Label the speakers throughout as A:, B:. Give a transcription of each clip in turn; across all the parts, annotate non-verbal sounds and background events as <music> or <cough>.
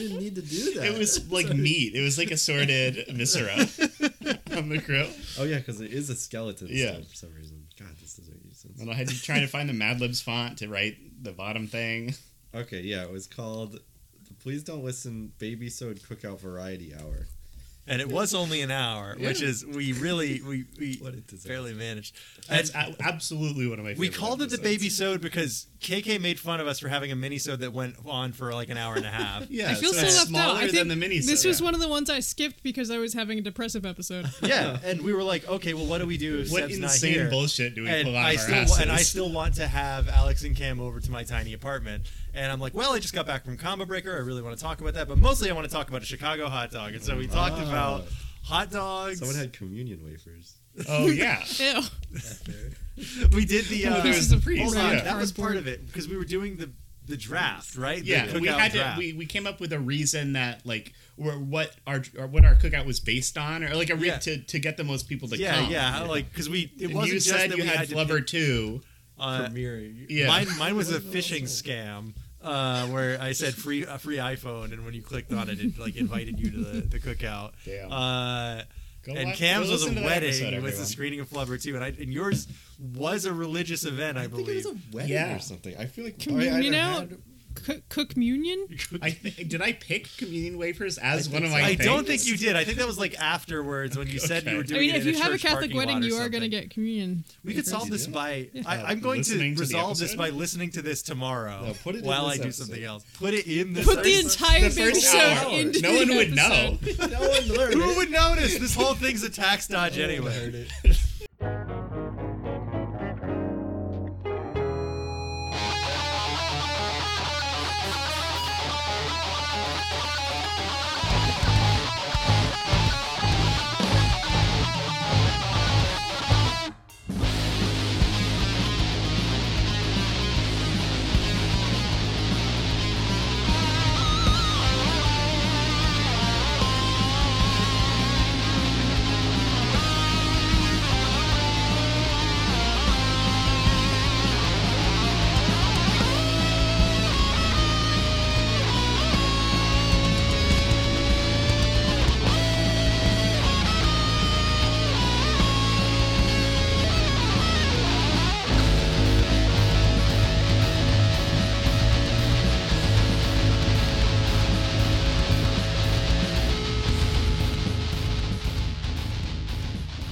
A: didn't need to
B: <laughs>
A: do that.
C: It was like meat. It was like
D: <laughs>
C: assorted viscera <laughs> on the grill.
B: Oh yeah, because it is a skeleton.
C: Yeah.
B: still for some reason. God, this doesn't make sense.
C: And I had to try to find the Mad Libs font to write the bottom thing.
B: Okay, yeah, it was called the Please Don't Listen Baby Sewed Cookout Variety Hour.
D: and it was only an hour, which is we really we
C: <laughs>
D: we
B: What a disaster.
D: barely managed.
C: That's
D: And
C: a- absolutely one of my. favorite
D: we called it the
C: episodes.
D: baby sode because KK made fun of us for having a mini sode that went on for like an hour and a half.
C: <laughs> Yeah,
E: I feel so
C: it's
E: left
C: smaller
E: out. I
C: than
E: think
C: the mini.
E: this
C: sode.
E: was one of the ones I skipped because I was having a
D: <laughs>
E: depressive episode.
D: yeah, and we were like, okay, well, what do we do if
C: What
D: Seb's not
C: insane
D: here?
C: bullshit do we
D: and
C: pull out
D: I
C: of our
D: still
C: asses?
D: and I still want to have Alex and Cam over to my tiny apartment. And I'm like, well, I just got back from Combo Breaker. I really want to talk about that, but mostly I want to talk about a Chicago hot dog. And so we talked
B: Ah.
D: about hot dogs.
B: Someone had communion wafers.
D: <laughs>
C: Oh yeah.
E: Ew.
D: we did the. Uh,
E: This is a pre-
D: hold on,
C: yeah.
D: that was part of it because we were doing the the draft, right? The
C: Yeah, we
D: cookout
C: had to.
D: draft.
C: We, we came up with a reason that like or what our or what our cookout was based on, or like a re-
D: Yeah.
C: to to get the most people to
D: yeah,
C: come.
D: yeah, like because we it
C: And
D: wasn't
C: you
D: just
C: said
D: that
C: you
D: we
C: had
D: had to
C: Flubber too.
D: uh,
B: Premiering.
C: Yeah.
D: Mine, mine was a phishing scam uh, where I said free a free iPhone, and when you clicked on it, it like invited you to the, the cookout.
C: Damn.
D: Uh,
C: Go
D: and
C: watch-
D: Cam's
C: go
D: was a
C: listen to that
D: wedding.
C: episode,
D: It was a
C: everyone.
D: screening of Flubber too, and I and yours was a religious event,
B: I
D: I,
B: think it was
D: believe.
B: a wedding
C: Yeah.
B: or something. I feel like Oh, I
E: Communion
B: either
E: out?
B: had-
E: Cook, cook Munion?
C: I th- did I pick communion wafers as
B: think
C: one of
B: so.
C: my.
D: I don't
C: things?
D: think you did. I think that was like afterwards when you said you were
C: Okay.
E: I
D: doing.
E: mean,
D: it
E: if
D: in
E: you have a
D: church
E: Catholic
D: parking lot
E: wedding,
D: or
E: you are going to
D: something.
E: get communion.
D: We could solve this by. I, I'm going
C: Listening
D: to
C: to the
D: resolve this
C: episode?
D: by listening to this tomorrow
B: No, put it in
D: while
B: this
D: I do
B: episode.
D: something else. Put it in this.
E: Put the
D: episode.
E: entire
C: The
E: baby
C: first
E: soda
C: hour,
E: into
C: no
E: the
C: one would know.
E: <laughs> episode.
B: No one learned
D: Who
B: it.
D: would notice? This whole thing's a tax
B: <laughs> Oh,
D: dodge
B: No one
D: anyway.
B: heard it.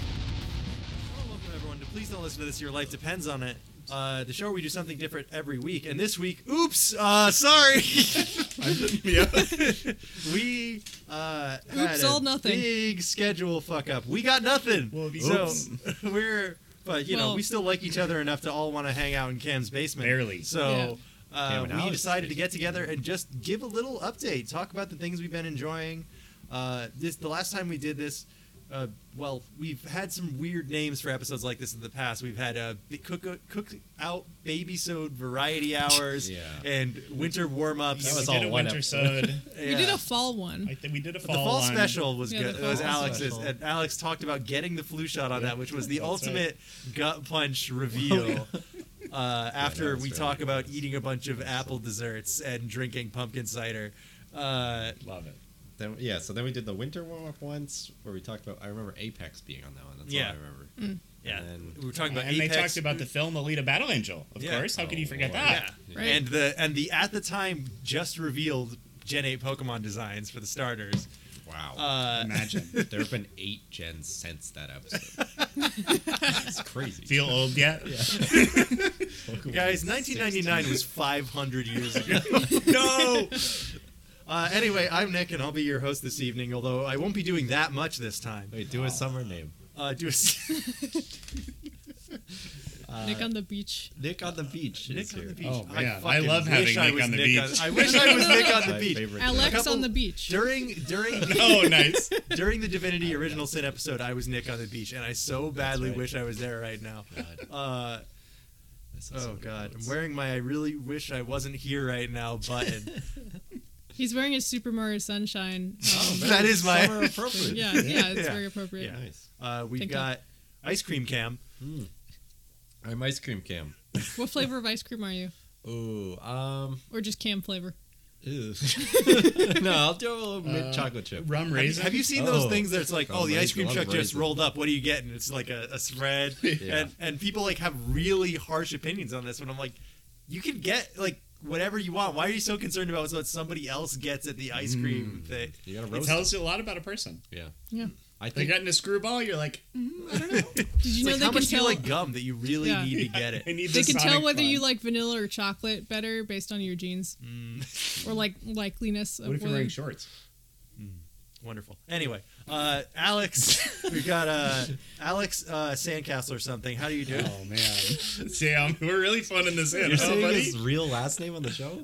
D: Hello, welcome everyone to Please Don't Listen to This. Your life depends on it. Uh, the show where we do something different every week, and this week, oops, uh, sorry, <laughs> we uh, had
E: Oops,
D: a
E: all nothing.
D: big schedule fuck up. We got nothing.
C: Well, the-
D: so
C: oops.
D: <laughs> we're, but you know,
E: Well-
D: we still like each other enough to all want to hang out in Cam's basement.
C: Barely.
D: So.
B: Cam
D: Uh,
B: and
D: we
B: Alex's
D: decided to get together and just give a little update, talk about the things we've been enjoying. Uh, this the last time we did this, uh, well, we've had some weird names for episodes like this in the past. We've had uh, b- cook cook out baby sode variety
B: <laughs>
D: hours
B: Yeah.
D: and winter warm ups.
C: Yeah,
B: That
C: we
B: was
C: did
B: all
C: a
B: one
C: winter
B: episode.
C: sode.
E: We did a fall one.
C: I think we did a
D: But
C: fall.
D: the fall
C: one.
D: special was
E: Yeah, the
D: good. It was
E: fall
D: Alex's,
B: special.
D: and Alex talked about getting the flu shot on that, which was the
C: That's Oh,
D: ultimate gut punch reveal. Uh, after
B: was
D: we
B: very
D: talk about eating a bunch of apple desserts and drinking pumpkin cider, uh,
C: Love it.
B: Then, yeah, so then we did the winter warm up once where we talked about. I remember Apex being on that one. That's
D: Yeah.
B: all I remember.
D: yeah,
B: And then-
D: we were talking about
C: and
D: Apex.
C: they talked about the film Alita Battle Angel, of
D: Yeah.
C: course. How could you
B: Oh,
C: forget
B: wow.
C: that?
D: Yeah.
B: Right.
D: And the and the at the time just revealed Gen 8 Pokemon designs for the starters.
B: Wow. <laughs>
D: Uh,
C: Imagine.
B: there have been eight gens since that episode. <laughs> it's crazy.
C: Feel old
D: <laughs>
C: yet? <laughs>
D: guys, 1999 was 500
C: <laughs>
D: years ago. no. Uh, anyway, I'm Nick, and I'll be your host this evening. Although I won't be doing that much this time.
B: Wait, do a summer name.
D: Uh, do a s-
E: Nick on the beach.
B: Nick on the beach.
D: <laughs> Nick
B: is
D: on
B: here.
D: the beach.
C: Oh, man. I
D: fucking
C: love having
D: wish I
C: Nick
D: was
C: on the beach.
D: I wish I was Nick on the
B: My
D: beach.
B: favorite
E: Alex
D: couple-
E: on the beach.
D: During
C: <laughs>
D: during
C: oh, nice.
D: during the Divinity Original Sin episode, I was Nick on the beach, and I so badly
B: right.
D: wish I was there right now.
B: <laughs> God.
D: Uh,
B: This is
D: oh
B: so
D: God, I'm
B: gross.
D: wearing my I really wish I wasn't here right now
C: <laughs>
D: button.
E: He's wearing his Super Mario Sunshine.
B: Oh,
E: um,
B: man,
D: That is
B: <laughs>
D: my-
B: summer appropriate.
E: yeah, yeah, it's
D: Yeah.
E: very appropriate.
D: Yeah.
B: Nice.
D: Uh, we
E: Thank
D: got ice cream cam.
B: I'm ice cream cam.
E: What flavor of ice cream are you?
B: Ooh, um,
E: Or just cam flavor?
B: <laughs> Ew. no, I'll do a mint chocolate chip.
C: Rum
D: Have you,
C: raisin.
D: have you seen those
B: Oh.
D: things that it's like, oh, the ice cream
B: Amazing.
D: truck just
B: Amazing.
D: rolled up. What do you get? And it's like a, a
E: <laughs>
D: spread. And and people like have really harsh opinions on this. When I'm like, you can get like whatever you want. Why are you so concerned about what somebody else gets at the ice cream
E: Mm.
D: thing?
B: You gotta
C: It
B: roast.
C: tells you a lot about a person.
B: it. yeah,
E: Yeah.
B: I
C: They
B: think
C: got in a screwball. You're like, mm, I don't know.
E: Did
D: It's
E: you know
D: like,
E: they
D: how
E: can
D: much do you
E: tell?
D: like gum that you really
E: Yeah.
D: need to get
C: I
D: it?
E: <laughs>
C: need
E: they
C: the
E: can tell
C: Sonic
E: whether you
C: fun.
E: like vanilla or chocolate better based on your genes or like likeliness of
C: What if you're
E: whether-
C: wearing shorts?
D: Wonderful. Anyway, uh,
E: <laughs>
D: Alex, we got uh, Alex uh, Sandcastle or something. How do you do?
C: Oh man, <laughs> Sam, we're really fun in this in,
B: you're
C: huh,
B: saying
C: buddy?
B: his real last name on the show. <laughs>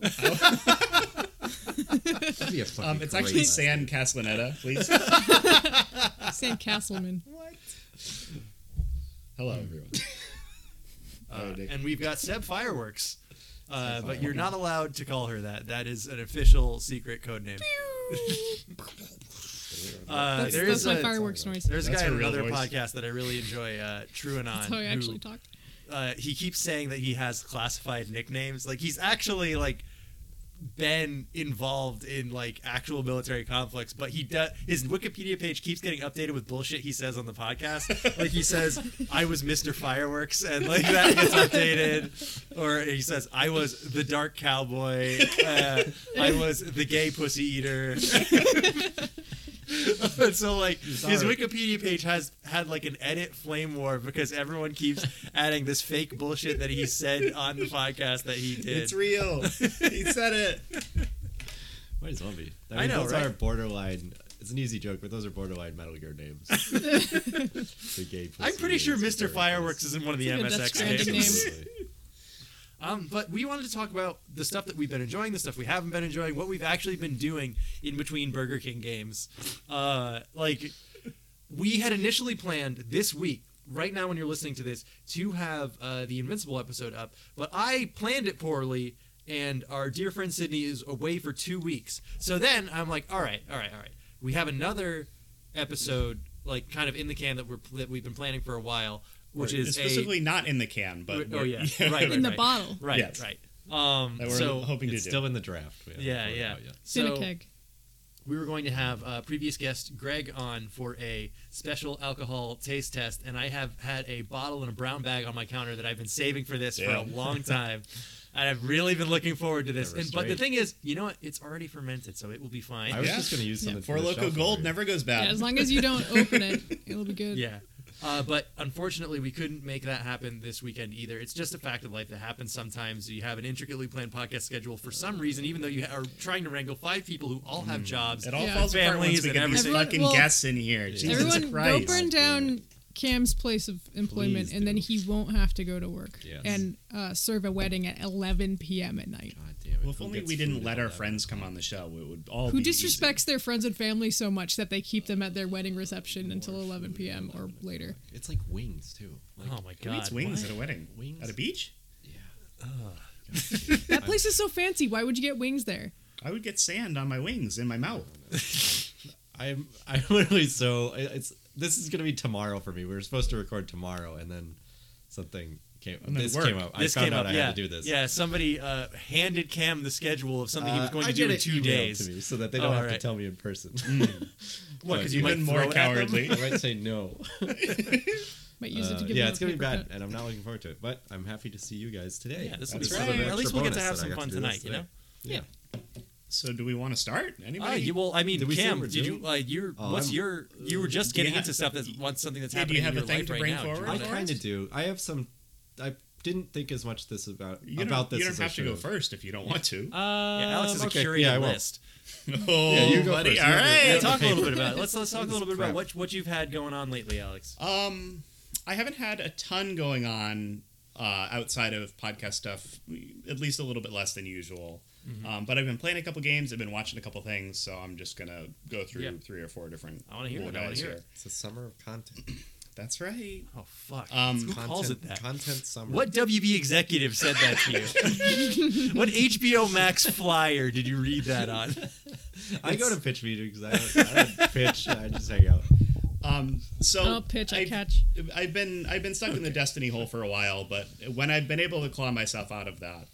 B: That'd be a fucking
C: Um, it's
B: great
C: actually
B: last
C: San Castellaneta, please.
E: Sam Castleman.
C: Hello,
B: Hmm.
C: everyone.
D: Uh,
C: Dick.
D: and we've got Seb Fireworks. Uh, but you're not allowed to call her that. That is an official secret code name. uh,
E: That's,
D: there
E: that's
D: is
E: my
D: a,
E: fireworks noise.
D: there's a
C: That's
D: guy
C: her
D: in
C: real
D: another
C: voice.
D: podcast that I really enjoy, uh, True Anon.
E: That's how I
D: who,
E: actually talk.
D: uh, he keeps saying that he has classified nicknames. Like he's actually like been involved in like actual military conflicts, but he does his Wikipedia page keeps getting updated with bullshit he says on the podcast. Like he says, "I was Mr. Fireworks," and like that gets updated, or he says, "I was the dark cowboy," uh, "I was the gay pussy eater." <laughs> And so like his
B: Sorry.
D: Wikipedia page has had like an edit flame war because everyone keeps adding this fake bullshit that he said on the podcast that he did.
C: It's real.
D: <laughs>
C: he said it.
B: name. Might as well be. I,
D: I
B: mean,
D: know,
B: those
D: right?
B: are borderline. It's an easy joke, but those are borderline Metal Gear names. the gay.
D: I'm
B: pussy
D: pretty sure
B: is
D: Mr.
B: very close.
D: Fireworks is in one of the
E: It's like a Death
D: MSX games.
E: Stranding name.
B: Absolutely.
D: Um, but we wanted to talk about the stuff that we've been enjoying, the stuff we haven't been enjoying, what we've actually been doing in between Burger King games. Uh, like, we had initially planned this week, right now when you're listening to this, to have uh, the Invincible episode up, but I planned it poorly, and our dear friend Sydney is away for two weeks. So then I'm like, all right, all right, all right. We have another episode, like kind of in the can that we're that we've been planning for a while, which is a
C: specifically not in the can, but
D: oh
C: we're- <laughs>
D: yeah, right,
E: In the
D: right.
E: bottle.
D: Right,
C: Yes.
D: right. Um,
C: that we're
D: so
C: hoping to
B: It's
C: do.
B: still in the draft. We haven't
D: yeah,
B: voted
D: yeah.
B: out yet.
E: It's in
D: So
E: a keg.
D: we were going to have uh, previous guest Greg on for a special alcohol taste test, and I have had a bottle and a brown bag on my counter that I've been saving for this for a
C: Damn.
D: <laughs> long time. And I've really been looking forward to this.
B: Never
D: And, but the
B: straight.
D: thing is, you know what? It's already fermented, so it will be fine.
B: I was
C: Yeah.
B: just gonna use
E: Yeah.
B: something.
C: Four
B: from the
C: Loco
B: shelf
C: Gold
B: already.
C: never goes
E: Yeah,
C: bad.
E: as long as you don't open it, it'll be good.
D: Yeah. <laughs> Uh, but unfortunately, we couldn't make that happen this weekend either. It's just a fact of life that happens sometimes. You have an intricately planned podcast schedule for some reason, even though you are trying to wrangle five people who all have jobs.
C: it all
E: Yeah.
C: falls apart once
D: Families
C: we
D: and
C: get these
E: everything.
C: fucking
E: Everyone- well,
C: guests in here. Jesus
E: Everyone
C: Christ.
E: go burn down Cam's place of employment,
B: Please
E: and then
B: do.
E: he won't have to go to work
B: Yes.
E: and uh, serve a wedding at 11 p.m. at night.
B: God damn it.
C: Well, if
B: Who
C: only
B: gets
C: we didn't
B: food
C: let
B: at
C: our
B: 11?
C: friends come on the show, it would all
E: Who
C: be easy.
E: disrespects their friends and family so much that they keep them at their wedding reception until 11 p.m. or later?
B: It's like wings too. Like,
D: oh my
C: Who
D: God!
C: eats wings
D: what?
C: at a wedding?
B: Wings?
C: At a beach?
B: yeah.
E: That place is so fancy. Why would you get wings there?
C: I would get sand on my wings in my mouth.
B: I'm <laughs> I'm literally so it- it's this is gonna be tomorrow for me. We were supposed to record tomorrow, and then something came.
C: And then
B: this
C: work.
B: came up.
D: this
B: I found
D: came
B: out
D: up.
B: I
D: yeah,
B: had to do this.
D: Yeah, somebody uh, handed Cam the schedule of something he was
B: Uh,
D: going
B: I
D: to do
B: get
D: in
B: it
D: two
B: emailed
D: days.
B: to me so that they don't
D: Oh,
B: have to
D: alright.
B: tell me in person. <laughs>
D: What? Because you might
C: Even
D: throw
C: more
D: it at them?
C: cowardly.
B: I might say <laughs> no.
E: Might use it
B: Uh,
E: to give
B: yeah,
E: them
B: it's
E: a
B: gonna be
E: paper
B: bad,
E: cut.
B: and I'm not looking forward to it. But I'm happy to see you guys today.
D: Yeah, this
C: That's
D: will be
C: right.
D: fun. At
B: Extra
D: least we'll get to
B: bonus
D: have
B: that I
D: some
B: got
D: fun
B: to do this
D: tonight, you know.
B: today. Yeah.
C: <laughs> So, do we want to start? Anybody?
D: Ah, you, well, I mean,
B: Did we say
D: Cam,
B: we're
D: did you?
B: doing-
D: Uh, you're.
B: Oh,
D: what's
B: I'm-
D: your? You were just getting
C: Yeah.
D: into stuff that's what's something that's
C: Yeah, do
D: happening
C: you
D: in
C: have a
D: your
C: thing
D: life
C: to
D: right
C: bring
D: now. Do you
C: forward?
B: I
D: wanna-
C: Alright.
B: kind of do. I have some. I didn't think as much this about
C: You don't,
B: about this.
C: you don't
B: as I
C: have to go
B: should've.
C: first if you don't want to.
D: Yeah, Alex
B: Um,
D: is a
B: okay,
D: curated
B: yeah, I won't.
D: list.
C: <laughs> oh,
B: you go first.
C: buddy.
B: You
C: All
B: have
C: right.
B: the-
D: Yeah,
B: Yeah,
D: talk a
B: okay.
D: little <laughs> bit about it. Let's let's talk a
B: This
D: little
B: is
D: bit about
B: crap.
D: what what you've had going on lately, Alex.
C: Um, I haven't had a ton going on uh, outside of podcast stuff, at least a little bit less than usual.
D: Mm-hmm.
C: Um, but I've been playing a couple games. I've been watching a couple things, so I'm just gonna go through
D: Yeah.
C: three or four different.
D: I wanna hear
C: little
D: it, I wanna
C: guys
D: hear
C: here.
D: it.
B: It's a summer of content.
C: That's right.
D: Oh fuck!
C: Um,
D: Who calls it that?
B: Content summer.
D: What WB executive said that to you? <laughs> what HBO Max flyer did you read that <laughs> on?
B: I go to pitch meetings. I don't, I don't pitch. I just hang out.
C: Um, so
E: I'll Oh, pitch, I
C: I've-
E: catch.
C: I've been I've been stuck in the destiny hole for a while, but when I've been able to claw myself out of that,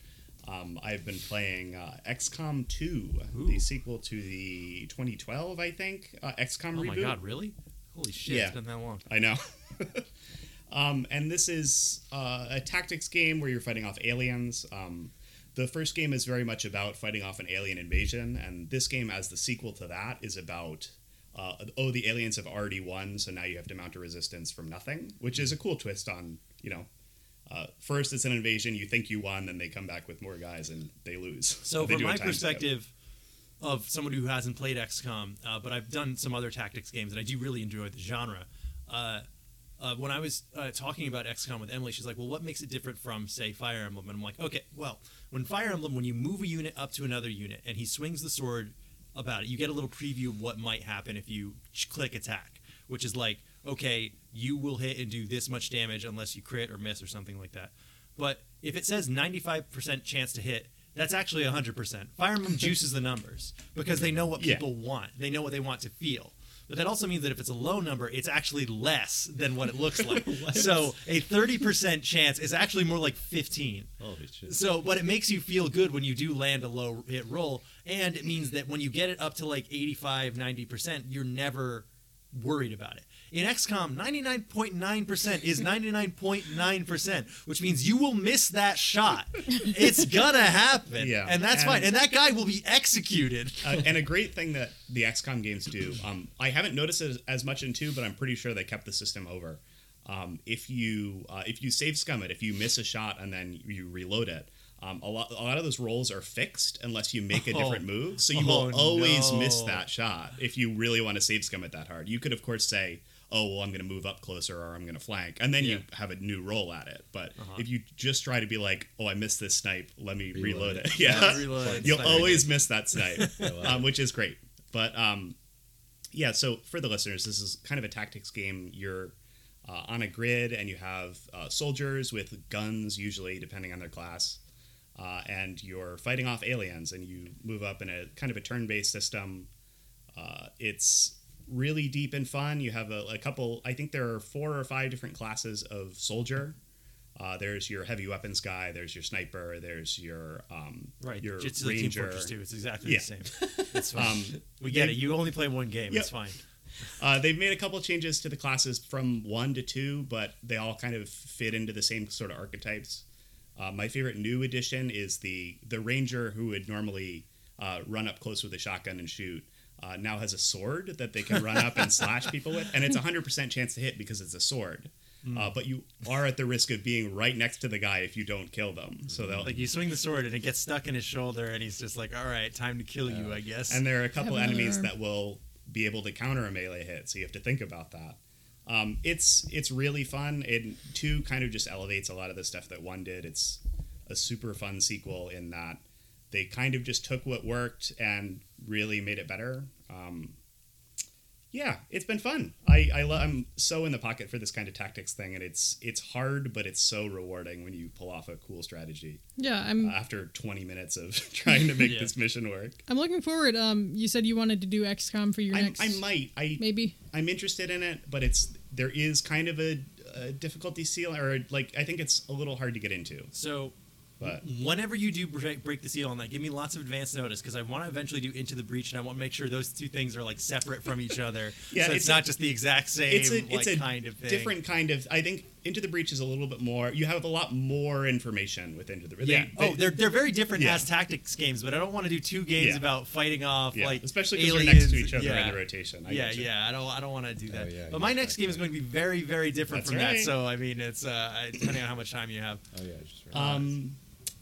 C: Um, I've been playing uh, XCOM 2, the sequel to the 2012, I think, uh, XCOM
D: Oh
C: reboot.
D: my god, really? Holy shit,
C: Yeah.
D: it's been that long.
C: I know. <laughs> um, and this is uh, a tactics game where you're fighting off aliens. Um, the first game is very much about fighting off an alien invasion, and this game, as the sequel to that, is about uh, oh, the aliens have already won, so now you have to mount a resistance from nothing, which is a cool twist on you know. Uh, first, it's an invasion. You think you won, then they come back with more guys and they lose.
D: So,
C: They
D: from
C: do a
D: my
C: time skip.
D: perspective of someone who hasn't played XCOM, uh, but I've done some other tactics games, and I do really enjoy the genre. Uh, uh, when I was uh, talking about XCOM with Emily, she's like, "Well, what makes it different from, say, Fire Emblem?" And I'm like, "Okay, well, when Fire Emblem, when you move a unit up to another unit and he swings the sword about it, you get a little preview of what might happen if you ch- click attack, which is like, okay, you will hit and do this much damage unless you crit or miss or something like that." But if it says 95% chance to hit, that's actually 100%. Fire Emblem juices the numbers because they know what
C: Yeah.
D: people want. They know what they want to feel. But that also means that if it's a low number, it's actually less than what it looks like. so a 30% chance is actually more like 15.
B: Holy shit.
D: <laughs> So, but it makes you feel good when you do land a low hit roll. And it means that when you get it up to like 85, 90%, you're never worried about it. In XCOM, 99.9% is 99.9%, which means you will miss that shot. It's gonna happen.
C: Yeah.
D: And that's
C: And-
D: fine. And that guy will be executed.
C: Uh, and a great thing that the XCOM games do. Um, I haven't noticed it as much in two, but I'm pretty sure they kept the system over. Um, if you uh, if you save scum it, if you miss a shot and then you reload it, um, a lot a lot of those rolls are fixed unless you make a different move. So you
D: Oh,
C: will always miss
D: no.
C: that shot if you really want to save scum it that hard. You could of course say, oh well, I'm going to move up closer or I'm going to flank, and then you have a new roll at it. But
D: Uh-huh.
C: if you just try to be like, oh, I missed this snipe, let me reload,
B: Reload
C: it. <laughs>
B: it.
C: Yeah,
D: reload.
C: you'll
D: Snipe.
C: always miss that snipe,
B: wow.
C: um, which is great. But um, yeah, so for the listeners, this is kind of a tactics game. You're uh, on a grid, and you have uh, soldiers with guns, usually depending on their class, uh, and you're fighting off aliens. And you move up in a kind of a turn-based system. Uh, it's really deep and fun. You have a, a couple. I think there are four or five different classes of soldier. Uh, there's your heavy weapons guy. There's your sniper. There's your um,
D: Right.
C: Your
D: Just like Team
C: ranger.
D: Fortress 2. It's exactly
C: Yeah.
D: the same.
C: <laughs>
D: It's fine.
C: Um,
D: we get it. You only play one game.
C: Yep.
D: It's fine.
C: Uh, they've made a couple changes to the classes from one to two, but they all kind of fit into the same sort of archetypes. Uh, my favorite new addition is the the ranger who would normally uh, run up close with a shotgun and shoot. Uh, now has a sword that they can run up and slash people with, and it's a hundred percent chance to hit because it's a sword. Uh, but you are at the risk of being right next to the guy if you don't kill them. So they'll
D: Like you swing the sword and it gets stuck in his shoulder, and he's just like, "All right, time to kill you, I guess."
C: And there are a couple
E: another
C: enemies
E: arm.
C: that will be able to counter a melee hit, so you have to think about that. Um, it's it's really fun. And two kind of just elevates a lot of the stuff that one did. It's a super fun sequel in that they kind of just took what worked and really made it better. Um, yeah, it's been fun. I, I lo- I'm so in the pocket for this kind of tactics thing, and it's it's hard, but it's so rewarding when you pull off a cool strategy
E: Yeah,
C: uh,
E: I'm
C: after 20 minutes of <laughs> trying to make
D: Yeah.
C: this mission work.
E: I'm looking forward. Um, you said you wanted to do XCOM for your
C: I,
E: next.
C: I might. I
E: maybe.
C: I'm interested in it, but it's there is kind of a, a difficulty seal or like I think it's a little hard to get into.
D: so,
C: But
D: whenever you do break, break the seal on that, give me lots of advance notice because I want to eventually do Into the Breach, and I want to make sure those two things are like separate from each other.
C: <laughs> Yeah,
D: so it's,
C: it's a-
D: not just the exact same.
C: it's a it's
D: like,
C: a
D: kind of thing.
C: different kind of. I think Into the Breach is a little bit more. You have a lot more information with Into the Breach.
D: Yeah. oh, they're they're very different
C: Yeah.
D: as tactics games, but I don't want to do two games
C: Yeah.
D: about fighting off
C: yeah,
D: like
C: especially because
D: aliens.
C: they're next to each other
D: yeah.
C: in the rotation. I Oh,
D: yeah,
C: gotcha.
D: yeah. I don't, I don't want to do that.
B: yeah,
D: but my
B: yeah,
D: next game is going to be very, very different
C: That's
D: from that.
C: right.
D: So I mean, it's uh, I- depending on how much time you have.
B: Oh yeah. Just right.
C: Um,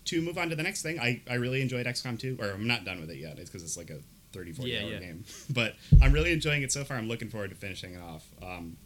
C: to move on to the next thing, I, I really enjoyed XCOM 2, or I'm not done with it yet. It's because it's like a 30, 40
D: Yeah,
C: hour
D: yeah.
C: game. <laughs> But I'm really enjoying it so far. I'm looking forward to finishing it off. Um,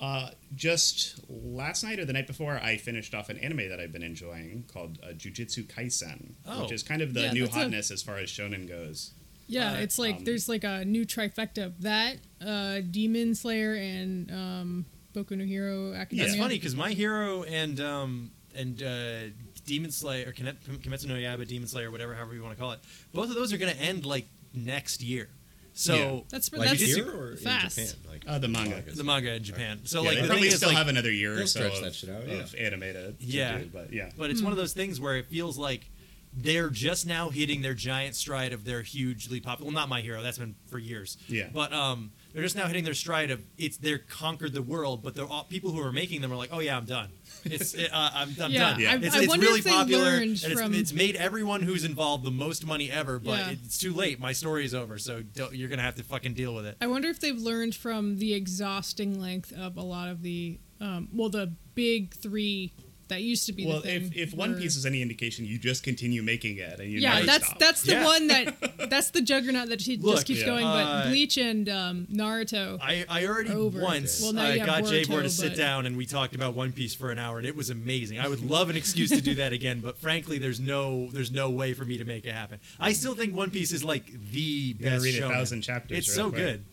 C: uh, just last night or the night before, I finished off an anime that I've been enjoying called uh, Jujutsu Kaisen,
D: Oh.
C: which is kind of the
E: Yeah,
C: new
E: that's a-
C: hotness as far as shonen goes.
E: Yeah,
D: Uh,
E: it's like
C: um,
E: there's like a new trifecta of that, uh, Demon Slayer and um, Boku no Hero Academia.
D: It's funny because my hero and um and uh, Demon Slayer or Kinet- Kimetsu no Yaiba, Demon Slayer, whatever, however you want to call it, both of those are going to end like next year. So
C: Yeah.
E: That's
B: like
E: that's
B: here or
E: fast.
B: in Japan? Like
C: Uh, the manga.
B: Manga.
D: the manga in Japan. So
C: yeah,
D: like
C: they
D: the
C: probably
D: thing is,
C: still
D: like,
C: have another year or
B: They'll
C: so
B: stretch
C: of,
B: that shit out,
C: of anime to, to
D: Yeah.
C: do, but yeah.
D: But it's one of those things where it feels like they're just now hitting their giant stride of their hugely popular. Well, not my hero. That's been for years.
C: Yeah.
D: But um, they're just now hitting their stride of it's they're conquered the world. But they're all, people who are making them are like, oh yeah, I'm done. It's it, uh, I'm, I'm
E: Yeah,
D: done.
E: I-
D: It's,
E: I
D: it's
E: wonder
D: really
E: if they
D: popular.
E: learned
D: and it's,
E: from-
D: it's made everyone who's involved the most money ever. But
E: Yeah.
D: it's too late. My story's over. So don't, you're gonna have to fucking deal with it.
E: I wonder if they've learned from the exhausting length of a lot of the, um, well, the big three that used to be.
C: well,
E: the thing
C: if, if One
E: were-
C: Piece is any indication, you just continue making it and you
E: yeah,
C: never
E: that's
C: stop.
E: that's the
D: Yeah. <laughs>
E: one that that's the juggernaut that he
D: Look,
E: just keeps
C: yeah.
E: going. But
D: uh,
E: Bleach and um, Naruto,
D: I, I already
E: Over.
D: once
E: Well, now you
D: uh,
E: have
D: got J-Boy
E: Boruto,
D: to sit
E: but-
D: down and we talked about One Piece for an hour and it was amazing. I would love an excuse to do that again, but frankly, there's no there's no way for me to make it happen. I still think One Piece is like the
C: gotta
D: best
C: read a
D: show.
C: thousand chapters
D: It's
C: real
D: so
C: quick.
D: good.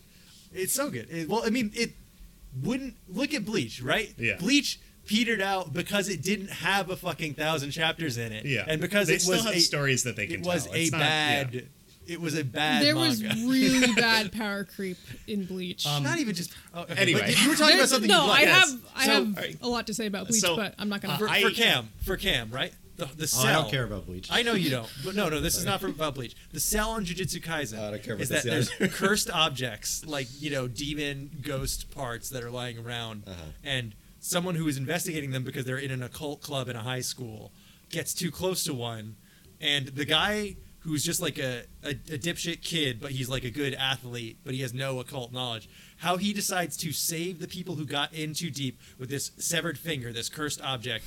D: It's so good. It- well, I mean, it wouldn't look at Bleach, right?
C: Yeah.
D: Bleach petered out because it didn't have a fucking thousand chapters in it.
C: yeah.
D: And because
C: they
D: it
C: still
D: was
C: have
D: a,
C: stories that they can
D: it was
C: tell.
D: a
C: It's not- yeah.
D: bad it was a bad
E: there was
D: manga. <laughs>
E: really bad power creep in Bleach.
D: not even just. Oh, okay.
C: anyway.
D: But you were talking about
E: There's-
D: something.
E: no,
D: you like.
E: I have I
D: So-
E: have
C: alright.
E: a lot to say about Bleach,
C: So,
E: but I'm not gonna.
D: for,
C: I-
D: for Cam for Cam right. The, the
B: Oh, I
D: cell.
B: don't care about Bleach.
D: I know you don't, but no, no, this is not from about Bleach. The cell on Jujutsu Kaisen
B: I don't care about
D: is
B: this
D: that there's
B: either.
D: cursed objects, like you know, demon ghost parts that are lying around, and someone who is investigating them because they're in an occult club in a high school gets too close to one, and the guy who's just like a, a, a dipshit kid, but he's like a good athlete, but he has no occult knowledge. How he decides to save the people who got in too deep with this severed finger, this cursed object.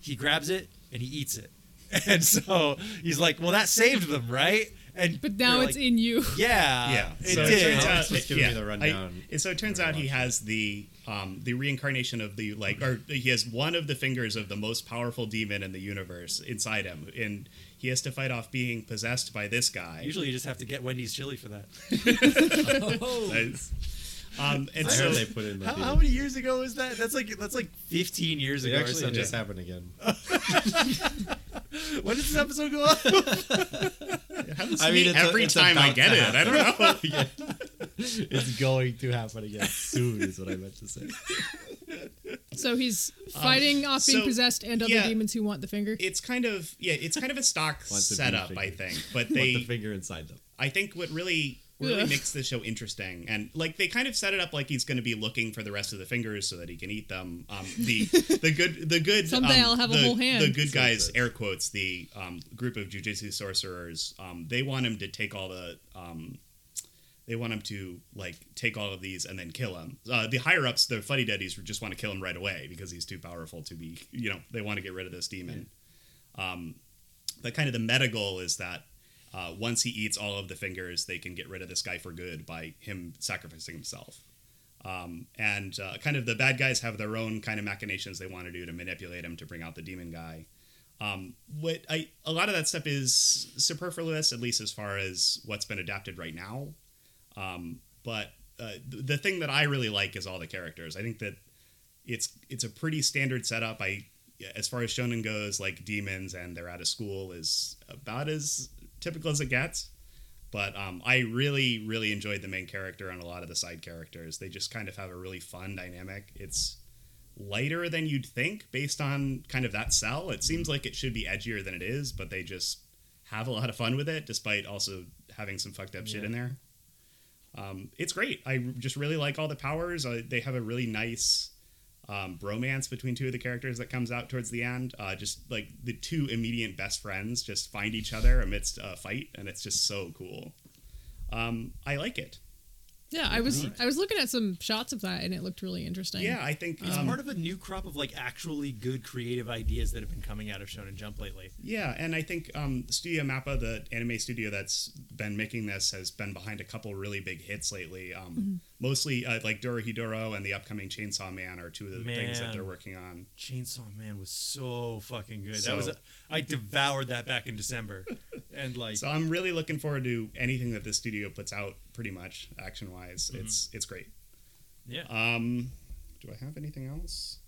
D: He grabs it and he eats it. <laughs> And so he's like, "Well, that saved them, right?" And
E: but now
D: they're
E: it's
D: like,
E: in you.
D: <laughs> yeah,
C: yeah.
D: it
C: so Uh,
D: did.
C: it turns out,
B: Just give
C: yeah,
B: me the rundown.
C: I- and so it turns out he has the um, the reincarnation of the like, or he has one of the fingers of the most powerful demon in the universe inside him, and he has to fight off being possessed by this guy.
D: Usually, you just have to get Wendy's chili for that.
C: Nice. Um, and
B: I
C: so
B: heard they put in the
D: How,
B: demon.
D: how many years ago is that? That's like that's like 15 years
B: It
D: ago or
B: actually
D: something.
B: just happened again.
D: When did this episode go up?
C: it happens to
B: I mean,
C: me
B: it's a-
C: every
B: it's
C: time I
B: about
C: get
B: to
C: it, I don't know. <laughs>
B: it's going to happen again soon, is what I meant to say.
E: So he's
D: Um,
E: fighting off being
C: so,
E: possessed and other
C: yeah.
E: demons who want the finger.
C: it's kind of yeah, it's kind of a stock
B: Want the
C: setup,
B: finger.
C: I think.
B: <laughs>
C: But
B: Put
C: they,
B: the finger inside them.
C: I think, what really really
E: Ugh.
C: makes the show interesting and like they kind of set it up like he's going to be looking for the rest of the fingers so that he can eat them. Um, the the good the good
E: Someday
C: um,
E: I'll have a
C: the,
E: whole hand.
C: The good
B: Sounds
C: guys,
B: good.
C: air quotes, the um, group of jujitsu sorcerers. Um, they want him to take all the. Um, they want him to like take all of these and then kill him. Uh, the higher ups, the fuddy duddies, just want to kill him right away because he's too powerful to be. You know, they want to get rid of this demon. Um, but kind of the meta goal is that uh, once he eats all of the fingers, they can get rid of this guy for good by him sacrificing himself. Um, and uh, kind of the bad guys have their own kind of machinations they want to do to manipulate him to bring out the demon guy. Um, what I a lot of that stuff is superfluous, at least as far as what's been adapted right now. Um, but uh, th- the thing that I really like is all the characters. I think that it's it's a pretty standard setup. I as far as shonen goes, like demons and they're out of school is about as typical as it gets. But um, I really really enjoyed the main character and a lot of the side characters. They just kind of have a really fun dynamic. It's lighter than you'd think based on kind of that cell. It seems like it should be edgier than it is, but they just have a lot of fun with it despite also having some fucked up shit in there. Um, it's great. I just really like all the powers. Uh, they have a really nice um, bromance between two of the characters that comes out towards the end. Uh, just like the two immediate best friends just find each other amidst a fight, and it's just so cool. Um, I like it.
E: yeah, I was I was looking at some shots of that and it looked really interesting.
C: Yeah, I think
D: It's
C: um,
D: part of a new crop of like actually good creative ideas that have been coming out of Shonen Jump lately.
C: Yeah, and I think um, Studio Mappa, the anime studio that's been making this, has been behind a couple really big hits lately. Um, Mostly uh, like Dorohedoro and the upcoming Chainsaw Man are two of the things that
D: Man.
C: they're working on.
D: Chainsaw Man was so fucking good.
C: So-
D: that was a, I devoured that back in December, and like
C: So I'm really looking forward to anything that this studio puts out, pretty much action wise.
D: Mm-hmm.
C: It's it's great.
D: yeah.
C: Um, do I have anything else?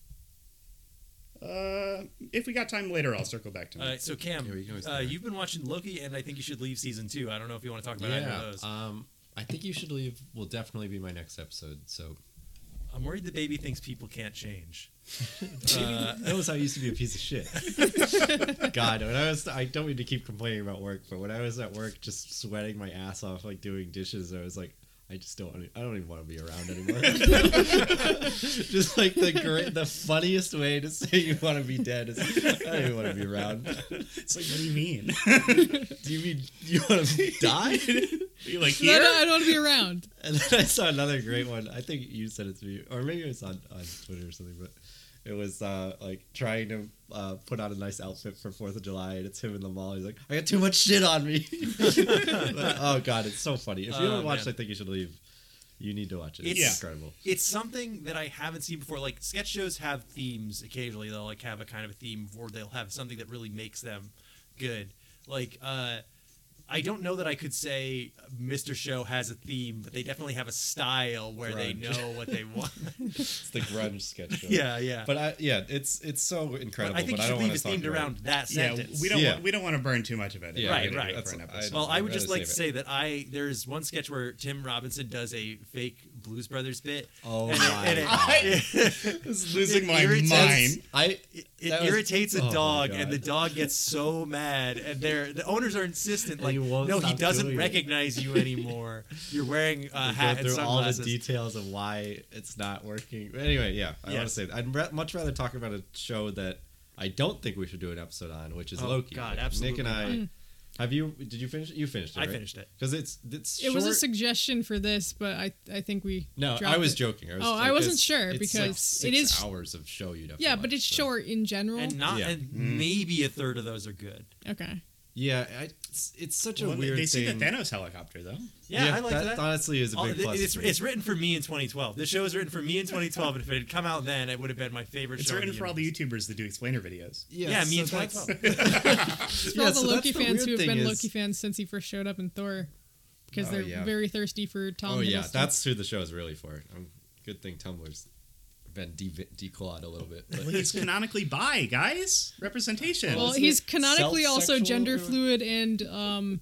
C: Uh, if we got time later, I'll circle back to
D: All
C: that.
D: right, so Cam,
B: Yeah, we can always
D: uh,
B: start.
D: you've been watching Loki, and I think you should leave season two. I don't know if you want to talk about either of those.
B: Um, I think you should leave. Will definitely be my next episode. So
D: I'm worried the baby thinks people can't change.
B: Uh, knows how I used to be a piece of shit. God, when I was, I don't mean to keep complaining about work, but when I was at work, just sweating my ass off, like doing dishes, I was like, I just don't, I don't even want to be around anymore. <laughs> just like the great, the funniest way to say you want to be dead is, I don't even want to be around.
C: <laughs> It's like, what do you mean? <laughs>
B: Do you mean you want to die?
C: you
D: <laughs>
C: like
E: No,
C: here?
E: no, I don't want to be around.
B: And then I saw another great one. I think you sent it to me, or maybe it was on, on Twitter or something. But it was uh, like trying to uh, put on a nice outfit for Fourth of July, and it's him in the mall. He's like, "I got too much shit on me." <laughs> But, oh god, it's so funny. If you
D: Oh,
B: haven't watched,
D: man.
B: I think you should leave. You need to watch it. It's
C: It's-
B: incredible.
D: It's something that I haven't seen before. Like sketch shows have themes occasionally. They'll like have a kind of a theme, or they'll have something that really makes them good. Like uh, I don't know that I could say Mr. Show has a theme, but they definitely have a style where they
B: Grunge.
D: know what they want.
B: It's the grunge sketch show.
D: <laughs> yeah, yeah.
B: But I, <laughs> yeah, it's it's so
D: But
B: incredible.
D: I think
B: but
D: you
B: I
D: should
B: don't
D: leave
B: want
D: it
B: to talk
D: themed
B: about
D: around
B: it.
D: that
C: yeah,
D: sentence.
C: we don't
B: Yeah.
C: want, we don't want to burn too much of it.
B: Yeah,
D: Right,
C: We're gonna do
D: right.
C: it For an
B: That's-
C: episode.
D: Well,
B: I'd
D: I would just
B: rather
D: like to say
B: save
D: that I there's one sketch where Tim Robinson does a fake Blues Brothers bit.
B: Oh
D: and
B: my
D: It, and it, <laughs>
C: It's losing
D: It
C: my
D: irritates-
C: mind.
B: I
D: it- it
B: that was-
D: irritates
B: oh
D: a
B: my
D: dog,
B: God.
D: and the dog gets
B: <laughs>
D: so mad, and they're the owners are insistent,
B: And
D: like,
B: he won't
D: no, he
B: stop
D: doesn't
B: doing it."
D: recognize you anymore. You're wearing a
B: We
D: hat
B: go
D: and
B: through all the
D: sunglasses.
B: details of why it's not working. But Anyway, yeah, I want to
D: Yes.
B: say that. I'd ra- much rather talk about a show that I don't think we should do an episode on, which is
D: Oh,
B: Loki.
D: God,
B: Nick
D: absolutely
B: and I.
D: not.
B: Have you? Did you finish? it? You finished it.
D: I
B: right?
D: finished it.
B: because it's it's.
E: It was a
B: short-
E: suggestion for this, but I I think we
B: No,
E: dropped
B: I was
E: it.
B: joking. I was
E: Oh, I
B: like,
E: wasn't
B: it's-
E: sure
B: it's
E: because
B: like
E: it
B: six
E: is-
B: hours of show you'd have. to
E: Yeah, but
B: watch,
E: it's
B: so-
E: short in general.
D: And not
B: Yeah. Mm-hmm.
D: and maybe a third of those are good.
E: okay.
B: Yeah, I, it's, it's such a
C: Well, they-
B: weird
C: they see the
B: thing.
C: Thanos helicopter though.
D: Yeah, I like that.
B: Honestly, is a
D: All-
B: big
D: th-
B: plus.
D: it's,
B: for me.
D: it's written for me in 2012. This show is written for me in 2012, and if it had come out then, it would have been my favorite
C: It's
D: show. in
C: written for all
D: universe.
C: the YouTubers that do explainer videos.
B: yeah,
D: yeah, me
B: so
D: and
B: that's-
D: 2012.
E: It's for
B: Yeah,
E: all the
B: so
E: Loki
B: that's the
E: fans
B: weird
E: who have been
B: thing is-
E: Loki fans since he first showed up in Thor, because
B: Oh,
E: they're
B: yeah.
E: very thirsty for Tom.
B: Oh yeah,
E: Hiddleston.
B: that's who the show is really for. Um, good thing Tumblr's been de- declawed a little bit. But
C: Well,
E: <laughs>
C: he's canonically bi, guys. Representation.
E: Well,
B: Wasn't
E: he's
B: it
E: canonically also
B: self-sexual
E: gender
B: or-
E: fluid and um,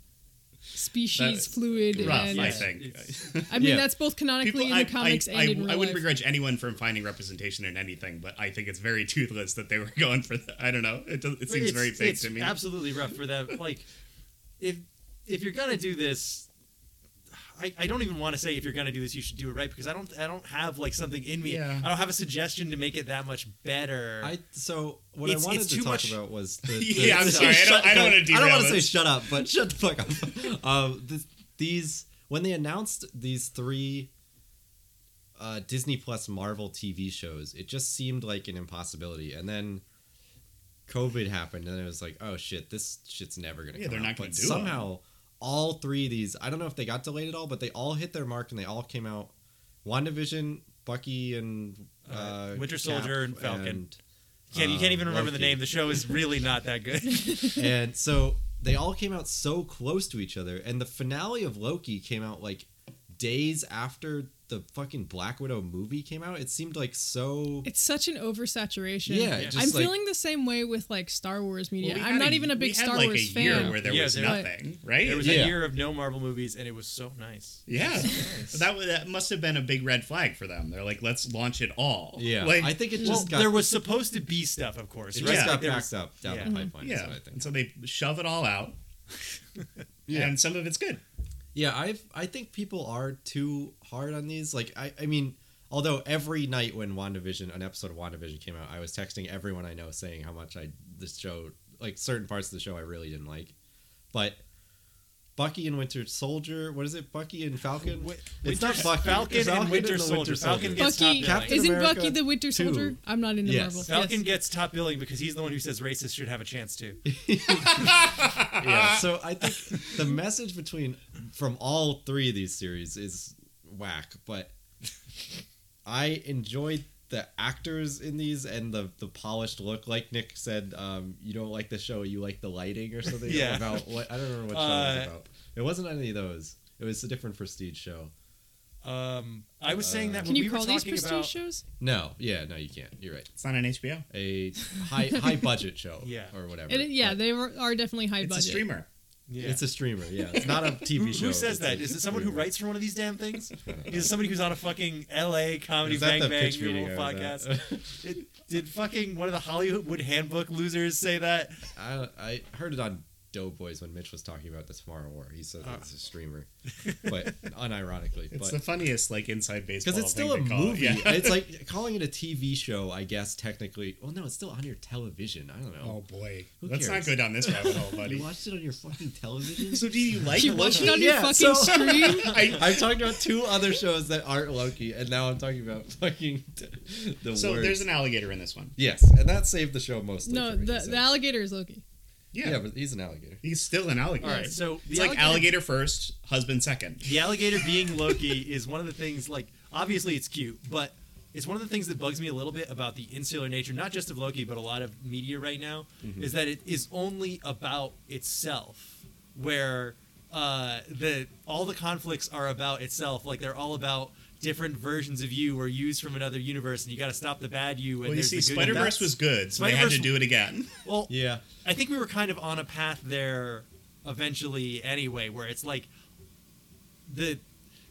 E: species
C: That-
E: fluid.
C: rough,
E: and,
C: I
D: Yeah.
C: think.
E: I mean,
B: Yeah.
E: that's both canonically in the comics and
C: I,
E: in real
C: I wouldn't
E: life.
C: begrudge anyone from finding representation in anything, but I think it's very <laughs> toothless that they were going for the I don't know. It, does, it seems
D: it's,
C: very fake
D: it's
C: to me.
D: Absolutely rough for them. Like, if if you're gonna do this, I, I don't even want to say if you're gonna do this, you should do it right because I don't I don't have like something in me.
C: Yeah.
D: I don't have a suggestion to make it that much better.
B: I so what
D: It's-
B: I wanted
D: it's
B: to
D: too
B: talk
D: much-
B: about
C: <laughs>
B: was the, the-
C: yeah, I'm sorry. I don't, I don't want to
B: I
C: derail
B: don't want to
C: this.
B: say shut up,
C: <laughs>
B: but shut the fuck up. <laughs> Um, th- these when they announced these three uh, Disney Plus Marvel TV shows, it just seemed like an impossibility. And then COVID happened, and it was like, oh shit, this shit's never gonna.
C: Yeah,
B: come
C: they're
B: out.
C: not gonna
B: But
C: do 'em.
B: somehow. All three of these, I don't know if they got delayed at all, but they all hit their mark and they all came out. WandaVision, Bucky, and uh,
D: Uh, Winter Soldier and Falcon.
B: and-
D: can't, you can't even
B: uh,
D: remember the
B: Loki.
D: name. The show is really not that
E: <laughs>
D: good.
B: and so they all came out so close to each other and the finale of loki came out like days after the fucking black widow movie came out it seemed like so
E: It's such an oversaturation.
B: Yeah, it
E: I'm
B: just, like-
E: feeling the same way with like Star Wars media.
C: Well, we
E: I'm
C: had
E: not
C: a-
E: even a big
C: we
E: Star
C: had like
E: Wars
C: a
E: fan.
C: year where there
D: Yeah,
C: was
D: there-
C: nothing, right?
D: There was
B: Yeah.
D: a year of no Marvel movies, and it was so nice.
C: yeah, that was, that must have been a big red flag for them. They're like, let's launch it all.
B: yeah
C: like
B: i think it
D: Well,
B: just got
D: there was supposed to be stuff, of course.
B: it
D: right?
B: just
C: yeah,
B: got
D: There
B: backed
D: was-
B: up down
D: yeah.
B: the pipeline is
C: yeah.
B: what i think
C: And so they shove it all
B: <laughs>
C: out,
B: Yeah.
C: and some of it's good.
B: Yeah, I've I think people are too hard on these. Like I I mean, although every night when WandaVision an episode of WandaVision came out, I was texting everyone I know saying how much I this show like certain parts of the show I really didn't like. But Bucky and Winter Soldier, what is it? Bucky and Falcon?
D: Wi-
B: it's
D: Winter-
B: not Bucky.
D: Falcon
B: it's
D: and Winter
B: the
D: Soldier. Falcon gets-
E: Bucky
D: It's not
B: Captain
E: isn't
B: America
E: Bucky the Winter
B: 2.
E: Soldier? I'm not into
B: Yes.
E: Marvel.
D: Falcon
E: Yes.
D: gets top billing because he's the one who says racists should have a chance too.
B: <laughs>
D: Uh,
B: yeah. So I think the message between from all three of these series is whack, but I enjoyed the actors in these and the the polished look. Like Nick said, um, you don't like the show, you like the lighting or something.
D: Yeah.
B: About what I don't remember what show it
D: Uh,
B: was about. It wasn't any of those. It was a different prestige show.
D: Um, I was saying
B: Uh,
D: that
E: Can
D: when
E: you
D: we
E: call
D: were
E: these
D: talking
E: prestige
D: about
E: shows?
B: No, yeah, no, you can't. You're right.
C: It's not on HBO.
D: <laughs>
B: A high high budget show.
D: Yeah.
B: Or whatever.
E: It, yeah,
B: but
E: they were, are definitely high
C: It's a
E: budget.
C: streamer.
D: Yeah.
B: It's a streamer. Yeah, it's not a TV show.
D: Who
B: It's
D: says that?
B: a
D: Is it someone who
B: streamer.
D: writes for one of these
B: <laughs>
D: damn things? Is it somebody who's on a fucking L.A. comedy
B: Is that
D: bang
B: the
D: bang
B: pitch meeting
D: Google
B: I was
D: podcast?
B: at? <laughs>
D: Did, did fucking one of the Hollywood Handbook losers say that?
B: I, I heard it on Doughboys when Mitch was talking about the Tomorrow War. He said it's a streamer, but unironically,
C: Ah. <laughs> It's
B: but <laughs>
C: the funniest like inside baseball
B: because it's still a
C: thing to call it.
B: movie. <laughs>
C: Yeah.
B: It's like calling it a TV show, I guess technically. Well, no, it's still on your television. I don't
C: Oh
B: know.
C: boy,
B: Who
C: let's
B: cares?
C: not go down this rabbit hole,
B: <laughs> you
C: buddy.
B: watched it on your
C: <laughs>
B: fucking television.
C: so do you like
E: You watched it on
C: Loki?
E: your
B: Yeah,
E: fucking
B: so-
E: stream?
C: <laughs> I,
B: I've talked about two other shows that aren't Loki, and now I'm talking about fucking <laughs> <laughs> the
C: so
B: worst.
C: there's an alligator in this one.
B: yes, and that saved the show mostly.
E: No,
B: for me,
E: the,
B: so-
E: the alligator is Loki.
C: Yeah,
B: yeah. but he's an alligator.
C: he's still an alligator.
D: All right, so
C: it's
D: the
C: like alligator first, husband second.
D: The alligator being Loki is one of the things, like, obviously it's cute, but it's one of the things that bugs me a little bit about the insular nature, not just of Loki, but a lot of media right now, is that it is only about itself, where uh, the all the conflicts are about itself. Like, they're all about different versions of you or yous from another universe, and you got to stop the bad you. And
C: Well, you
D: there's
C: see,
D: the good
C: Spider Verse
D: that's-
C: was good, so they had to
D: Spider-Verse-
C: do it again.
D: Well,
B: Yeah,
D: I think we were kind of on a path there eventually anyway, where it's like the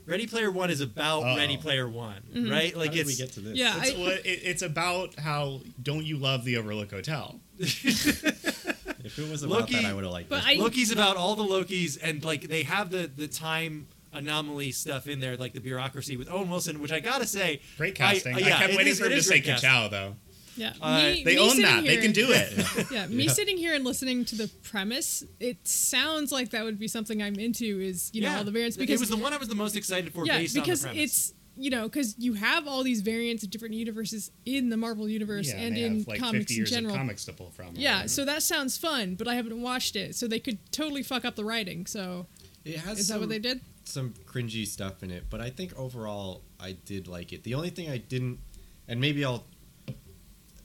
D: Ready Player One is about
C: Uh-oh.
D: Ready Player One,
E: Mm-hmm.
D: right? Like
B: How did
D: it's
B: we get to this?
E: Yeah,
C: It's,
E: I,
C: what- it- it's about how don't you love the Overlook Hotel?
B: if it was about
D: Loki-
B: that, I would have liked.
E: but
B: this.
E: I,
D: Loki's about all the Lokis and like they have the the time anomaly stuff in there, like the bureaucracy with Owen Wilson, which I gotta say,
C: Great casting. I,
D: uh, yeah,
C: kept
D: it
C: waiting
D: is-
C: for
D: it
C: him to
D: is
C: say
D: great casting.
C: Kachow, though.
E: yeah,
D: Uh,
E: me,
C: They
E: me
C: own
E: sitting
C: that. They
E: here-
C: can do it.
E: Yeah, me
B: Yeah.
E: sitting here and listening to the premise, it sounds like that would be something I'm into. Is you know all the variants
D: it
E: because
D: was the one I was the most excited for.
E: yeah
D: based
E: because
D: on the premise.
E: it's you know because you have all these variants of different universes in the Marvel universe
C: yeah,
E: and
C: they
E: in
C: have like
E: comics
C: 50
E: in
C: years
E: general.
C: of comics to pull from.
E: Yeah,
C: right?
E: so that sounds fun, but I haven't watched it, so they could totally fuck up the writing. So
B: it has
E: is that what
B: some- <laughs>
E: they did?
B: some cringy stuff in it, but I think overall I did like it. The only thing I didn't, and maybe I'll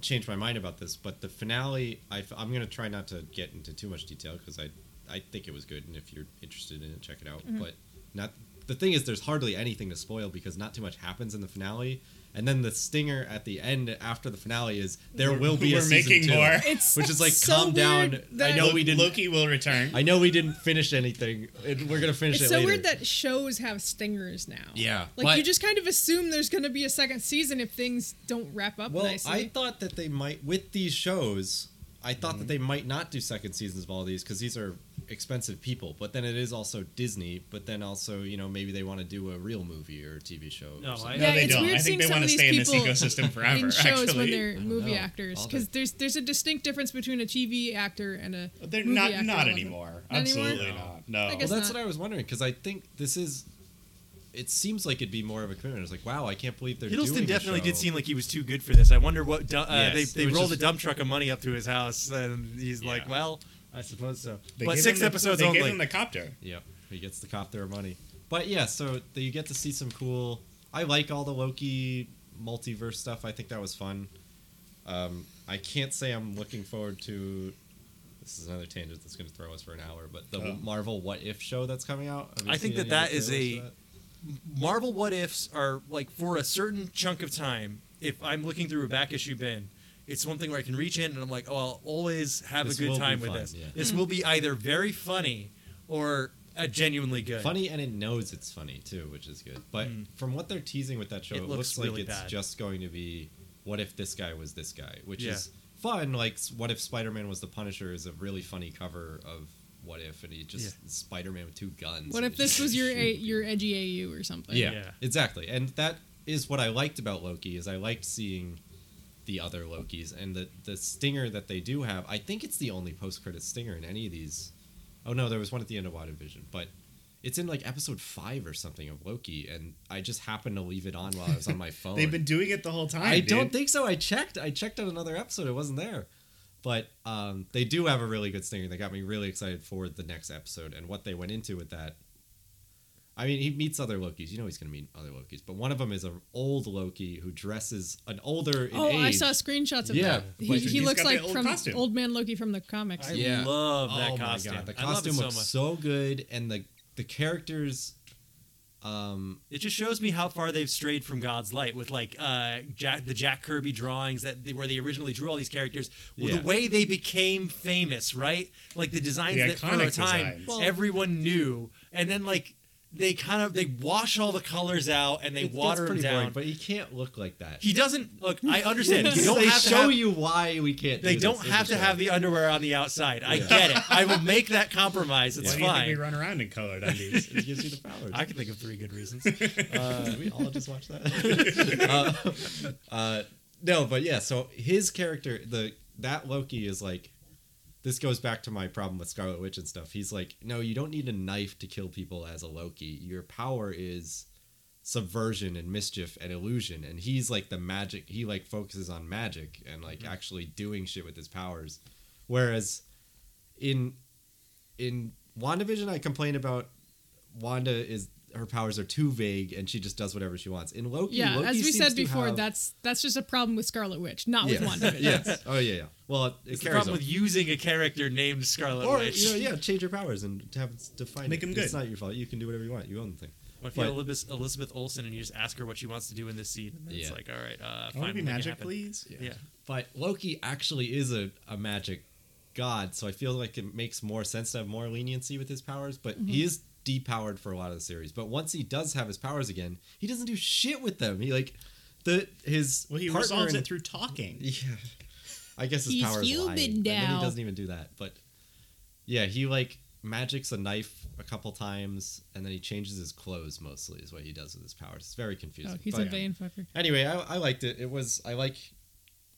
B: change my mind about this, but the finale, I, am going to try not to get into too much detail because I, I think it was good, and if you're interested in it, check it out.
E: Mm-hmm.
B: But not the thing is, there's hardly anything to spoil because not too much happens in the finale. And then the stinger at the end after the finale is there will be a
E: <laughs>
C: We're
B: season
C: making
B: two,
C: more.
E: It's
B: which is like
E: so
B: calm down.
E: weird
B: I
E: that-
B: know
C: Lo-
B: we didn't.
C: Loki will return.
B: I know we didn't finish anything. and We're gonna finish
E: It's
B: it
E: so
B: later.
E: weird that shows have stingers now.
B: Yeah,
E: like
B: but-
E: you just kind of assume there's going to be a second season if things don't wrap up
B: Well,
E: nicely.
B: I thought that they might with these shows. I thought
D: Mm-hmm.
B: that they might not do second seasons of all these because these are expensive people. But then it is also Disney. But then also, you know, maybe they want to do a real movie or a TV show. or
D: No,
B: something.
C: no,
E: Yeah,
C: they
E: it's
C: don't.
E: weird
C: I
E: seeing
C: think they
E: some
C: want
E: of
C: to
E: these
C: stay in this
E: people
C: ecosystem forever.
E: <laughs> in shows
C: actually,
E: when they're
B: don't
E: movie
B: know.
E: actors
B: All
E: because
B: the-
E: there's there's a distinct difference between a TV actor and a
C: They're
E: movie
C: not
E: actor
C: not
E: level.
C: anymore.
E: Not anymore?
C: Absolutely not. No.
E: I guess
B: well, that's
E: not.
B: what I was wondering because I think this is. It seems like it'd be more of a commitment. It's like, wow, I can't believe they're doing
D: Hiddleston
B: a
D: definitely did
B: show.
D: seem like he was too good for this. I wonder what du- uh,
B: Yes,
D: they,
B: it
D: they
B: was
D: rolled a
B: just-
D: dump truck of money up to his house, and he's like,
C: Yeah.
D: "Well, I suppose so."
C: They
D: but
C: gave
D: six
C: him the-
D: episodes
C: they
D: only.
C: gave him the copter.
B: Yep. He gets to cop their money. But yeah, so that you get to see some cool. I like all the Loki multiverse stuff. I think that was fun. Um, I can't say I'm looking forward to. This is another tangent that's going to throw us for an hour, but the
C: Oh.
B: Marvel What If show that's coming out. Have you
D: I think
B: seen any
D: that
B: of the
D: that is
B: trailers
D: a-
B: for that?
D: Marvel what ifs are like for a certain chunk of time. If I'm looking through a back issue bin, it's one thing where I can reach in and I'm like, "Oh, I'll always have
B: This
D: a good
B: will be
D: time with
B: fun,
D: this.
B: yeah.
D: This will be either very funny or uh, genuinely good." Mm.
B: funny, and it knows it's funny too, which is good. But from what they're teasing with that show, it,
D: It looks
B: looks,
D: really
B: like it's
D: bad.
B: just going to be what if this guy was this guy, which
D: Yeah.
B: is fun. Like s- what if Spider-Man was the Punisher is a really funny cover of what if, and he just Spider-Man with two guns.
E: What
B: and
E: if
B: he's
E: this
B: just
E: was
B: <laughs>
E: your a,
B: shooting
E: your
B: people.
E: edgy AU or something?
B: Yeah,
D: Yeah.
B: exactly, and that is what I liked about Loki. Is I liked seeing the other Lokis and the the stinger that they do have. I think it's the only post credit stinger in any of these. Oh no, there was one at the end of WandaVision, but it's in like episode five or something of Loki, and I just happened to leave it on while I was on my phone.
C: <laughs> They've been doing it the whole time.
B: I don't
C: dude.
B: think so. I checked. I checked on another episode. It wasn't there. But um, they do have a really good stinger that got me really excited for the next episode and what they went into with that. I mean, he meets other Lokis. You know he's going to meet other Lokis. But one of them is an old Loki who dresses an older in
E: Oh, I
B: age.
E: saw screenshots of
B: Yeah,
E: that.
B: but
E: He,
B: he's
E: he looks
C: got the
E: like
C: old
E: from
C: costume.
E: old man Loki from the comics.
D: I
B: Yeah.
D: love that
B: oh
D: costume.
B: my god, the
D: I love it
B: costume
D: so
B: looks
D: much.
B: so good, and the the characters.
D: Um, it just shows me how far they've strayed from God's light with like uh, Jack, the Jack Kirby drawings that they, where they originally drew all these characters, well,
B: Yeah.
D: the way they became famous, right? Like the designs
C: The
D: that for a
C: iconic
D: time
C: designs.
E: Well-
D: everyone knew, and then like they kind of they wash all the colors out and they
B: It- that's
D: water them
B: pretty boring,
D: down.
B: but he can't look like that.
D: he doesn't look.
B: <laughs>
D: I understand. you
B: They
D: don't have to
B: show
D: have-
B: you why we can't.
D: They
B: do
D: don't
B: this in
D: have to
B: show.
D: have the underwear on the outside. I
B: Yeah.
D: get it.
C: <laughs>
D: I will make that compromise.
C: Why do
D: It's
C: you think we
D: fine.
C: run around in colored undies?
B: It gives you the <laughs> powers.
D: I can think of three good reasons.
B: Did we all just watch that. uh, uh, no, but yeah. So his character, the that Loki is like. This goes back to my problem with Scarlet Witch and stuff. He's like, no, you don't need a knife to kill people as a Loki. Your power is subversion and mischief and illusion. And he's like the magic. He like focuses on magic and like
E: Mm-hmm.
B: actually doing shit with his powers. Whereas in in WandaVision, I complain about Wanda is her powers are too vague and she just does whatever she wants. In Loki,
E: Yeah,
B: Loki
E: as we
B: seems
E: said
B: to
E: before,
B: have-
E: that's that's just a problem with Scarlet Witch, not
B: yes.
E: with Wanda.
B: <laughs> yes. Oh yeah, yeah. Well, it, it
D: It's the
B: carries
D: problem
B: over.
D: with using a character named Scarlet
B: or
D: Witch.
B: you know, yeah, change your powers and have it define
C: Make
B: it.
C: 'em
B: It's
C: good.
B: not your fault. You can do whatever you want. You own the thing.
D: What if you
B: But-
D: have Elizabeth, Elizabeth Olsen and you just ask her what she wants to do in this scene? And then it's
B: Yeah.
D: like, all right, uh,
C: I
D: fine.
C: want to be
D: we'll make it
C: magic,
D: happen.
C: please.
D: Yeah.
B: But Loki actually is a, a magic god, so I feel like it makes more sense to have more leniency with his powers, but he is depowered for a lot of the series. But once he does have his powers again, he doesn't do shit with them. He like the his
C: Well, he
B: partner
C: resolves
B: in-
C: it through talking.
B: Yeah. I guess his
E: He's
B: power is
E: human
B: lying, and then
E: now.
B: he doesn't even do that. But yeah, he like magics a knife a couple times and then he changes his clothes mostly is what he does with his powers. It's very confusing.
E: Oh, he's
B: But-
E: a vain fucker.
B: anyway I, I liked it it was i like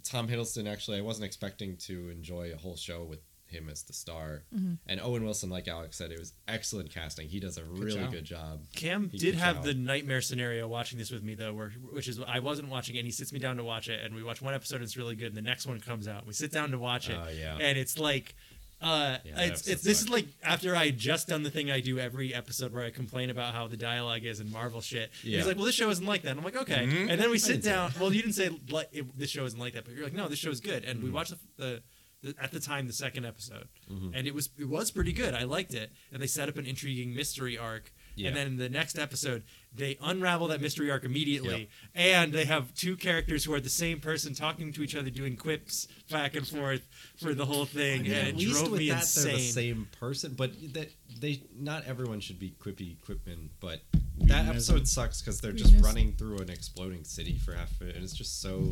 B: tom hiddleston actually i wasn't expecting to enjoy a whole show with him as the star
E: Mm-hmm.
B: and owen wilson like alex said it was excellent casting he does a really
C: job.
B: good job
D: Cam
B: He
D: did
B: can
D: have
B: tell.
D: the nightmare scenario watching this with me though, where which is I wasn't watching it. And he sits me down to watch it, and we watch one episode. and It's really good. And the next one comes out. We sit down to watch it,
B: Oh, yeah.
D: and it's like. Uh,
B: Yeah, that
D: it's,
B: episode
D: it's this is
B: sucked.
D: like after I had just done the thing I do every episode where I complain about how the dialogue is in Marvel shit.
B: Yeah. Mm-hmm.
D: He's like, well, this show isn't like that. And I'm like, okay. And then we sit
B: didn't say
D: down. Well, you didn't say like it, this show isn't like that, but you're like, no, this show is good. And
B: Mm-hmm.
D: we watched the, the, the at the time the second episode, and it was it was pretty good. I liked it, and they set up an intriguing mystery arc.
B: Yeah.
D: And then in the next episode, they unravel that mystery arc immediately, and they have two characters who are the same person talking to each other, doing quips back and forth for the whole thing, and
B: at
D: it
B: least
D: drove
B: with
D: me
B: that
D: insane.
B: they're the same person but that they not everyone should be quippy quipman but that
C: Weedism.
B: episode sucks because they're
E: Weedism.
B: just running through an exploding city for half of it and it's just so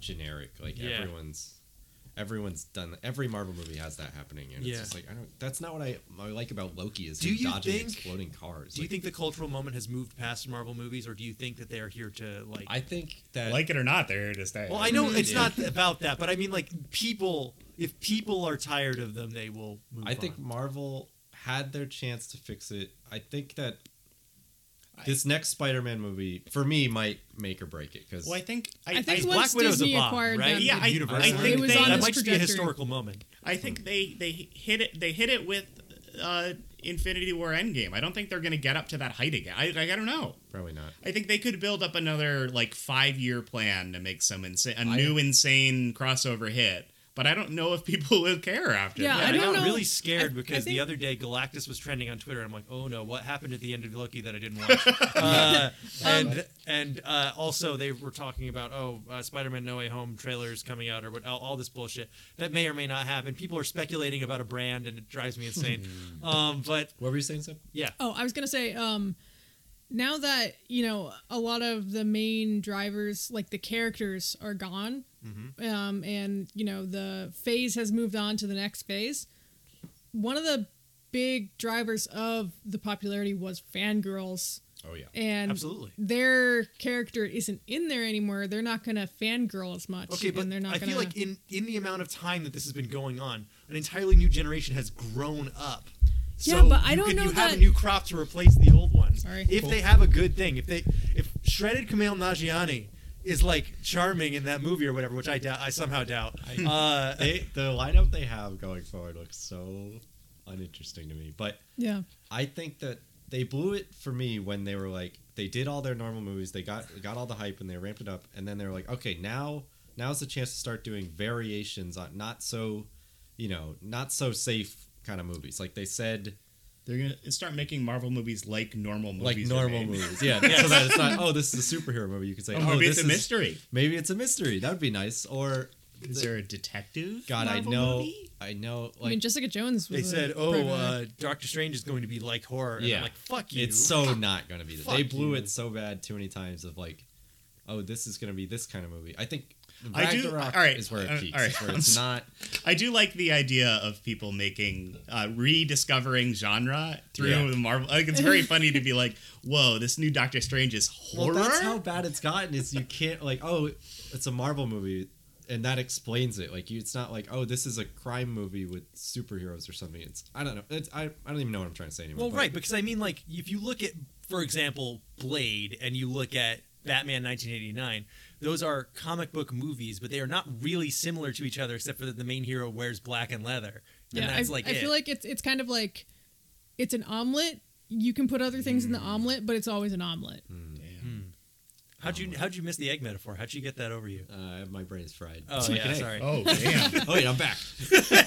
B: generic like
D: Yeah.
B: everyone's everyone's done every marvel movie has that happening and
D: Yeah.
B: it's just like i don't that's not what i, I like about loki is
D: Do
B: him
D: you
B: dodging
D: think-
B: exploding cars
D: Do you
B: Like,
D: think the cultural moment has moved past Marvel movies, or do you think that they are here to like?
B: i think that
C: Like it or not, they're here to stay.
D: well, I know
E: Mm-hmm.
D: it's
B: Yeah.
D: not about that, but I mean, like people, if people are tired of them, they will. Move
B: i think
D: on.
B: marvel had their chance to fix it i think that this next spider-man movie for me might make or break it because
C: Well, I think
E: I think
D: Black
E: once
D: Widow's
E: Disney
D: a bomb,
E: acquired
D: right?
E: them,
C: Yeah, I-
D: Universal.
C: I think It was they-
D: that
C: on
D: might
E: this
D: just be a
E: trajectory.
D: historical moment.
C: I
B: Hmm.
C: think they they hit it. They hit it with uh, Infinity War Endgame. I don't think they're going to get up to that height again. I, I I don't know.
B: probably not
C: I think they could build up another like five year plan to make some insane a
B: I-
C: new insane crossover hit. But I don't know if people <laughs> will care after.
E: Yeah,
C: that.
E: I
D: I,
E: don't
D: got
E: know.
D: really scared
E: I- I
D: because
E: think-
D: the other day Galactus was trending on Twitter. I'm like, oh no, what happened at the end of Loki that I didn't
E: <laughs>
D: watch?
E: Um,
D: uh, and and uh, also they were talking about oh uh, Spider-Man No Way Home trailers coming out or what all, all this bullshit that may or may not happen. People are speculating about a brand and it drives me insane.
E: Hmm.
D: um, but
B: what were you saying Sam?
D: yeah,
E: Oh, I was gonna say, um, now that you know a lot of the main drivers, like the characters, are gone,
D: Mm-hmm.
E: um, and you know the phase has moved on to the next phase. One of the big drivers of the popularity was fangirls,
B: oh yeah
E: and
D: Absolutely.
E: their character isn't in there anymore. They're not gonna fangirl as much.
D: Okay, but
E: and they're not
D: I
E: gonna...
D: feel like in in the amount of time that this has been going on, an entirely new generation has grown up.
E: Yeah, but I
D: you
E: don't
D: can-
E: know
D: you have
E: that-
D: a new crop to replace the old one.
E: Sorry.
D: If they have a good thing, if they if shredded Kamal Nagiani is like charming in that movie or whatever, which I doubt, I somehow doubt. uh,
B: they the lineup they have going forward looks so uninteresting to me. But
E: yeah,
B: I think that they blew it for me when they were like they did all their normal movies, they got got all the hype and they ramped it up, and then they were like, okay, now now's the chance to start doing variations on not so, you know, not so safe kind of movies. Like they said,
C: they're gonna start making Marvel movies like normal
B: like
C: movies. are
B: normal
C: made. <laughs>
B: movies. Yeah, so that it's not. Oh, this is a superhero movie. You could say,
C: Oh,
B: oh,
C: maybe
B: this
C: it's a
B: is-
C: mystery.
B: Maybe it's a mystery. That would be nice. Or
C: Is there a detective?
B: God,
C: Marvel
B: I know,
C: movie?
B: I know.
E: I mean,
B: Like
E: Jessica Jones. <laughs> Was
D: They
E: a
D: said, "Oh,
E: pretty-
D: uh, Doctor Strange is going to be like horror." And
B: Yeah.
D: I'm like, "Fuck you."
B: it's so
C: <laughs>
B: not going to be. That. They
D: Fuck
B: blew
D: you.
B: it so bad too many times. Of like, oh, this is going to be this kind of movie. I think.
C: I do-
B: Ragnarok
C: all right,
B: is where
C: all
B: it peaks.
C: right,
B: is where
C: I'm
B: it's
C: s-
B: not.
C: I do like the idea of people making uh, rediscovering genre through
B: Yeah.
C: the Marvel. Like it's very funny to be like, "Whoa, this new Doctor Strange is
B: Well,
C: horror."
B: that's how bad it's gotten. Is you can't like, oh, it's a Marvel movie, and that explains it. Like, you, it's not like, oh, this is a crime movie with superheroes or something. It's I don't know. It's, I I don't even know what I'm trying to say anymore.
D: Well, right, because I mean, like, if you look at, for example, Blade, and you look at Batman 1989, those are comic book movies, but they are not really similar to each other, except for that the main hero wears black and leather, and
E: yeah,
D: that's
E: I,
D: like
E: I
D: it.
E: feel like it's it's kind of like it's an omelet. You can put other things in the omelet, but it's always an omelet.
C: Damn.
D: how'd you how'd you miss the egg metaphor? How'd you get that over you?
B: Uh, my brain's fried.
D: Oh
B: <laughs> It's like
D: yeah,
B: an egg.
D: sorry.
C: <laughs> Oh damn!
B: oh wait, I'm
D: <laughs>
B: back.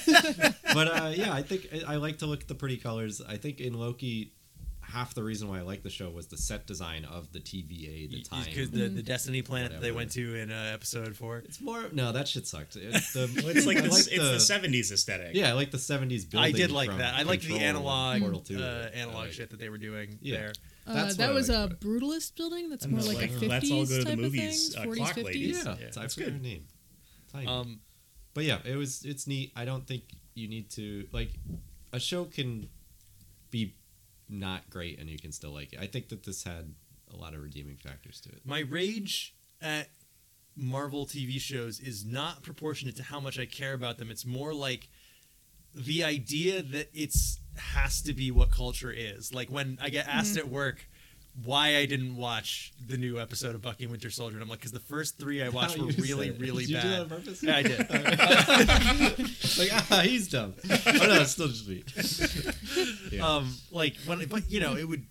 B: but uh, yeah, I think I, I like to look at the pretty colors. I think in Loki, half the reason why I liked the show was the set design of the TVA, the time.
D: Because the,
E: Mm-hmm.
D: the Destiny planet that they
B: Whatever.
D: went to in uh, episode four.
B: it's more no, that shit sucked. It's,
D: <laughs>
B: the,
C: Well, it's like
B: I
C: the,
B: like
C: it's the seventies aesthetic.
B: yeah, I like the '70s building.
D: I did like
B: from
D: that. I liked the
B: Control and
D: analog
B: Portal
D: uh,
B: Two. I
D: analog
B: like-
D: shit that they were doing
B: Yeah.
D: there.
E: Uh,
B: That's what
E: that
B: I
E: was
B: like
E: a
B: about it.
E: brutalist building. That's
C: And
E: more
C: the,
E: like a
C: like, let's all go to the
E: fifties type of thing.
C: movies, uh,
E: Forties,
C: clock ladies.
E: fifties.
B: Yeah,
D: Yeah,
B: it's I
C: that's
B: forget
C: good.
B: her name. Tiny.
D: Um,
B: but yeah, it was it's neat. I don't think you need to like a show can be not great and you can still like it. I think that this had a lot of redeeming factors to it.
D: my rage at Marvel TV shows is not proportionate to how much I care about them. It's more like the idea that it's has to be what culture is. Like when I get asked at work why I didn't watch the new episode of Bucky and Winter Soldier, and I'm like, because the first three I
B: <laughs>
D: watched
B: How
D: were
B: you
D: really,
B: said it.
D: really
B: Did you do that
D: bad.
B: on purpose? Oh,
D: Yeah,
B: <laughs>
D: I did.
B: like <laughs> ah, he's
D: <laughs>
B: dumb. Oh no, it's still just me. Yeah.
D: um like when but you know it would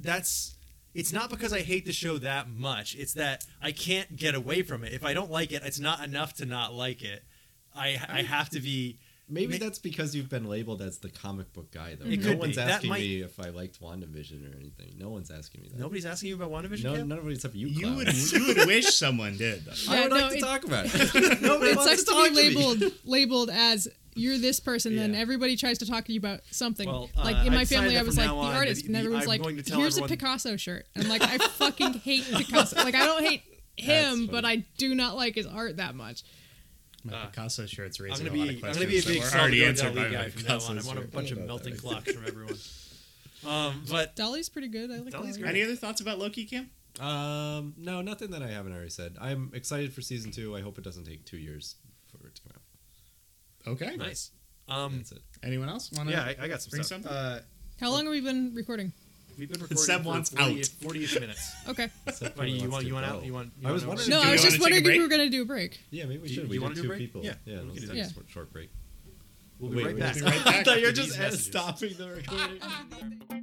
D: that's it's not because i hate the show that much it's that i can't get away from it if i don't like it it's not enough to not like it i i have to be
B: Maybe
D: Ma-
B: that's because you've been labeled as the comic book guy, though.
D: It
B: no
D: could
B: one's
D: be. That
B: asking
D: might-
B: me if I liked WandaVision or anything. No one's asking me that.
D: nobody's asking you about WandaVision
B: No,
D: Cam?
B: none of it except you.
C: You
B: clowns.
C: would you would wish someone did. <laughs> though.
B: I
E: Yeah,
B: would
E: no,
B: like to
E: it-
B: talk about
D: <laughs>
B: it. <laughs> Nobody
E: It
B: wants
E: sucks to
B: talk
E: be
B: me.
E: labeled labeled as you're this person. Then
D: Yeah.
E: everybody tries to talk to you about something.
D: Well,
E: like
D: uh,
E: in
D: I
E: my family,
D: decided
E: I
D: that
E: was
D: from
E: like the
D: now on,
E: artist,
D: the-
E: and
D: the-
E: everyone's
D: I'm
E: like,
D: going to
E: "Here's
D: tell
E: a
D: everyone-
E: Picasso shirt." And I'm like,
D: <laughs>
E: I fucking hate Picasso. Like I don't hate him,
B: funny.
E: but I do not like his art that much.
C: My Picasso shirt's
D: I'm
C: raising a
D: gonna
C: lot
D: be.
C: of
D: I'm
C: questions
D: gonna be a
C: that
D: big
C: were
D: Salvador
C: already answered by
D: Dali
C: my
D: guy from now on. I
C: Picasso
D: want a
C: shirt.
D: bunch of melting clocks from everyone. Um, but
E: Dolly's pretty good. I like
D: Dolly's
E: Dolly.
D: great.
C: Any other thoughts about Loki, Cam?
B: Um, no, nothing that I haven't already said. I'm excited for season two. I hope it doesn't take two years for it to come out.
C: Okay.
D: nice. Um,
B: That's it.
C: Anyone else want to?
D: yeah, I, I got some
C: bring
D: stuff.
C: something?
D: Uh,
E: How long have we been recording?
D: we've been recording
C: Seb
D: for
C: wants
D: 40
C: out.
D: 40-ish minutes.
E: Okay.
B: Except
D: Wait,
B: for
D: you
B: wants
D: want-
B: to
D: you want
B: go.
D: out? You want- you
B: I
D: want
B: was
D: over?
B: wondering.
E: No,
B: if
E: I
C: you
E: was
C: wanna
E: just
C: take a
E: wondering if
C: break?
E: we were gonna do a break.
B: Yeah, maybe we
D: Do you-
B: should.
D: do
B: we
D: you
B: do
D: wanna do a
B: two
D: break?
B: people.
D: Yeah,
B: yeah.
D: we
B: let's
D: can do
B: do
D: that.
B: this one short break.
D: We'll be
B: Wait,
D: right
B: we'll
D: back. <laughs>
C: be right back after these messages.
B: stopping the recording.
D: Uh-huh.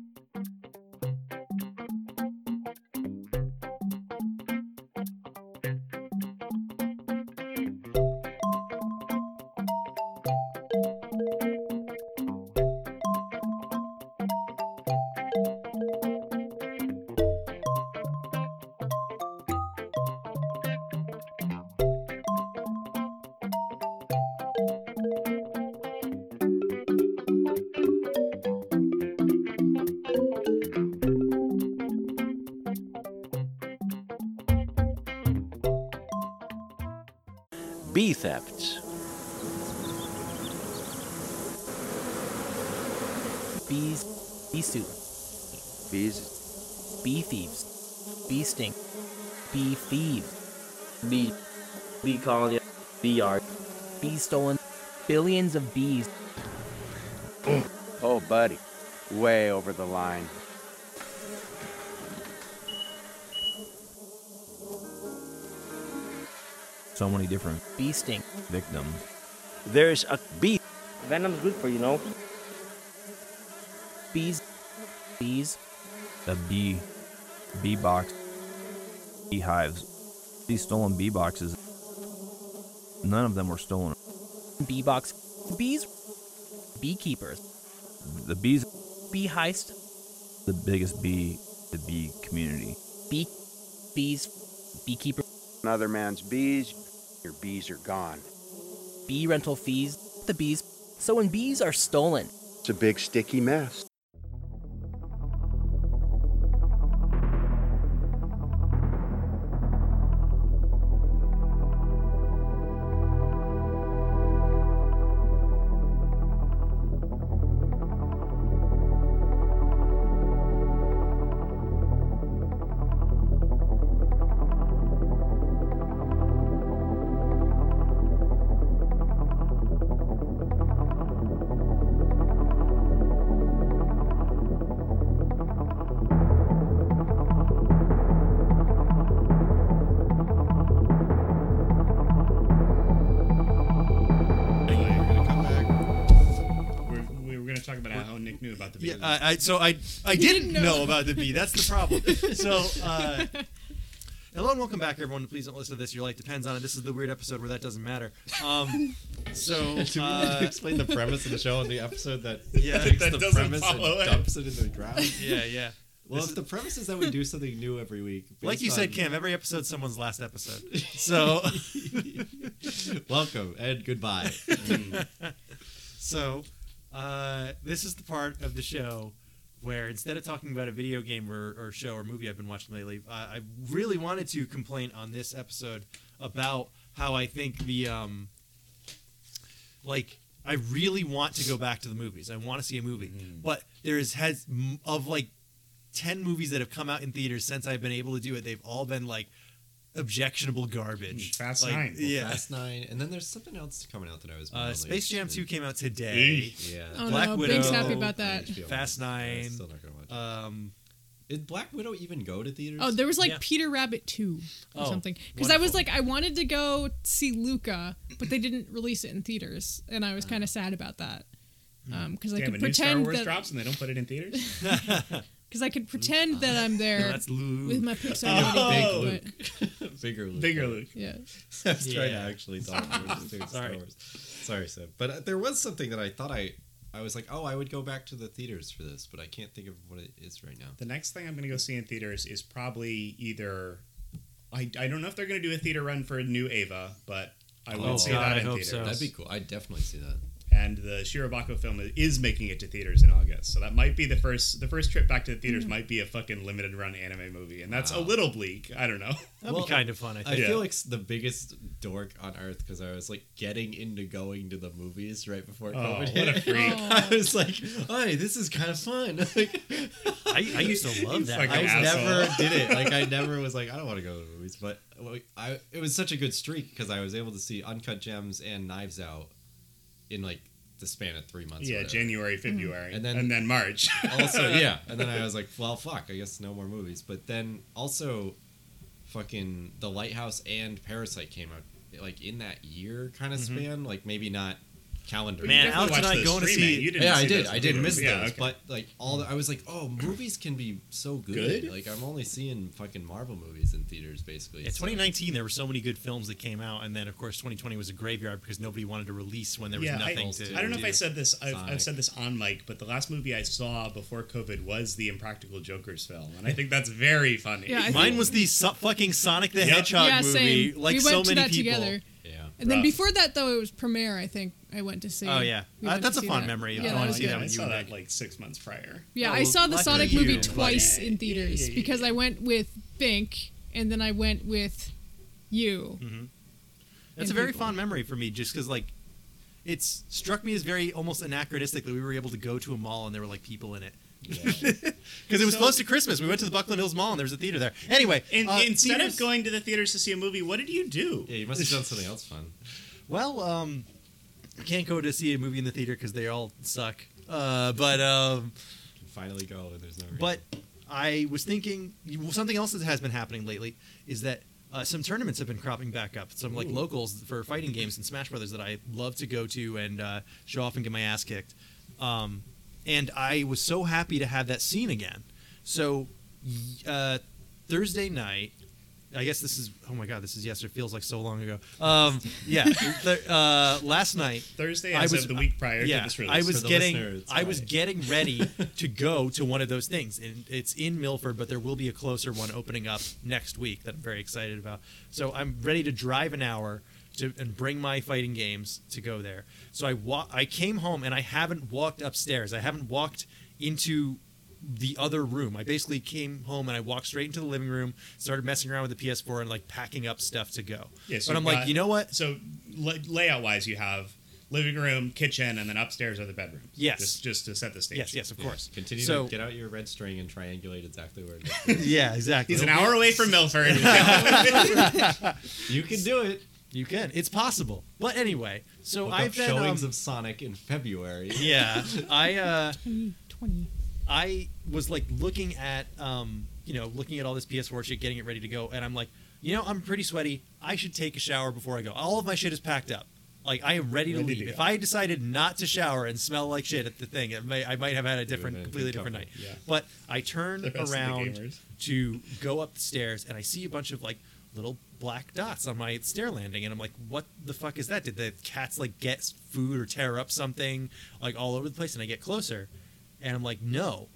A: bee thefts.
F: bees, bee soup,
A: Bees,
F: bee thieves, bee stink, bee thieves,
A: bee, bee colony, bee yard.
F: bee stolen, billions of bees,
A: Oh, buddy, way over the line.
G: so many different
F: bee stink,
G: victims.
A: There's a bee. Venom's good for you know.
F: bees, bees,
G: The bee, bee box, beehives. These stolen bee boxes, none of them were stolen.
F: bee box, bees, beekeepers,
G: The bees
F: bee heist,
G: The biggest bee, the bee community.
F: bee, bees, beekeeper,
H: Another man's bees, your bees are gone.
F: bee rental fees, the bees. So when bees are stolen,
H: It's a big sticky mess.
C: Anyway, we're gonna come back. We're, we were gonna talk about how Nick knew about the bee.
D: Yeah, I, I so I I didn't know. about the bee. That's
B: <laughs>
D: the problem. so uh, hello and welcome back, everyone. Please don't listen to this. Your life depends on it. This is the weird episode where that doesn't matter. Um,
B: <laughs>
D: so uh,
B: Explain the premise of the show in <laughs> the episode that
D: Yeah.
B: takes
C: That
B: the
C: doesn't
B: premise and
C: follow it.
B: dumps it in the ground.
D: yeah, yeah.
B: <laughs> Well, if the premise is that we do something new every week,
D: Like
B: based
D: you said,
B: on-
D: Cam, every episode's someone's last episode. So
B: <laughs> welcome and goodbye.
D: so uh, this is the part of the show where instead of talking about a video game or, or show or movie I've been watching lately, I, I really wanted to complain on this episode about how I think the um, like I really want to go back to the movies. I want to see a movie,
C: Mm.
D: but there is has m- of like ten movies that have come out in theaters since I've been able to do it. They've all been like objectionable garbage.
C: Mm, Fast
D: like,
C: Nine.
D: <laughs> yeah.
B: Fast Nine, and then there's something else coming out that I was.
D: Uh,
B: mildly
D: Space Jam
B: interested
D: 2
B: in.
D: came out today.
B: Yeah.
E: Oh
D: Black
E: no,
D: Widow.
E: Big's happy about that.
B: HBO.
D: Fast Nine.
B: I'm still not gonna watch. it.
D: Um,
B: Did Black Widow even go to theaters?
E: Oh, there was like
D: Yeah.
E: Peter Rabbit 2 or
D: Oh,
E: something. Because I was
D: wonderful.
E: like, I wanted to go see Luca, but they didn't release it in theaters. And
D: Uh-huh.
E: I was kind of sad about that.
D: Hmm.
E: Because I,
C: Damn, a
E: could
C: new Star
E: pretend
C: Wars
E: that
C: drops and they don't put it in
E: <laughs>
C: theaters.
E: because I could pretend that
D: <laughs>
E: I'm there
D: that's Lou.
E: with my Pixar.
C: Oh.
E: rating,
B: <laughs>
E: but-
B: bigger. Luke.
C: Bigger Luke.
E: yeah.
B: <laughs> I was trying
D: Yeah.
B: to actually thought we were just doing Star
D: Sorry.
B: Wars. Sorry, Seb. But uh, there was something that I thought I, I was like, oh, I would go back to the theaters for this, but I can't think of what it is right now.
C: The next thing I'm gonna go see in theaters is probably either. I, I don't know if they're gonna do a theater run for new Ava, but I would
D: Oh,
C: see
D: God,
C: that
D: I
C: in
D: hope
C: theaters.
D: so.
B: That'd be cool. I'd definitely see that.
C: and the Shirobako film is making it to theaters in August. So that might be the first the first trip back to the
E: Mm-hmm.
C: theaters might be a fucking limited run anime movie, and that's a little bleak. I don't know.
D: That'd
B: Well,
D: be kind of fun, I
B: I
D: think.
C: Yeah.
B: feel like s- the biggest dork on earth because I was like getting into going to the movies right before
C: Oh,
B: COVID
C: what a
B: hit.
C: freak!
B: <laughs> I was like, "Hey, this is kind of fun." <laughs> Like,
D: I, I used
C: <laughs>
D: to love that.
C: like
B: I
C: an asshole.
B: never did it. Like,
C: <laughs>
B: I never was like, "I don't want to go to the movies," but like, I it was such a good streak because I was able to see Uncut Gems and Knives Out in like the span of three months. or
C: <laughs> Yeah,
B: whatever.
C: January,
E: Mm-hmm.
C: February, and
B: And
C: then,
B: then-
C: March.
B: also yeah and then i was like well fuck i guess no more movies but then also fucking the lighthouse and parasite came out like in that year kind of span like maybe not calendar
C: <laughs>
D: Man,
C: Definitely
D: Alex
C: watched
D: and I
C: those
D: going to
C: streaming.
D: see-
C: You didn't
B: yeah i
C: see
B: did
C: those
B: i did
C: movies.
B: miss
C: Yeah,
B: those
C: okay.
B: but like all the, i was like oh movies can be so good,
C: Good?
B: like i'm only seeing fucking marvel movies in theaters basically
D: Yeah,
B: so-
D: 2019, there were so many good films that came out, and then of course 2020 was a graveyard because nobody wanted to release when there was
C: yeah,
D: nothing
C: I,
D: to.
C: I don't know if
D: do.
C: I said this. I've, I've
B: Sonic.
C: said this on mic, but the last movie I saw before COVID was the Impractical Jokers film, and I think that's very funny.
E: Yeah, I
D: <laughs>
E: think-
D: Mine was the so- fucking Sonic the
C: Yep.
D: Hedgehog
E: yeah,
D: movie.
E: same.
D: Like
E: we went
D: so
E: to
D: many
E: that
D: people.
E: together.
D: <laughs>
B: yeah
E: And then
C: Rough.
E: before that, though, it was premiere, I think I went to see.
D: Oh, yeah.
E: We
D: Uh,
E: went
D: that's
E: to
D: a
E: see
D: fun
E: that.
D: memory.
E: Yeah,
D: I wanna
E: that
C: I,
E: was
D: see that
E: good.
C: I
D: with you,
C: saw that
D: Nick.
C: like six months prior.
E: Yeah,
D: Oh,
E: I saw the
D: lucky
E: Sonic
D: you.
E: movie
D: Lucky
E: twice
C: you.
E: in theaters
C: Yeah, yeah, yeah,
E: because
C: yeah.
E: I went with Bink and then I went with you.
D: Mm-hmm. That's a
E: and
D: very
E: people.
D: fond memory for me, just because like it's struck me as very almost anachronistic that we were able to go to a mall and there were like people in it. Because it was
C: So-
D: close to Christmas, we went to the Buckland Hills Mall and there was a theater there. Anyway,
C: In,
D: uh,
C: instead
D: theaters-
C: of going to the theaters to see a movie, what did you do?
B: yeah you must have done something else fun
D: Well, um, I can't go to see a movie in the theater because they all suck. Uh, but um,
B: You can finally go and there's no reason.
D: but I was thinking well, something else that has been happening lately is that uh, some tournaments have been cropping back up. Some like locals for fighting games and Smash Brothers that I love to go to and uh, show off and get my ass kicked. Um, and I was so happy to have that scene again. So y- uh, Thursday night, I guess this is. Oh my god, this is yesterday. Feels like so long ago. Um, yeah. the, uh, last night,
C: Thursday
D: I
C: as
D: was-
C: of the week prior
D: yeah,
C: to this release.
D: I was
B: the listener,
D: getting
B: it's
D: I was
B: Friday.
D: getting ready to go to one of those things, and it's in Milford, but there will be a closer one opening up next week that I'm very excited about. So I'm ready to drive an hour to and bring my fighting games to go there. So I wa- I came home and I haven't walked upstairs. I haven't walked into the other room. I basically came home and I walked straight into the living room, started messing around with the PS4 and like packing up stuff to go.
C: Yeah, so
D: but I'm
C: you've
D: like,
C: got-
D: you know what?
C: So layout wise, you have living room, kitchen, and then upstairs are the bedrooms.
D: Yes.
C: Just, just to set the stage.
D: Yes, yes, of course.
B: Continue
D: So-
B: to get out your red string and triangulate exactly where it is.
D: <laughs> Yeah, exactly.
C: He's an hour away from
D: <laughs>
C: Milford.
B: you can do it.
D: You can. It's possible. But anyway, <laughs> so
B: Look
D: I've
B: up
D: been
B: showings
D: um,
B: of Sonic in February.
D: <laughs> yeah. I uh,
E: 2020.
D: I was like looking at um, you know looking at all this PS4 shit, getting it ready to go, and I'm like, you know, I'm pretty sweaty. I should take a shower before I go. All of my shit is packed up. Like I am ready to
C: Ready to
D: leave.
C: go.
D: if I had decided not to shower and smell like shit at the thing, it may, I might have had a different,
B: been a
D: completely
B: good
D: different night.
B: couple.
C: Yeah.
D: But I turned
C: The rest of the
D: around
C: gamers.
D: to go up the stairs, and I see a bunch of like little black dots on my stair landing, and I'm like, "What the fuck is that? Did the cats like get food or tear up something like all over the place?" And I get closer, and I'm like, "No,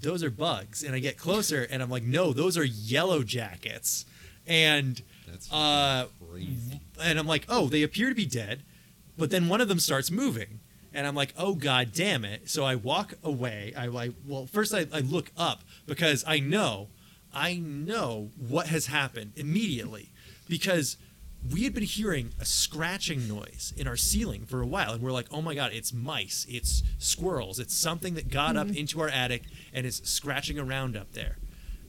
D: those are bugs." And I get closer, and I'm like, "No, those are yellow jackets." And
B: That's
D: uh,
B: crazy.
D: and I'm like, oh, they appear to be dead, but then one of them starts moving, and I'm like, oh god damn it! So I walk away. I like, well, first I, I look up because I know, I know what has happened immediately, because we had been hearing a scratching noise in our ceiling for a while, and we're like, oh my god, it's mice, it's squirrels, it's something that got up into our attic and is scratching around up there,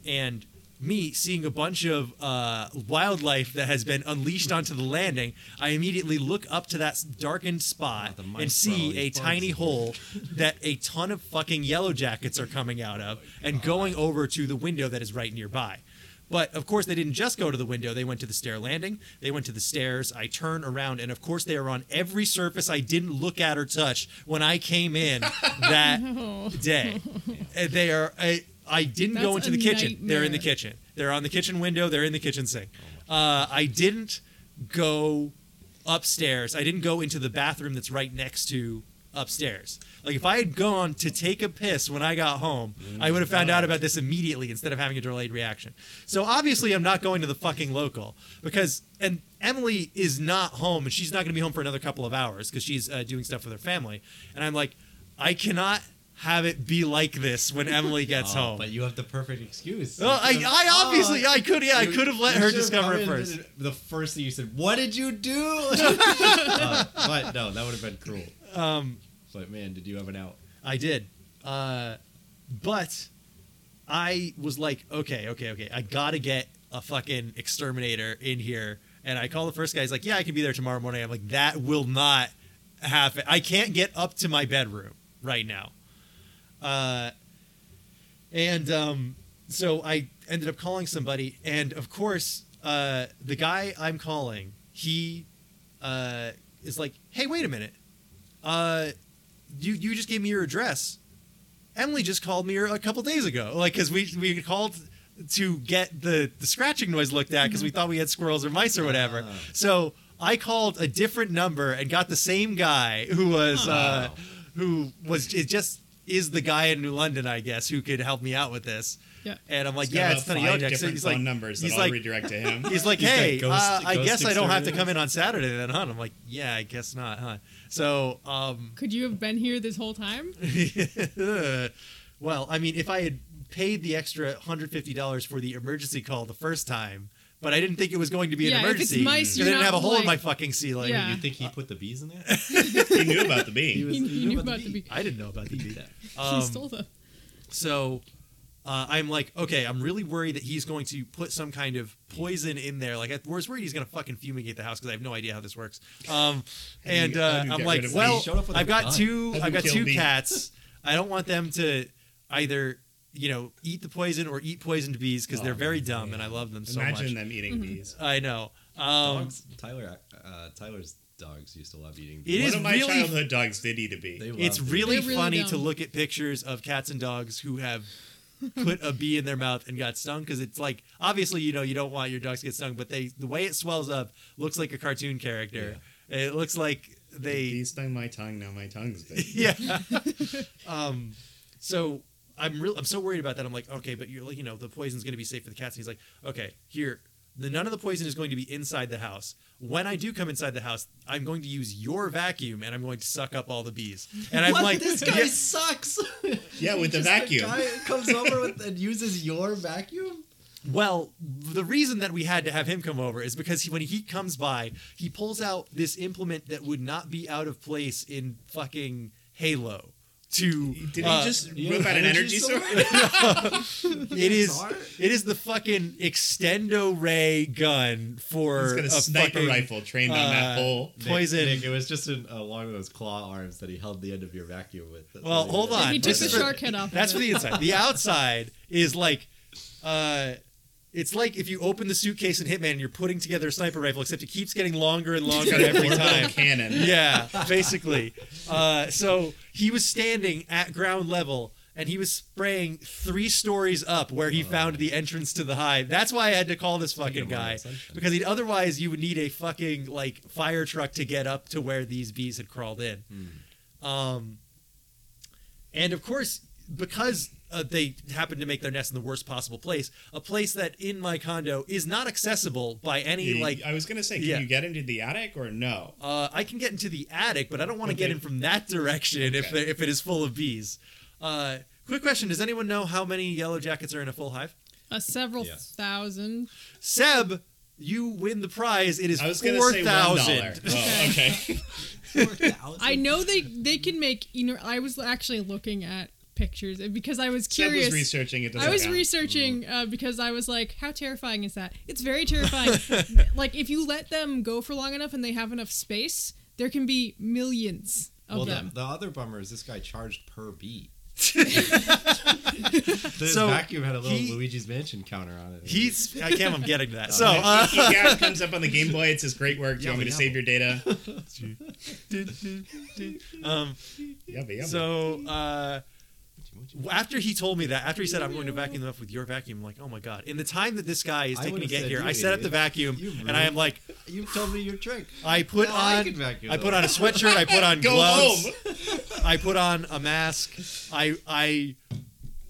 D: and me seeing a bunch of uh, wildlife that has been unleashed onto the landing, I immediately look up to that s- darkened spot
B: the mice
D: and see
B: probably
D: a
B: bugs
D: tiny
B: you.
D: hole that a ton of fucking yellow jackets are coming out of and going over to the window that is right nearby. But of course, they didn't just go to the window. They went to the stair landing. They went to the stairs. I turn around, and of course, they are on every surface I didn't look at or touch when I came in that
E: <laughs>
D: day. And they are. I, I didn't go
E: That's
D: into the
E: a
D: kitchen. They're in the
E: nightmare.
D: kitchen. They're on the kitchen window. They're in the kitchen sink. Uh, I didn't go upstairs. I didn't go into the bathroom that's right next to upstairs. Like if I had gone to take a piss when I got home, I would have found out about this immediately instead of having a delayed reaction. So obviously I'm not going to the fucking local because and Emily is not home and she's not going to be home for another couple of hours because she's uh, doing stuff with her family. And I'm like, I cannot have it be like this when Emily gets
B: Oh,
D: home.
B: but you have the perfect excuse.
D: Well, I, I obviously, I could, yeah, I
B: You-
D: could have let
B: you
D: her
B: should've
D: discover
B: come
D: it
B: in and
D: first.
B: did it The first thing you said, "What did you do?"
D: <laughs>
B: Uh, but no, that would have been cruel. Um, but man, did you have an out?
D: I did. Uh, but I was like, okay, okay, okay. I gotta get a fucking exterminator in here. And I call the first guy. He's like, yeah, I can be there tomorrow morning. I'm like, that will not happen. I can't get up to my bedroom right now. Uh, and um, so I ended up calling somebody. And of course, uh, the guy I'm calling, he uh, is like, hey, wait a minute. Uh, you you just gave me your address. Emily just called me a couple days ago, like because we we called to get the the scratching noise looked at because we thought we had squirrels or mice or whatever.
C: Ah.
D: So I called a different number and got the same guy who was uh, who was it just is the guy in New London, I guess, who could help me out with this.
E: Yeah.
D: And I'm like,
C: He's got
D: yeah,
C: about
D: it's Tony
C: five
D: Yojek. So
C: different
D: he's
C: phone
D: like,
C: numbers that
D: he's
C: I'll
D: like,
C: redirect to
D: <laughs>
C: him. <laughs>
D: He's like,
B: He's got
D: hey,
B: ghost-
D: uh, I
B: ghost
D: guess I don't have to
B: exterminators.
D: come in on Saturday then, huh? And I'm like, yeah, I guess not, huh? So, um,
E: Could you have been here this whole time? <laughs>
D: <laughs> well, I mean, if I had paid the extra $150 for the emergency call the first time, but I didn't think it was going to be
E: Yeah,
D: an
E: if it's
D: emergency.
E: mice,
D: I
E: you're
D: didn't
E: not
D: have a hole in
E: like-
D: my fucking ceiling. <laughs>
E: Yeah.
B: You
D: uh,
B: think he put the bees in there?
C: he knew about the
B: He
C: bee.
B: was-
E: <laughs> He- he
B: knew
E: knew
B: about
E: about the bee.
D: I didn't know about the
E: <laughs>
D: beat. Um,
E: she stole them.
D: So uh, I'm like, okay, I'm really worried that he's going to put some kind of poison in there. Like, I was worried he's going to fucking fumigate the house because I have no idea how this works. Um,
C: do you-
D: and
C: how
D: uh,
C: do you
D: I'm
C: get
D: like,
C: rid of
D: well,
C: these?
B: Showed up with a
D: I've got
B: gun.
D: two,
C: How do
D: I've
C: you
D: got
C: kill
D: two
C: these?
D: cats. I don't want them to either, you know, eat the poison or eat poisoned bees because they're very dumb and I love them so
C: Imagine
D: much.
C: them
E: Mm-hmm.
C: eating bees.
D: I know. Um,
B: Dogs, Tyler, uh, Tyler's dogs used to love eating.
D: It
C: One
D: is
C: of my
D: really-
C: childhood dogs did eat a bee.
B: They
D: it's
B: loved it.
D: really,
E: They're really
D: funny
E: dumb.
D: to look at pictures of cats and dogs who have put a bee in their mouth and got stung because it's like obviously you know you don't want your dogs to get stung, but they the way it swells up looks like a cartoon character. It looks like they
C: He stung my tongue. Now my tongue's <laughs> big.
D: <laughs> yeah. um, so I'm real. I'm so worried about that. I'm like, okay, but you're like, you know, the poison's going to be safe for the cats. And he's like, okay, here, the none of the poison is going to be inside the house. When I do come inside the house, I'm going to use your vacuum and I'm going to suck up all the bees. And I'm
B: What?
D: like, <laughs>
B: this guy
D: yeah,
B: sucks.
C: Yeah, with the
B: Just
C: vacuum.
B: guy comes over with, and uses your vacuum.
D: Well, the reason that we had to have him come over is because he, when he comes by, he pulls out this implement that would not be out of place in fucking Halo. To
C: Did
D: uh,
C: he just
B: you
C: rip
B: have
C: out an
B: energy
C: energy source?
D: it is
B: Sorry?
D: it is the fucking extendo ray gun for
C: It's got a,
D: a
C: sniper
D: fucking,
C: rifle trained on
D: uh,
C: that hole.
B: Nick-
D: Poison.
B: Nick, it was just an, a long of those claw arms that he held the end of your vacuum with. That's
D: Well,
B: all
D: hold
B: did.
D: on.
E: He took
D: This
E: the
D: is for-
E: shark head off. of
D: That's
E: it.
D: for the inside. The outside is like, uh, it's like if you open the suitcase in Hitman and you're putting together a sniper rifle, except it keeps getting longer and
C: <laughs>
D: longer every time.
C: cannon.
D: <laughs> Yeah, basically. Uh, so he was standing at ground level and he was spraying three stories up where he found the entrance to the hive. That's why I had to call this fucking guy because he'd, otherwise you would need a fucking like fire truck to get up to where these bees had crawled in. Um, and of course, because uh, they happen to make their nest in the worst possible place, a place that in my condo is not accessible by any
C: You-
D: like
C: I was gonna say, can
D: yeah.
C: you get into the attic or no?
D: uh, I can get into the attic, but I don't want to
C: Okay.
D: get in from that direction if
C: Okay.
D: if it is full of bees. Uh, quick question: Does anyone know how many yellow jackets are in a full hive?
E: Uh, several
B: Yes.
E: thousand.
D: Seb, you win the prize. It is
C: I was gonna
D: four
C: say one dollar.
D: thousand. <laughs>
C: Oh,
E: <laughs>
C: okay. <laughs>
E: I know they they can make. You know, I was actually looking at pictures because I was
C: Seb
E: curious.
C: was researching it. doesn't
E: I was
C: count.
E: researching
D: Mm.
E: uh, because I was like, how terrifying is that? It's
D: <laughs>
E: very terrifying. like if you let them go for long enough and they have enough space, there can be millions of
B: Well, the,
E: them.
B: the other bummer is this guy charged per
D: <laughs>
B: bee. This
D: So,
B: vacuum had a little
D: he-
B: Luigi's Mansion counter on it.
D: He's I can't. I'm getting to that. So
C: If
D: uh,
C: Geek
D: <laughs>
C: Out comes up on the Game Boy. It says, "Great work. Do you
B: Yeah,
C: want me to
B: yeah.
C: save your data?"
D: um,
C: Yummy, yummy.
D: so. Uh, after he told me that, after he said, "I'm going to vacuum them up with your vacuum," I'm like, "Oh my god!" In the time that this guy is
B: I
D: taking to
B: would've
D: get
B: said,
D: here,
B: "You
D: I set up the
B: idiot.
D: vacuum,
B: You
D: and I am like,
B: you told me your trick.
D: I put
B: Now I
D: on
B: can vacuum
D: I
B: them
D: put on a sweatshirt. I put
C: <laughs>
D: on
C: Go
D: gloves.
C: home.
D: I put on a mask. I I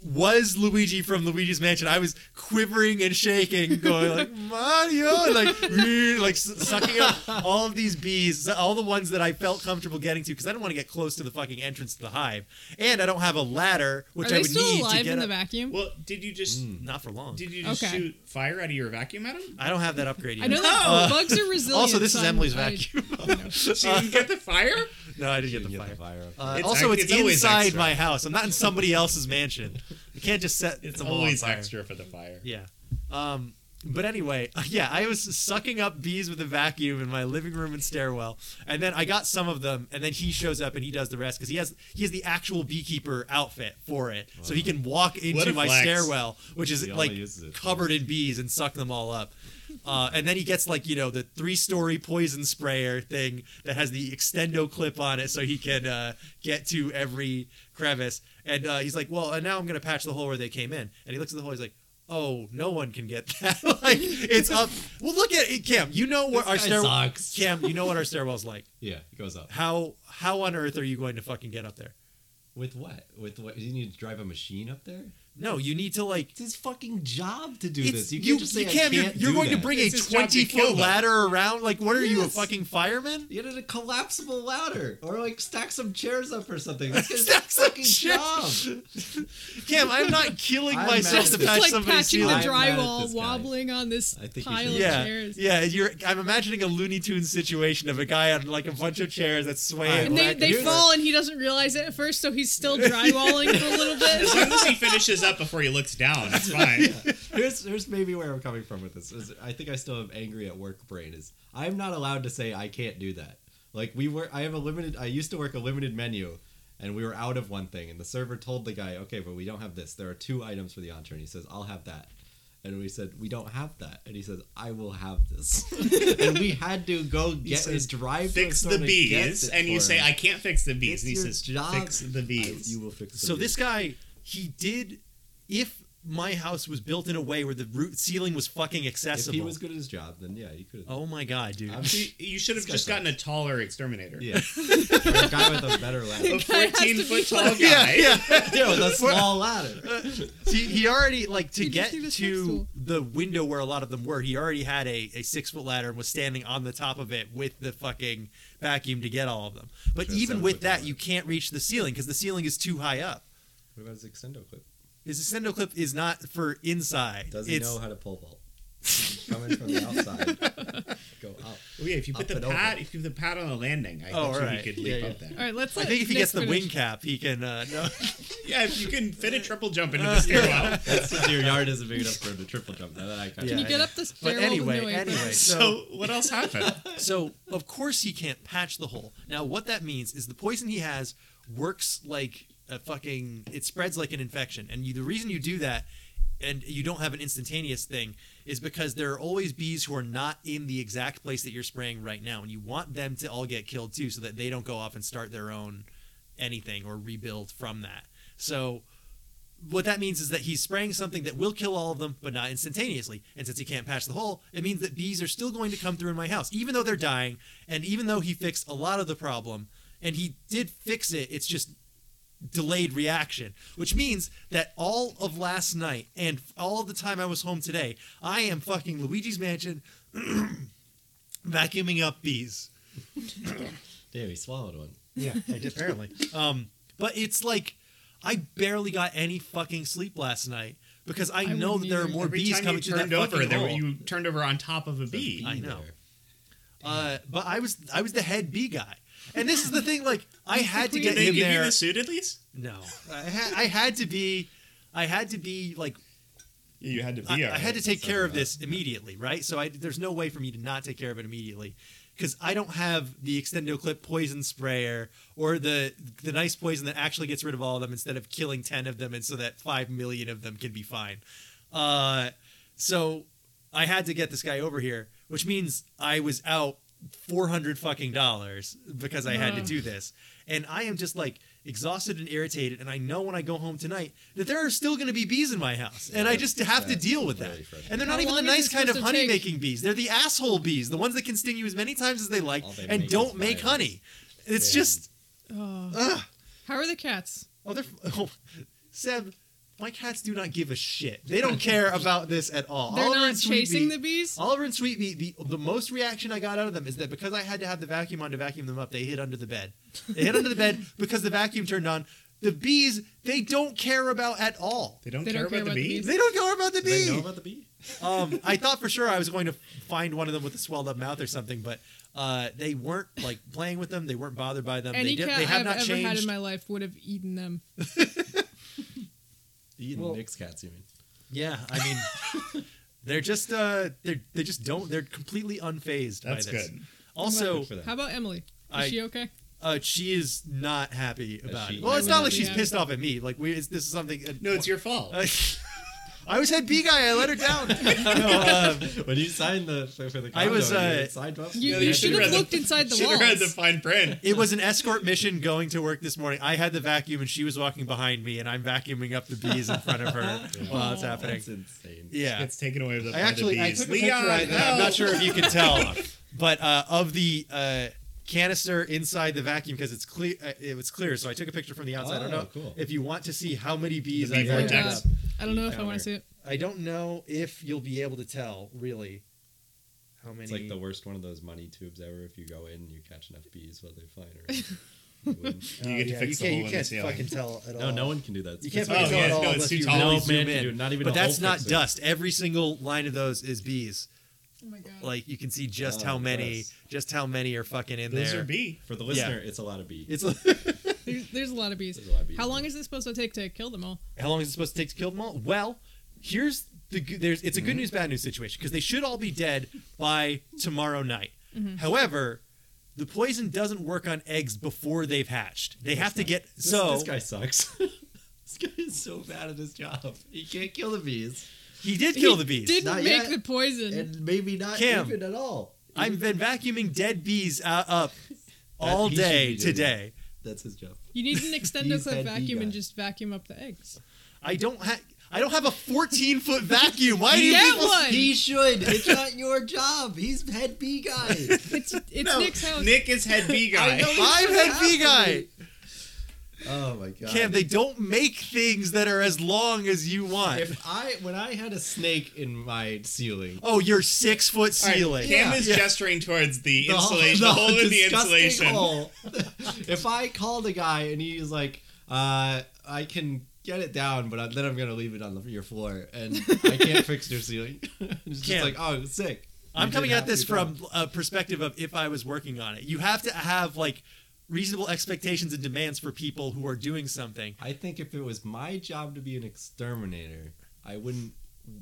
D: was Luigi from Luigi's Mansion. I was quivering and shaking, going
E: <laughs>
D: like Mario, and like "Rrr," like s- sucking up all of these bees, all the ones that I felt comfortable getting to because I don't want to get close to the fucking entrance to the hive, and I don't have a ladder, which I
E: Are they
D: would
E: still
D: need to
E: alive
D: get
E: in the
D: up-
E: vacuum?
C: Well, did you just
D: Not for long.
C: did you just
E: Okay.
C: shoot fire out of your vacuum at
D: <laughs>
C: him?
D: I don't have that upgrade
E: I
D: yet.
E: know that bugs are resilient.
D: Uh, also, this is
E: so I'm-
D: Emily's
E: I-
D: vacuum.
C: So you didn't get the fire?
D: <laughs> no, I didn't
B: You
D: get the
B: didn't get
D: fire.
B: the fire up.
D: Uh,
C: It's
D: also,
C: ex-
D: it's,
C: it's always
D: inside
C: extra.
D: my house. I'm not in somebody else's mansion. You can't just set
C: It's
D: the wall on
C: always
D: fire.
C: extra for the fire.
D: Yeah. Um, but anyway, <laughs> yeah, I was sucking up bees with a vacuum in my living room and stairwell, and then I got some of them, and then he shows up and he does the rest because he has he has the actual beekeeper outfit for it, so he can walk into
C: a
D: my
C: flex.
D: stairwell, which is
B: He only
D: like
B: uses it
D: covered in bees, and suck them all up. Uh, and then he gets like you know the three-story poison sprayer thing that has the extendo clip on it, so he can uh, get to every crevice. And uh, he's like, "Well, and now I'm gonna patch the hole where they came in." And he looks at the hole. He's like, "Oh, no one can get <laughs> that. like it's up." Well, look at it, Cam. You know what
B: This
D: our
B: guy
D: stairwell.
B: sucks.
D: Cam, you know what our stairwell's like.
B: Yeah, it goes up.
D: How how on earth are you going to fucking get up there?
B: With what? With what? You need to drive a machine up there.
D: No, you need to like
B: It's his fucking job to do
D: It's-
B: this. You can't just say I
D: Cam, you're-
B: can't
D: you're,
B: do
D: going
B: that.
D: to bring
C: It's
D: a
C: his job to
D: 20
C: kill
D: foot
C: them.
D: ladder around? Like, what are you, a
B: Yes.
D: fucking fireman?
B: You need a collapsible ladder, or like stack some chairs up or something. That's his
D: <laughs> Stack some
B: fucking job.
D: chairs. <laughs> Cam, I'm not killing
B: I'm
D: myself
B: mad
D: to
B: at this.
D: patch
E: It's like
D: somebody's
E: patching the
D: ceiling.
B: I'm dr- mad at
E: drywall,
B: this guy.
E: wobbling on this
B: I think you
E: pile
B: should-
E: of
D: yeah,
E: chairs.
D: yeah. You're. I'm imagining a Looney Tunes situation of a guy on like a bunch of chairs that's swaying.
E: And they,
D: back
E: they
D: forth.
E: fall and he doesn't realize it at first, so he's still drywalling for a little
C: As
D: <laughs>
E: bit.
C: long as he finishes up before he looks down, it's fine.
B: here's here's maybe where I'm coming from with this. Is I think I still am angry at work brain. Is I'm not allowed to say I can't do that. Like we were, I have a limited. I used to work a limited menu, and we were out of one thing, and the server told the guy, okay, but we don't have this. There are two items for the entree, and he says, I'll have that. And we said we don't have that, and he says I will have
C: <laughs>
B: this, and we had to go get
C: says,
B: a drive. to
C: Fix
B: store
C: the
B: to get
C: bees,
B: it
C: and you
B: for
C: say,
B: him.
C: "I can't fix the
B: It's
C: bees," and he
B: your
C: says,
B: job.
C: "Fix the
B: I-
C: bees."
B: you will fix. The
D: So
B: bees.
D: this guy, he did. if my house was built in a way where the roof ceiling was fucking
B: If
D: accessible.
B: he was good at his job, then yeah, you could have.
D: oh my god, dude.
B: I'm-
C: <laughs> You- You should have just gotten a taller exterminator.
B: Yeah. <laughs> Or a guy with a
C: <laughs>
B: better ladder.
C: A 14 foot tall guy.
B: yeah, with a small ladder.
D: See, he already like to
E: He
D: get
E: just did a sex
D: to
E: tool.
D: the window where a lot of them were. He already had a, a six foot ladder and was standing on the top of it with the fucking vacuum to get all of them. But
B: Sure,
D: even
B: seven
D: with
B: foot
D: that,
B: ladder.
D: you can't reach the ceiling because the ceiling is too high up.
B: What about his extendo clip?
D: His extendo clip is not for inside.
B: Does he
D: it's,
B: know how to pole vault? Come in from the outside, go up.
C: Well, Oh, yeah, if you
B: Up
C: put the
B: and over.
C: pad, if you put the pad on the landing, I
D: Oh,
C: bet you
D: right.
C: he could
D: Yeah,
C: leap
D: yeah.
C: up there.
E: All right, let's.
D: I
E: let
D: think if he
E: Nick
D: gets the
E: finish.
D: wing cap, he can. Uh, <laughs>
E: <laughs>
D: no.
C: Yeah, if you can fit a triple jump into the stairwell.
B: That's since your yard isn't big enough for him to triple jump. Now that I kind
D: Yeah,
E: Can
D: I
E: you get
D: know.
E: up the
D: But
E: stairwell? with
D: anyway,
E: no apron? <laughs>
D: anyway, so
C: So what else happened?
D: So, of course, he can't patch the hole. Now, what that means is the poison he has works like a fucking. It spreads like an infection. And you, the reason you do that and you don't have an instantaneous thing is because there are always bees who are not in the exact place that you're spraying right now. And you want them to all get killed too so that they don't go off and start their own anything or rebuild from that. So, what that means is that he's spraying something that will kill all of them, but not instantaneously. And since he can't patch the hole, it means that bees are still going to come through in my house, even though they're dying, and even though he fixed a lot of the problem, and he did fix it, it's just delayed reaction, which means that all of last night and all of the time I was home today, I am fucking Luigi's Mansion <clears throat> vacuuming up bees.
B: damn, he swallowed one.
D: Yeah, I did apparently. um, but it's like I barely got any fucking sleep last night because I, know
E: wouldn't
D: that there are
E: either.
D: more
C: Every
D: bees
C: time you
D: coming through that
C: turned over,
D: fucking
C: there were,
D: hole.
C: you turned over on top of a bee.
D: I know. Uh, but I was I was the head bee guy, and this is the thing. Like I had to
C: Did
D: get
C: they
D: in
C: give you
D: there.
C: the suit at least?
D: No, I had, I had to be. I had to be like
C: Yeah, you had to be.
D: I, I
C: alright.
D: had to take care of this immediately, right? So I, there's no way for me to not take care of it immediately because I don't have the extendo clip poison sprayer or the the nice poison that actually gets rid of all of them instead of killing ten of them and so that five million of them can be fine. Uh, so I had to get this guy over here, which means I was out four hundred fucking dollars because I had to
E: Ugh.
D: do this, and I am just like exhausted and irritated and i know when i go home tonight that there are still going to be bees in my house and i just have to
B: That's
D: deal with that
B: very frustrating.
D: and they're not
E: How
D: even the
E: long is
D: nice
E: this
D: kind of
E: supposed to
D: honey
E: take?
D: making bees they're the asshole bees the ones that can sting you as many times as they like
B: All they
D: and
B: make
D: don't
B: is
D: make
B: violence.
D: honey it's
B: Damn.
D: just
E: How are the cats?
D: oh they're <laughs> oh, seb my cats do not give a shit they don't care about this at all
E: They're
D: Oliver
E: not
D: and Sweet
E: chasing
D: Bee-
E: the bees.
D: Oliver and Sweet Bee, the, the most reaction I got out of them is that because I had to have the vacuum on to vacuum them up, they hid under the bed. They hid under the
E: <laughs>
D: bed because the vacuum turned on. The bees, they don't care about at all.
C: They don't,
E: They
C: care,
E: don't care
C: about,
E: about
C: the
E: the
C: bee.
E: bees.
D: They don't care about the
B: Do they know
D: bee.
B: about the bee?
D: Um, I thought for sure I was going to find one of them with a swelled up mouth or something, but uh, they weren't like playing with them. They weren't bothered by them.
E: Any
D: they, did,
E: cat
D: they have
E: I've
D: not
E: ever
D: changed.
E: had in my life would have eaten them.
B: Eating
D: Well-
B: Nick's cats, you mean? <laughs>
D: yeah, I mean,
E: <laughs>
D: they're just uh, they they just don't. They're completely unfazed
C: That's
D: by this.
C: good.
D: Also,
B: Good for them.
E: How about Emily? Is
D: I-
E: she okay?
D: Uh, she is not happy about
B: she
D: it. Well, it's not like
E: Yeah.
D: she's pissed off at me. Like we, it's, this is something. Uh, <laughs>
C: No, it's your fault.
D: Uh, I was head B guy. I let her down. <laughs> no, um,
B: when you signed the for, for the
D: I
B: condo,
D: was, uh,
B: you signed up.
E: You,
C: Yeah,
E: you
C: you
E: should
C: should've
E: have
C: read the-
E: looked inside the
C: Should have read the
E: walls.
C: fine print.
D: it was an escort mission going to work this morning. I had the vacuum and she was walking behind me, and I'm vacuuming up the bees in front of
C: <laughs>
D: her while it's happening.
B: That's insane.
D: Yeah,
C: It's taken away with the
D: I
C: by the
D: actually I
C: bees.
D: took a
C: Leon,
D: picture. Right there. I'm
C: no.
D: not sure if you can
C: <laughs>
D: tell, but uh, of the uh, canister inside the vacuum because it's clear. Uh, it was clear, so I took a picture from the outside. I don't
B: Oh,
D: know
B: cool.
D: if you want to see how many bees
C: The bee
D: I
E: Oh,
C: vortex.
D: vacuumed
E: God.
D: up.
E: I don't know if I
B: down there.
E: want to see it.
D: I don't know if you'll be able to tell really how many.
B: It's like the worst one of those money tubes ever. If you go in and you catch enough bees while they're flying around, you win.
C: You get to
D: Oh, yeah,
C: fix
D: you
C: the
D: can't,
C: hole
D: you
C: in the
D: can't
C: ceiling.
D: fucking tell at all.
B: no, no one can do that.
D: You can't
B: That's
D: fucking
C: Oh,
D: tell
C: yeah,
D: at all
C: no, it's
D: unless
C: too
D: you
C: tall.
D: really
C: No,
D: zoom
B: man,
D: in.
B: dude, not even
D: but
B: a
D: that's
B: hole
D: not
B: fixer.
D: dust. Every single line of those is bees.
E: Oh my god.
D: Like you can see just
B: Oh,
D: how many,
B: gross.
D: just how many are fucking in
C: Those
D: there.
C: are bee.
B: for the listener. It's a lot of bees.
D: It's
E: There's, there's a lot of bees.
B: There's a lot of bees.
E: How long is this supposed to take to kill them all?
D: <laughs> how long is it supposed to take to kill them all? Well, here's the good, there's it's a
B: Mm-hmm.
D: good news bad news situation because they should all be dead by tomorrow night. However, the poison doesn't work on eggs before they've hatched. They have to get
B: This-
D: so
B: this guy sucks. <laughs> this guy is so bad at his job. He can't kill the bees,
D: he did kill
E: He
D: the bees.
E: Didn't
B: Not
E: make
B: yet.
E: the poison.
B: and maybe not
D: Cam.
B: even at all.
D: I've been vacuuming dead bees out, up all
B: he should
D: day
B: be doing
D: today.
B: That's his job. <laughs>
E: you need an extendo
B: He's
E: clip
B: that bee
E: vacuum and
B: guy.
E: just vacuum up the eggs.
D: I don't have. I don't have a 14 foot vacuum. Why do you
E: Get
D: people?
B: <laughs>
E: one.
I: He should. It's not your job. He's head B
D: <laughs>
I: guy.
E: It's it's Nick's house.
C: Nick is head B
I: I know
C: guy.
I: he's
D: I'm head B guy.
I: Oh my god.
D: Cam, they don't make things that are as long as you want.
B: If I when I had a snake in my ceiling,
D: Oh, you're six foot
C: All right,
D: ceiling.
C: Cam is
D: Yeah.
C: gesturing towards the
B: the whole-
C: insulation, the hole in the
B: disgusting
C: insulation.
B: hole. <laughs> if I called a guy and he was like, uh, I can get it down, but I- then I'm gonna leave it on the, your floor, and I can't fix your ceiling. <laughs> it's just
D: Cam.
B: like, oh, it's sick. You
D: I'm
B: did
D: coming at
B: half
D: this
B: your job.
D: from a perspective of if I was working on it. You have to have like reasonable expectations and demands for people who are doing something.
B: I think if it was my job to be an exterminator, I wouldn't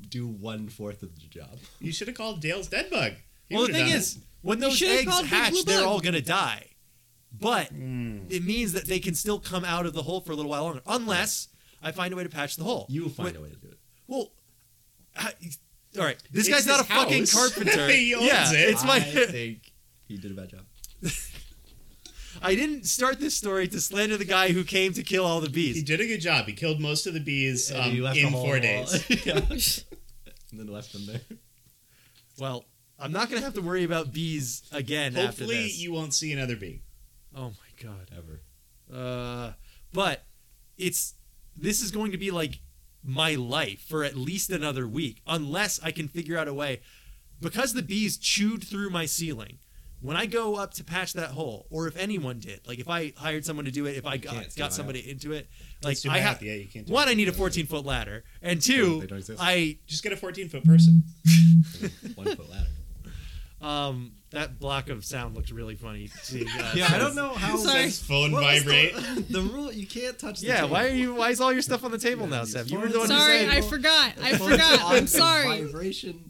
B: do one fourth of the job.
C: You should have called Dale's dead bug. He
D: well, the
C: would've
D: thing
C: done
D: is, when
E: You
D: those
E: should've
D: eggs
E: called Big Blue
D: hatch, they're
E: Bug.
D: all gonna die. But
C: it.
B: Hmm.
C: Mm.
D: it means that they can still come out of the hole for a little while longer, unless I find a way to patch the hole.
B: You find
D: Wh-
B: a way to do it.
D: Well, I- all right. This
C: It's
D: guy's not a
C: his
D: fucking
C: house. <laughs>
D: carpenter.
C: He owns
D: yeah,
C: it.
D: it's my. <laughs>
B: I think he did a bad job.
D: I didn't start this story to slander the guy who came to kill all the
C: He
D: bees.
C: did a good job. He killed most of the bees
B: And
C: um,
B: he left a
C: in
B: hole
C: four
B: in the wall.
C: days.
B: <laughs> and then left them there.
D: Well, I'm not gonna have to worry about bees again after
C: Hopefully,
D: this.
C: you won't see another bee.
D: oh my god.
B: Ever.
D: Uh, but it's this is going to be like my life for at least another week, unless I can figure out a way. Because the bees chewed through my ceiling. When I go up to patch that hole, or if anyone did, like if I hired someone to do it, if I
B: can't,
D: got,
B: it's
D: got
B: too
D: somebody into it, like
C: It's too
D: I
C: bad.
D: have
C: yeah, you can't. Do
D: one,
C: it.
D: I need a 14 foot ladder, and
B: They
D: two,
B: don't exist.
D: I
C: Just get a 14 foot person.
B: One foot ladder.
D: um that block of sound looks really funny. To, uh,
B: Yeah, I don't know how
C: His phone vibrate.
I: The,
B: <laughs>
I: the rule you can't touch. The
D: Yeah,
I: table.
D: why are you? Why is all your stuff on the table now, Seb? You were the one who
E: Sorry,
D: said.
E: I forgot. I
I: Phone's
E: forgot.
I: on
E: I'm
I: the
E: sorry.
I: Vibration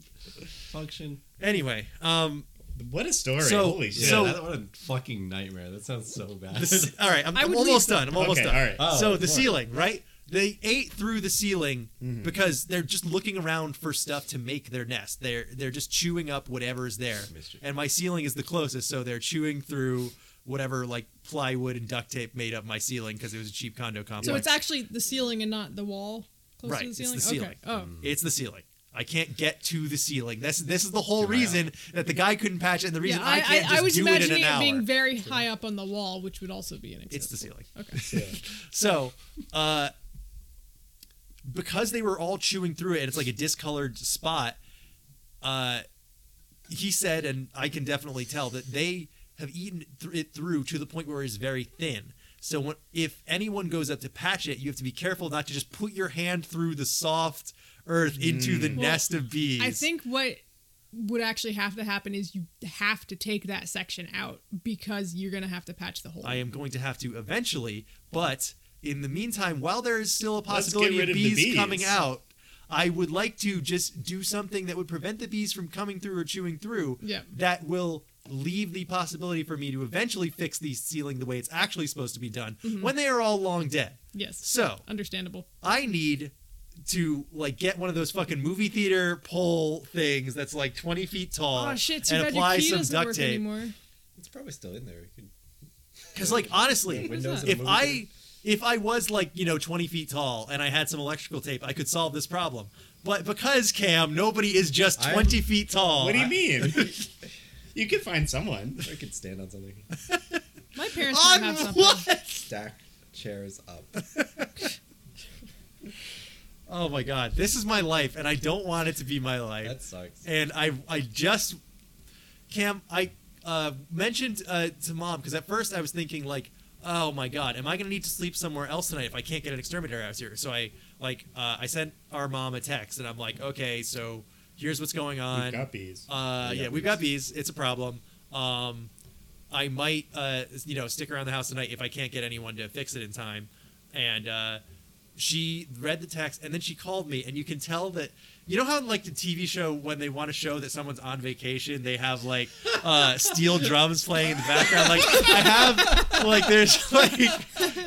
I: function.
D: Anyway, um,
C: What a story!
D: So-
C: Holy shit!
B: Yeah,
D: So-
B: that, what a fucking nightmare. That sounds <laughs> so bad.
D: this, all right, I'm,
E: I
D: I'm
E: would
D: almost
E: leave-
D: done. I'm almost
C: Okay,
D: done.
C: all right.
B: Oh,
D: so the
B: what?
D: ceiling, right? They ate through the ceiling
C: Mm-hmm.
D: because they're just looking around for stuff to make their nest. They're they're just chewing up whatever is there.
B: Mischief.
D: And my ceiling is the closest, so they're chewing through whatever like plywood and duct tape made up my ceiling because it was a cheap condo complex.
E: So it's actually the ceiling and not the wall close
D: Right,
E: to the
D: it's
E: ceiling.
D: the ceiling. Mm.
E: Okay. Oh.
C: Mm.
D: It's the ceiling. I can't get to the ceiling. This this is the whole reason that the guy couldn't patch it, and the
E: Yeah,
D: reason I,
E: I,
D: can't
E: I,
D: just
E: I was
D: do it in
E: imagining
D: an
E: it,
D: hour.
E: being very high up on the wall, which would also be an
D: it's the ceiling.
E: Okay.
D: So, uh, because they were all chewing through it, and it's like a discolored spot. Uh, he said, and I can definitely tell that they have eaten th- it through to the point where it's very thin. So when, if anyone goes up to patch it, you have to be careful not to just put your hand through the soft earth into the
E: Mm. Well,
D: nest of bees.
E: I think what would actually have to happen is you have to take that section out because you're gonna have to patch the hole.
D: I am going to have to eventually, but in the meantime, while there is still a
C: Let's get
D: possibility
C: rid
D: of
C: of the
D: bees,
C: bees.
D: coming out, I would like to just do something that would prevent the bees from coming through or chewing through.
E: Yeah.
D: That will leave the possibility for me to eventually fix the ceiling the way it's actually supposed to be done
E: Mm-hmm.
D: when they are all long dead.
E: yes.
D: So
E: Understandable.
D: I need to like get one of those fucking movie theater pole things that's like 20 feet tall
E: Oh shit! Too
D: Uh, and
E: bad
D: apply
E: your key
D: some
E: doesn't
D: duct
E: work
D: tape
E: anymore.
B: it's probably still in there. You could-
D: because like honestly
E: Windows
D: if I if I was like you know 20 feet tall and I had some electrical tape, I could solve this problem. But because Cam, nobody is just
B: I'm-
D: 20 feet tall.
C: what do you mean?
D: <laughs>
C: you could find someone.
B: I could stand on something,
E: My parents
D: On
E: might have something.
B: <laughs>
D: what?
B: stack chairs up.
D: Oh my God, this is my life, and I don't want it to be my life.
B: That
D: <laughs>
B: sucks.
D: and I I just Cam I uh, mentioned uh, to mom because at first I was thinking like oh my god am I gonna need to sleep somewhere else tonight if I can't get an exterminator out here so I like uh, I sent our mom a text and I'm like okay so here's what's going on
C: We've got bees.
D: uh, yeah, we've got bees. It's a problem. Um, I might, uh, you know, stick around the house tonight if I can't get anyone to fix it in time. And uh, she read the text, and then she called me, and you can tell that. You know how in like the TV show when they want to show that someone's on vacation, they have like uh, steel drums playing in the background. Like I have, like there's <laughs> like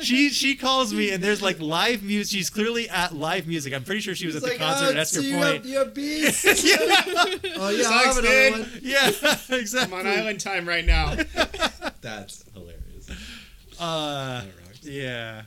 D: she she calls me and there's like live music. She's clearly at live music. I'm pretty sure she was at the concert at Esker Point.
I: You're, you beast.
B: <laughs> Oh yeah,
C: I'll have another dude.
D: <laughs> Yeah,
C: I'm
D: exactly.
C: on island time right
D: <laughs>
C: now.
B: That's hilarious.
D: Uh,
B: That rocks.
D: yeah.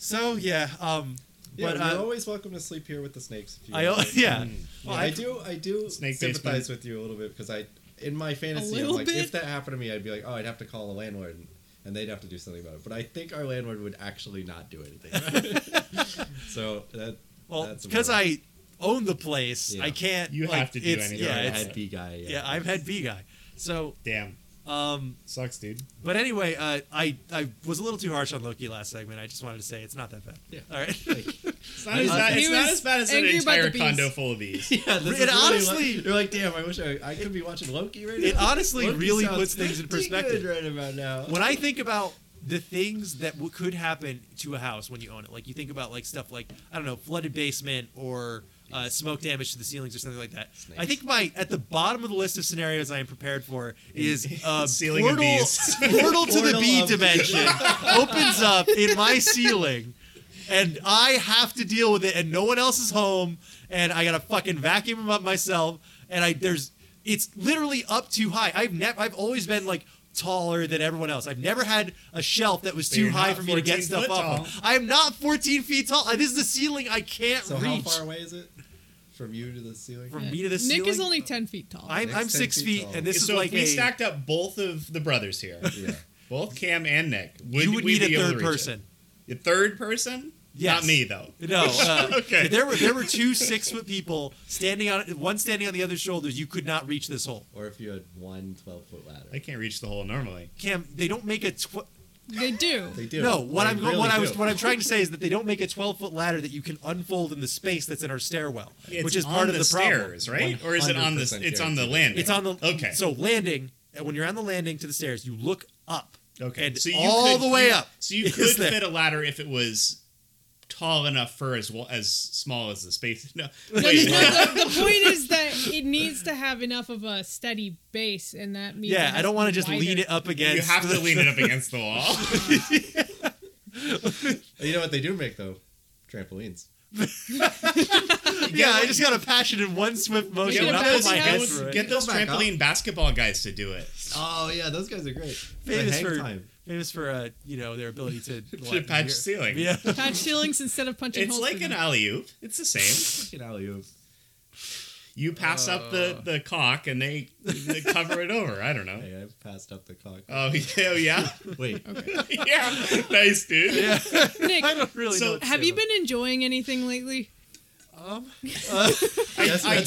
D: So yeah, um,
B: Yeah,
D: But,
B: but you're
D: uh,
B: always Mm. welcome to sleep here with the snakes. If you
D: I
B: want.
D: <laughs> yeah.
B: Well, I do. I do
C: Snake
B: sympathize
C: basement.
B: with you a little bit because I, in my fantasy, I'm
E: little
B: like,
E: bit?
B: if that happened to me, I'd be like, oh, I'd have to call the landlord, and, and they'd have to do something about it. But I think our landlord would actually not do
D: <laughs>
B: anything. so that
D: Well,
B: that's
D: because
B: about it.
D: I own the place,
B: Yeah.
D: I can't.
C: You
D: like,
C: have to do
D: it's-
C: anything.
D: Yeah,
B: I
D: it's,
B: had B guy.
D: yeah, I'm head B guy. So,
C: Damn.
D: um,
C: Sucks, dude.
D: but anyway, uh, I I was a little too harsh on Loki last segment. I just wanted to say it's not that bad.
B: Yeah.
D: All right.
C: It's not, as bad,
E: he
C: it's not
E: was
C: as bad as an
E: angry about the
C: entire
E: bees.
C: condo full of
B: <laughs>
C: these.
B: Yeah, this
D: It
B: is really
D: honestly-
B: like, you're like, damn, I wish I, I could be watching Loki right now. <laughs>
D: It honestly
B: Loki
D: really
B: sounds
D: puts things in
B: pretty good
D: perspective.
B: right about now.
D: when I think about the things that w- could happen to a house when you own it, like you think about like stuff like I don't know, flooded basement or uh, smoke damage to the ceilings or something like that. I think my at the bottom of the list of scenarios I am prepared for
C: <laughs>
D: is a
C: Ceiling of
D: portal,
C: bees.
D: <laughs> portal to the
B: Portal
D: bee
B: of-
D: dimension opens up in my ceiling. And I have to deal with it, and no one else is home, and I gotta fucking vacuum them up myself. And I there's it's literally up too high. I've never I've always been like taller than everyone else. I've never had a shelf that was
C: But
D: too
C: you're
D: high
C: not
D: for me to
C: 14
D: get stuff
C: foot
D: up.
C: tall.
D: I am not 14 feet tall. Uh, This is the ceiling I can't
B: so how
D: reach
B: far away is it from you to the ceiling?
D: from me to the
E: Nick
D: ceiling.
E: is only ten feet tall.
D: I'm,
B: Nick's
D: I'm
B: 10
D: six
B: feet
D: feet,
B: tall.
D: and <laughs> this
C: so
D: is
C: if
D: like
C: we
D: a,
C: stacked up both of the brothers
D: <laughs>
C: here,
B: yeah.
C: both Cam and Nick, would
D: you would
C: we
D: need
C: be
D: a
C: able to
D: third
C: reach it?
D: person.
C: A third person?
D: Yes.
C: Not me though.
D: No, uh,
C: <laughs> Okay.
D: There were there were two six foot people standing on one standing on the other's shoulders. You could not reach this hole.
B: Or if you had one 12 foot ladder.
C: I can't reach the hole normally.
D: Cam, they don't make a tw-
E: They
D: <laughs>
E: do.
B: they do.
D: No, what
B: They
D: I'm
B: really
D: what I
B: do.
D: was what I'm trying to say is that they don't make a 12 foot ladder that you can unfold in the space that's in our stairwell,
C: It's
D: which is
C: on
D: part
C: the,
D: of the
C: stairs,
D: problem.
C: right? Or is it on the?
B: 100%
C: It's on the
B: guaranteed.
C: landing.
D: It's on the
C: Okay.
D: So landing and when you're on the landing to the stairs, you look up.
C: okay.
D: and
C: so you
D: all
C: could-
D: the way
C: you-
D: up.
C: So you
D: is
C: could
D: there.
C: fit a ladder if it was tall enough for as well as small as the space. <laughs> No.
E: No,
C: Wait,
E: no, the, the point is that it needs to have enough of a steady base, and that means it
D: Yeah,
E: has
D: I don't
E: be
D: want to just
E: wider.
D: lean it up against.
C: you have to
D: the-
C: lean it up against the
D: <laughs>
C: wall.
B: Oh, You know what they do make though? Trampolines.
D: <laughs> Yeah, I just got a passion in one swift motion.
E: Get
D: and
E: a
D: I put my
E: basket
D: head
E: house.
D: through it.
C: Get those
B: Go back up.
C: trampoline basketball guys to do it.
B: Oh yeah, those guys are great. The
D: famous
B: hang
D: for
B: time.
D: famous for uh, you know their
C: <laughs>
D: ability to
C: To patch ceiling.
D: Yeah, <laughs>
E: Patch ceilings instead of punching
C: It's
E: holes.
C: like
E: through
C: an
E: them.
C: alley oop. It's the same.
B: Fucking alley-oop.
C: You pass up
D: Oh.
C: the the cock and they, they cover it over. I don't know.
B: Hey, I've passed up the cock.
C: Oh <laughs> yeah, oh, yeah,
E: <laughs>
B: Wait,
C: yeah. Nice dude. Yeah.
E: Nick,
D: I don't really
C: So,
D: know. what to
E: have
D: say
E: you
D: about
E: been enjoying anything lately?
C: I, I, <laughs> yeah, I,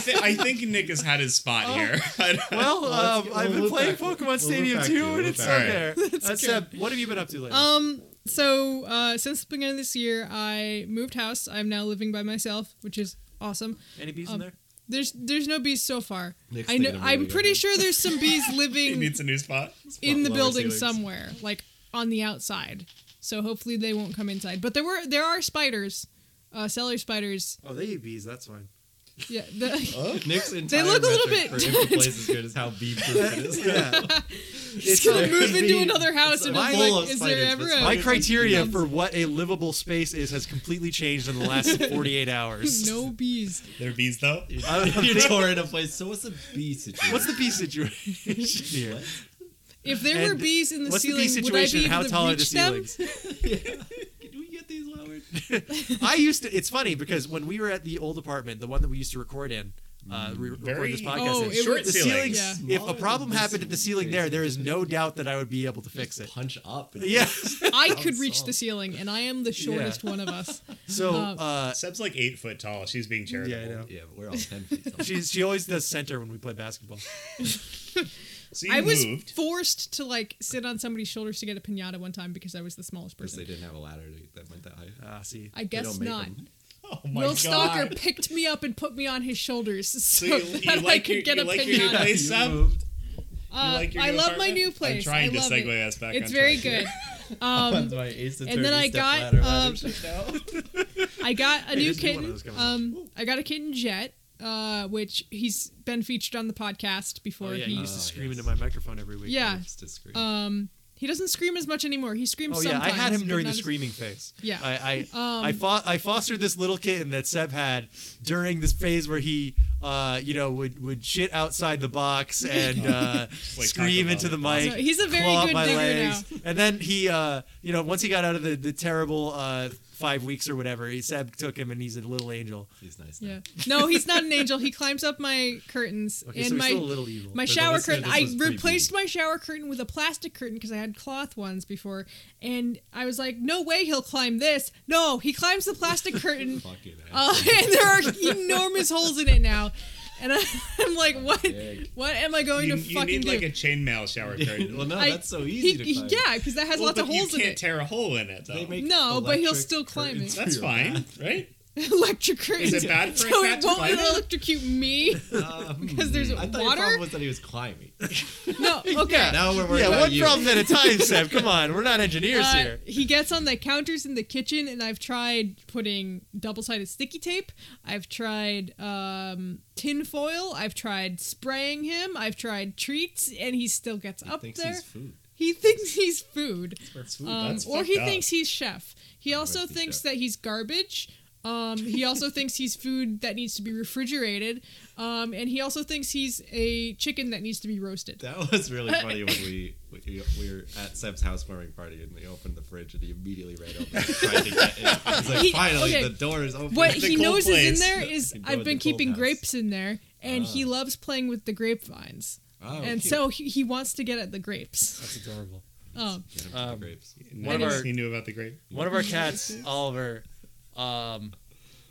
C: thi- I think Nick has had his spot
D: Oh.
C: here. <laughs> I don't-
D: that. Well, um,
B: get-
D: I've
B: we'll
D: been
B: loop
D: playing
B: back- we'll-
D: Pokemon
B: we'll loop
D: Stadium
B: back to
D: 2,
B: you,
D: and
B: we'll
D: it's
B: loop
D: on
C: back to
D: there. Uh, Seb, what have you been up to lately?
E: Um, so uh, since the beginning of this year, I moved house. I'm now living by myself, which is awesome.
D: Any bees
E: um,
D: in there?
E: There's there's no bees so far.
B: Nick's
E: I know.
B: thinking of
E: I'm
B: moving.
E: pretty sure there's
B: <laughs>
E: some bees
C: He
E: living
C: needs a new spot.
E: in the
B: Lower
E: building
B: ceilings.
E: somewhere, like on the outside. So hopefully they won't come inside. But there were there are spiders, uh, cellar spiders.
D: Oh, they eat bees. That's fine.
E: Yeah, the, <laughs>
B: Nick's
E: They
B: Oh. entire
E: look a little
B: metric
E: bit
B: for if the place is good is how B proof it is.
D: Yeah.
E: <laughs> it's gonna move into another house and
B: my
E: be
B: full
E: like,
B: of
E: is
B: spiders,
E: there ever
B: that's
E: a
D: My criteria for what a livable space is has completely changed in the
E: <laughs>
D: last 48 hours. <laughs>
E: <laughs> no bees?
C: There are bees though.
B: <laughs>
E: <laughs>
B: You tore in a place. So what's the B situation?
D: What's the bee situation
E: <laughs>
D: here?
E: If there were
D: And
E: bees in the
D: what's the
E: ceiling,
D: bee
E: would I
D: situation
E: be
D: and how
E: able
D: tall
E: to
D: are the
E: reach them?
D: ceilings?
E: <laughs>
B: <laughs> Can we get these lowered?
D: I used to. It's funny because when we were at the old apartment, the one that we used to record in, uh, we record
C: Very-
D: this podcast.
E: Oh,
D: in,
E: it
C: Short
D: the
C: ceilings.
D: ceilings.
E: Yeah.
D: If a problem happened at the ceiling there, there is no doubt that I would be able to fix
E: <laughs>
D: it.
B: Punch up. and-
D: Yeah.
E: I could reach the ceiling, and I am the shortest one
C: <laughs>
E: of us.
D: So
E: Um,
D: uh,
C: Seb's like eight foot tall. She's being charitable.
D: yeah, I know.
B: Yeah, but we're all ten feet
E: <laughs>
B: tall.
D: She's she always does center when we play basketball.
C: So you
E: I was
C: moved.
E: forced to like sit on somebody's shoulders to get a pinata one time because I was the smallest
B: Because they
E: person.
B: didn't have a ladder to- that went that high.
D: Ah, see.
E: I
B: They
E: guess
B: don't make
E: not.
B: 'em.
C: Oh my
E: Will
C: god.
E: Stalker picked me up and put me on his shoulders <laughs>
C: so
E: so,
C: you,
E: that
C: you
E: I
C: like
E: could
C: your,
E: get
C: you
E: a
C: like your new
E: pinata.
C: place, Seb?
E: Uh,
C: like your
E: I
C: new
E: love my
C: apartment?
E: new
C: I'm
E: place.
C: trying
E: I
C: to
E: love
C: segue
E: it.
C: us back
E: It's
C: on
E: very
C: track
E: good.
C: <laughs>
B: That's
E: Um,
B: my ace
E: and then I
B: attorney step
E: got,
B: ladder, ladder
E: um,
B: shit now.
E: I got a new
D: there's a new one of
E: kitten.
D: those coming up.
E: Um, I got a kitten Jet, uh, which he's been featured on the podcast before.
D: Oh, yeah,
E: he
D: you used to
B: Oh,
D: scream
B: yes.
D: into my microphone every week.
E: yeah.
B: It's discreet.
E: Um, he doesn't scream as much anymore. He screams.
D: Oh yeah, I had
E: sometimes,
D: him
E: but
D: during the
E: not as-
D: screaming phase.
E: Yeah.
D: I I,
E: Um,
D: I, fo- I fostered this little kitten that Seb had during this phase where he uh, you know, would would shit outside the
E: <laughs>
D: box and uh,
C: like
D: scream
C: Taco
D: into
C: Bell.
D: the mic.
E: So he's a very
D: claw up
E: good
D: my
E: digger
D: legs. And then he, uh, you know, once he got out of the the terrible uh, five weeks or whatever, he Seb took him and he's a little angel.
B: He's nice.
E: Yeah. No, he's not an angel. He climbs up my curtains
D: Okay,
E: and
D: so he's
E: my
D: still a little evil.
E: my
B: For the
E: shower
B: listener,
E: curtain.
B: this
E: I
B: was creepy.
E: replaced my shower curtain with a plastic curtain because I had cloth ones before, and I was like, "No way, he'll climb this." No, he climbs the plastic
D: <laughs>
E: curtain, <laughs>
B: Fucking
E: uh, and there are enormous holes in it now. And I, <laughs> I'm like, "What?
B: Big.
E: What am I going
C: You,
E: to
C: you
E: fucking
C: need
E: do?"
C: like a chainmail shower curtain.
B: well, no,
E: I-
B: that's so easy
E: he-
B: to
E: he-
B: climb.
E: Yeah, because that has
C: Well,
E: lots
C: but
E: of holes
C: you
E: in
C: can't
E: it. <laughs>
C: tear a hole in it
B: They
C: though.
B: make
E: No, but he'll
B: electric
E: still climb
B: curtains
E: it.
B: for
C: That's
B: your
C: fine,
B: <laughs> back.
C: right?
E: electric curtain. <laughs>
C: Is it bad for a
E: so
C: cat
E: it
C: to
E: won't
C: climb it? <laughs>
E: electrocute me because there's
B: Um, I thought your
E: water.
B: problem was that he was
E: <laughs>
B: climbing.
C: <laughs>
E: No, okay.
B: Now we're worried
D: yeah,
B: about
D: one
E: <laughs>
B: you.
D: problem at a time, Seb. Come on, we're not engineers
E: Uh,
D: here.
E: He gets on the counters in the kitchen, and I've tried putting double-sided sticky tape. I've tried um, tin foil. I've tried spraying him. I've tried treats, and he still gets up
B: Thinks
E: there.
B: he's food.
E: he thinks he's food, um,
C: That's
E: or
C: fucked
E: he
C: up.
E: thinks he's chef. He also
B: might be
E: thinks
B: chef.
E: that he's garbage. Um, he also thinks he's food that needs to be refrigerated, um, and he also thinks he's a chicken that needs to be roasted.
B: That was
E: <laughs>
B: really funny when we, we we were at Seb's housewarming party and we opened the fridge and he immediately ran over and tried to
E: <laughs>
B: get in. He's like,
E: He-
B: finally,
E: okay.
B: the door is open.
E: What
C: The
E: he
C: cold
E: knows is in
C: place.
E: there is
B: can go
E: I've
B: in
E: been
B: the cold
E: keeping
B: house.
E: grapes in there, and he loves playing with the grapevines.
B: Oh,
E: and
B: cute.
E: so he, he wants to get at the grapes.
D: That's adorable.
E: Um,
B: <laughs> Get him to the
D: Um,
B: grapes.
D: One of
C: Nice.
D: our-
C: he knew about the grape.
D: One of our cats, Oliver, um,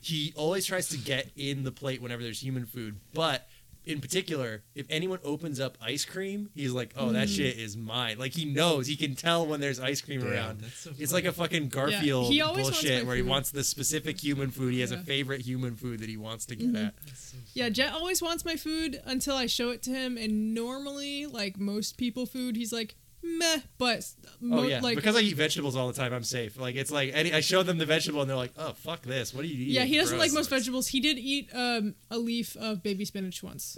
D: he always tries to get in the plate whenever there's human food. But in particular, if anyone opens up ice cream, he's like, "Oh,
E: Mm.
D: that shit is mine." Like he knows, he can tell when there's ice cream around.
B: that's so
D: it's like a fucking Garfield
E: He always wants
D: bullshit
E: my
D: where he
E: food.
D: wants the specific human food. He has
E: Yeah. Mm-hmm.
D: a favorite human food that he wants to get at.
E: yeah, Jet always wants my food until I show it to him, and normally, like most people, food he's like meh, but mo-
D: Oh yeah,
E: like
D: because I eat vegetables all the time, I'm safe. Like it's like any, I show them the vegetable and they're like, "Oh fuck this! What are you eating?"
E: yeah, he doesn't
D: Gross."
E: like most vegetables. He did eat um, a leaf of baby
B: <laughs>
E: spinach once,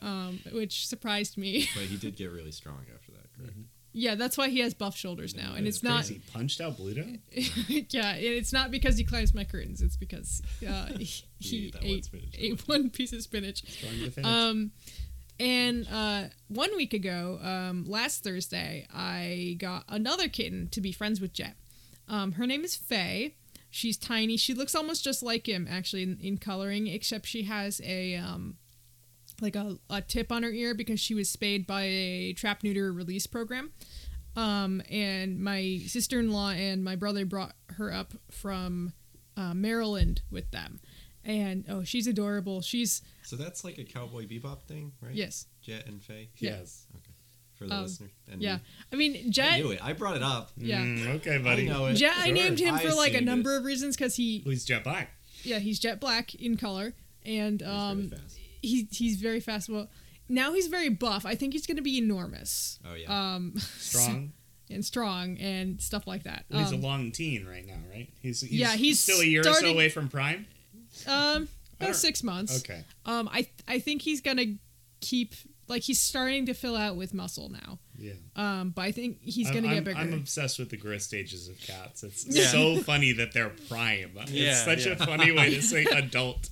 E: um, which surprised me. <laughs>
B: But he did get really strong after that, correct?
C: Mm-hmm.
E: yeah, that's why he has buff shoulders now, and it's not
C: Is he punched out Bluto?
E: <laughs> yeah, and it's not because he climbs my curtains. It's because uh, he,
B: <laughs> He ate
E: he
B: that one
E: ate,
B: spinach.
E: ate one piece of spinach. Um, and uh, one week ago, um, last Thursday, I got another kitten to be friends with Jet. Um, her name is Faye. She's tiny. She looks almost just like him, actually, in, in coloring, except she has a um, like a, a tip on her ear because she was spayed by a trap neuter release program. Um, and my sister in law and my brother brought her up from uh, Maryland with them. And oh, she's adorable. She's
B: So that's like a cowboy bebop thing, right?
E: yes,
B: Jet and Faye?
E: Yeah.
C: Yes.
B: Okay. For the
E: Um,
B: listener. And
E: yeah.
B: me.
E: I mean,
B: I
E: Jet.
B: knew it. I brought it up.
E: Yeah.
C: Mm, okay,
B: I
C: buddy.
B: know it.
E: Jet, I
B: Sure.
E: named him
B: I
E: for like a
B: seen
E: number
B: it.
E: of reasons because he,
C: Who's Jet Black?
E: yeah, he's jet black in color, and
B: He's
E: um,
B: really fast.
E: he he's very fast. Well, now he's very buff. I think he's gonna be enormous
B: Oh, yeah.
E: um,
C: Strong.
E: and strong and stuff like that.
C: Well, he's a
E: Um,
C: long teen right now, right? He's, he's
E: Yeah, he's
C: still a year or
E: starting-
C: so away from prime.
E: um,
C: I don't-
E: about six months.
C: Okay.
E: Um, I I think he's gonna keep like he's starting to fill out with muscle now.
C: Yeah.
E: Um, but I think he's
C: I'm-
E: gonna
C: I'm,
E: get bigger.
C: I'm obsessed with the growth stages of cats. It's
D: Yeah.
C: so funny that they're prime.
D: Yeah,
C: it's such
D: yeah.
C: a funny way to
E: <laughs>
C: say adult.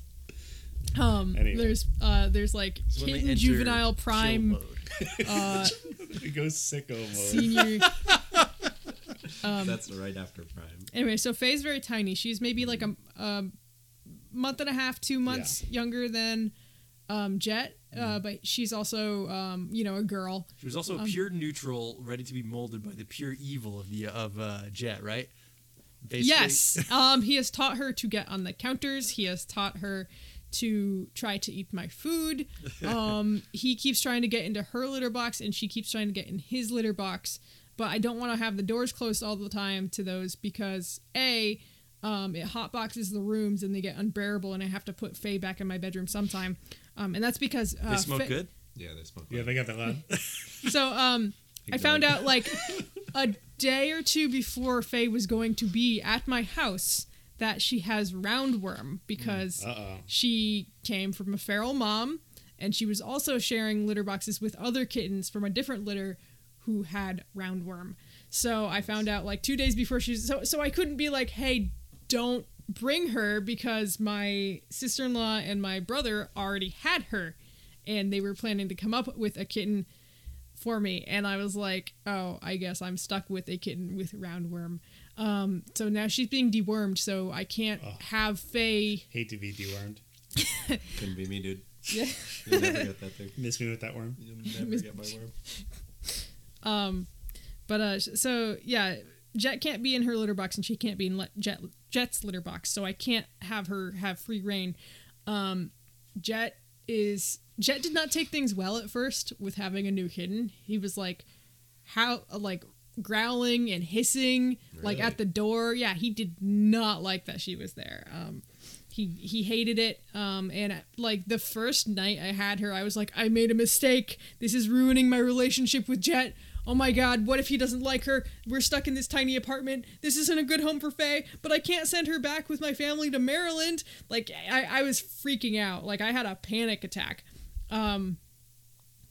E: um,
C: anyway.
E: there's uh, there's like
D: It's when they
E: kitten,
D: enter
E: juvenile,
D: chill
E: prime,
D: mode.
C: <laughs>
E: uh,
C: It goes sicko mode.
E: senior.
B: That's right after Prime.
E: Anyway, so Faye's very tiny. She's maybe like a, a month and a half, two months younger than um, Jet, uh, but she's also, um, you know, a girl.
D: She was
E: um,
D: also a pure neutral, ready to be molded by the pure evil of the of uh, Jet, right? Basically-
E: Yes. um, he has taught her to get on the counters. He has taught her to try to eat
D: <laughs>
E: my food. Um, he keeps trying to get into her litter box, and she keeps trying to get in his litter box. But I don't want to have the doors closed all the time to those because a um, it hotboxes the rooms and they get unbearable, and I have to put Faye back in my bedroom sometime. Um, and that's because uh,
D: They smoke
E: Faye-
D: good.
B: Yeah, they smoke.
C: Yeah,
B: like-
C: they got that loud.
E: so um, I found
B: Ignored.
E: out like a day or two before Faye was going to be at my house that she has roundworm because
C: Uh-oh.
E: she came from a feral mom and she was also sharing litter boxes with other kittens from a different litter who had roundworm. So I found out like two days before she so so I couldn't be like, hey, don't bring her because my sister in law and my brother already had her, and they were planning to come up with a kitten for me. And I was like, oh, I guess I'm stuck with a kitten with roundworm. Um, so now she's being dewormed, so I can't have Faye.
C: Hate to be dewormed.
B: Couldn't be me,
E: <laughs>
B: dude. You'll never get that thing.
C: Miss me with that worm.
B: You'll never get my worm.
E: But uh, so yeah, Jet can't be in her litter box, and she can't be in let Jet Jet's litter box. So I can't have her have free reign. Um, Jet is Jet did not take things well at first with having a new kitten. He was like, how like growling and hissing like
B: Really?
E: at the door. Yeah, he did not like that she was there. Um, he he hated it. Um, and like the first night I had her, I was like, I made a mistake. This is ruining my relationship with Jet. Oh my God! What if he doesn't like her? We're stuck in this tiny apartment. This isn't a good home for Faye. But I can't send her back with my family to Maryland. Like I, I was freaking out. Like I had a panic attack. Um,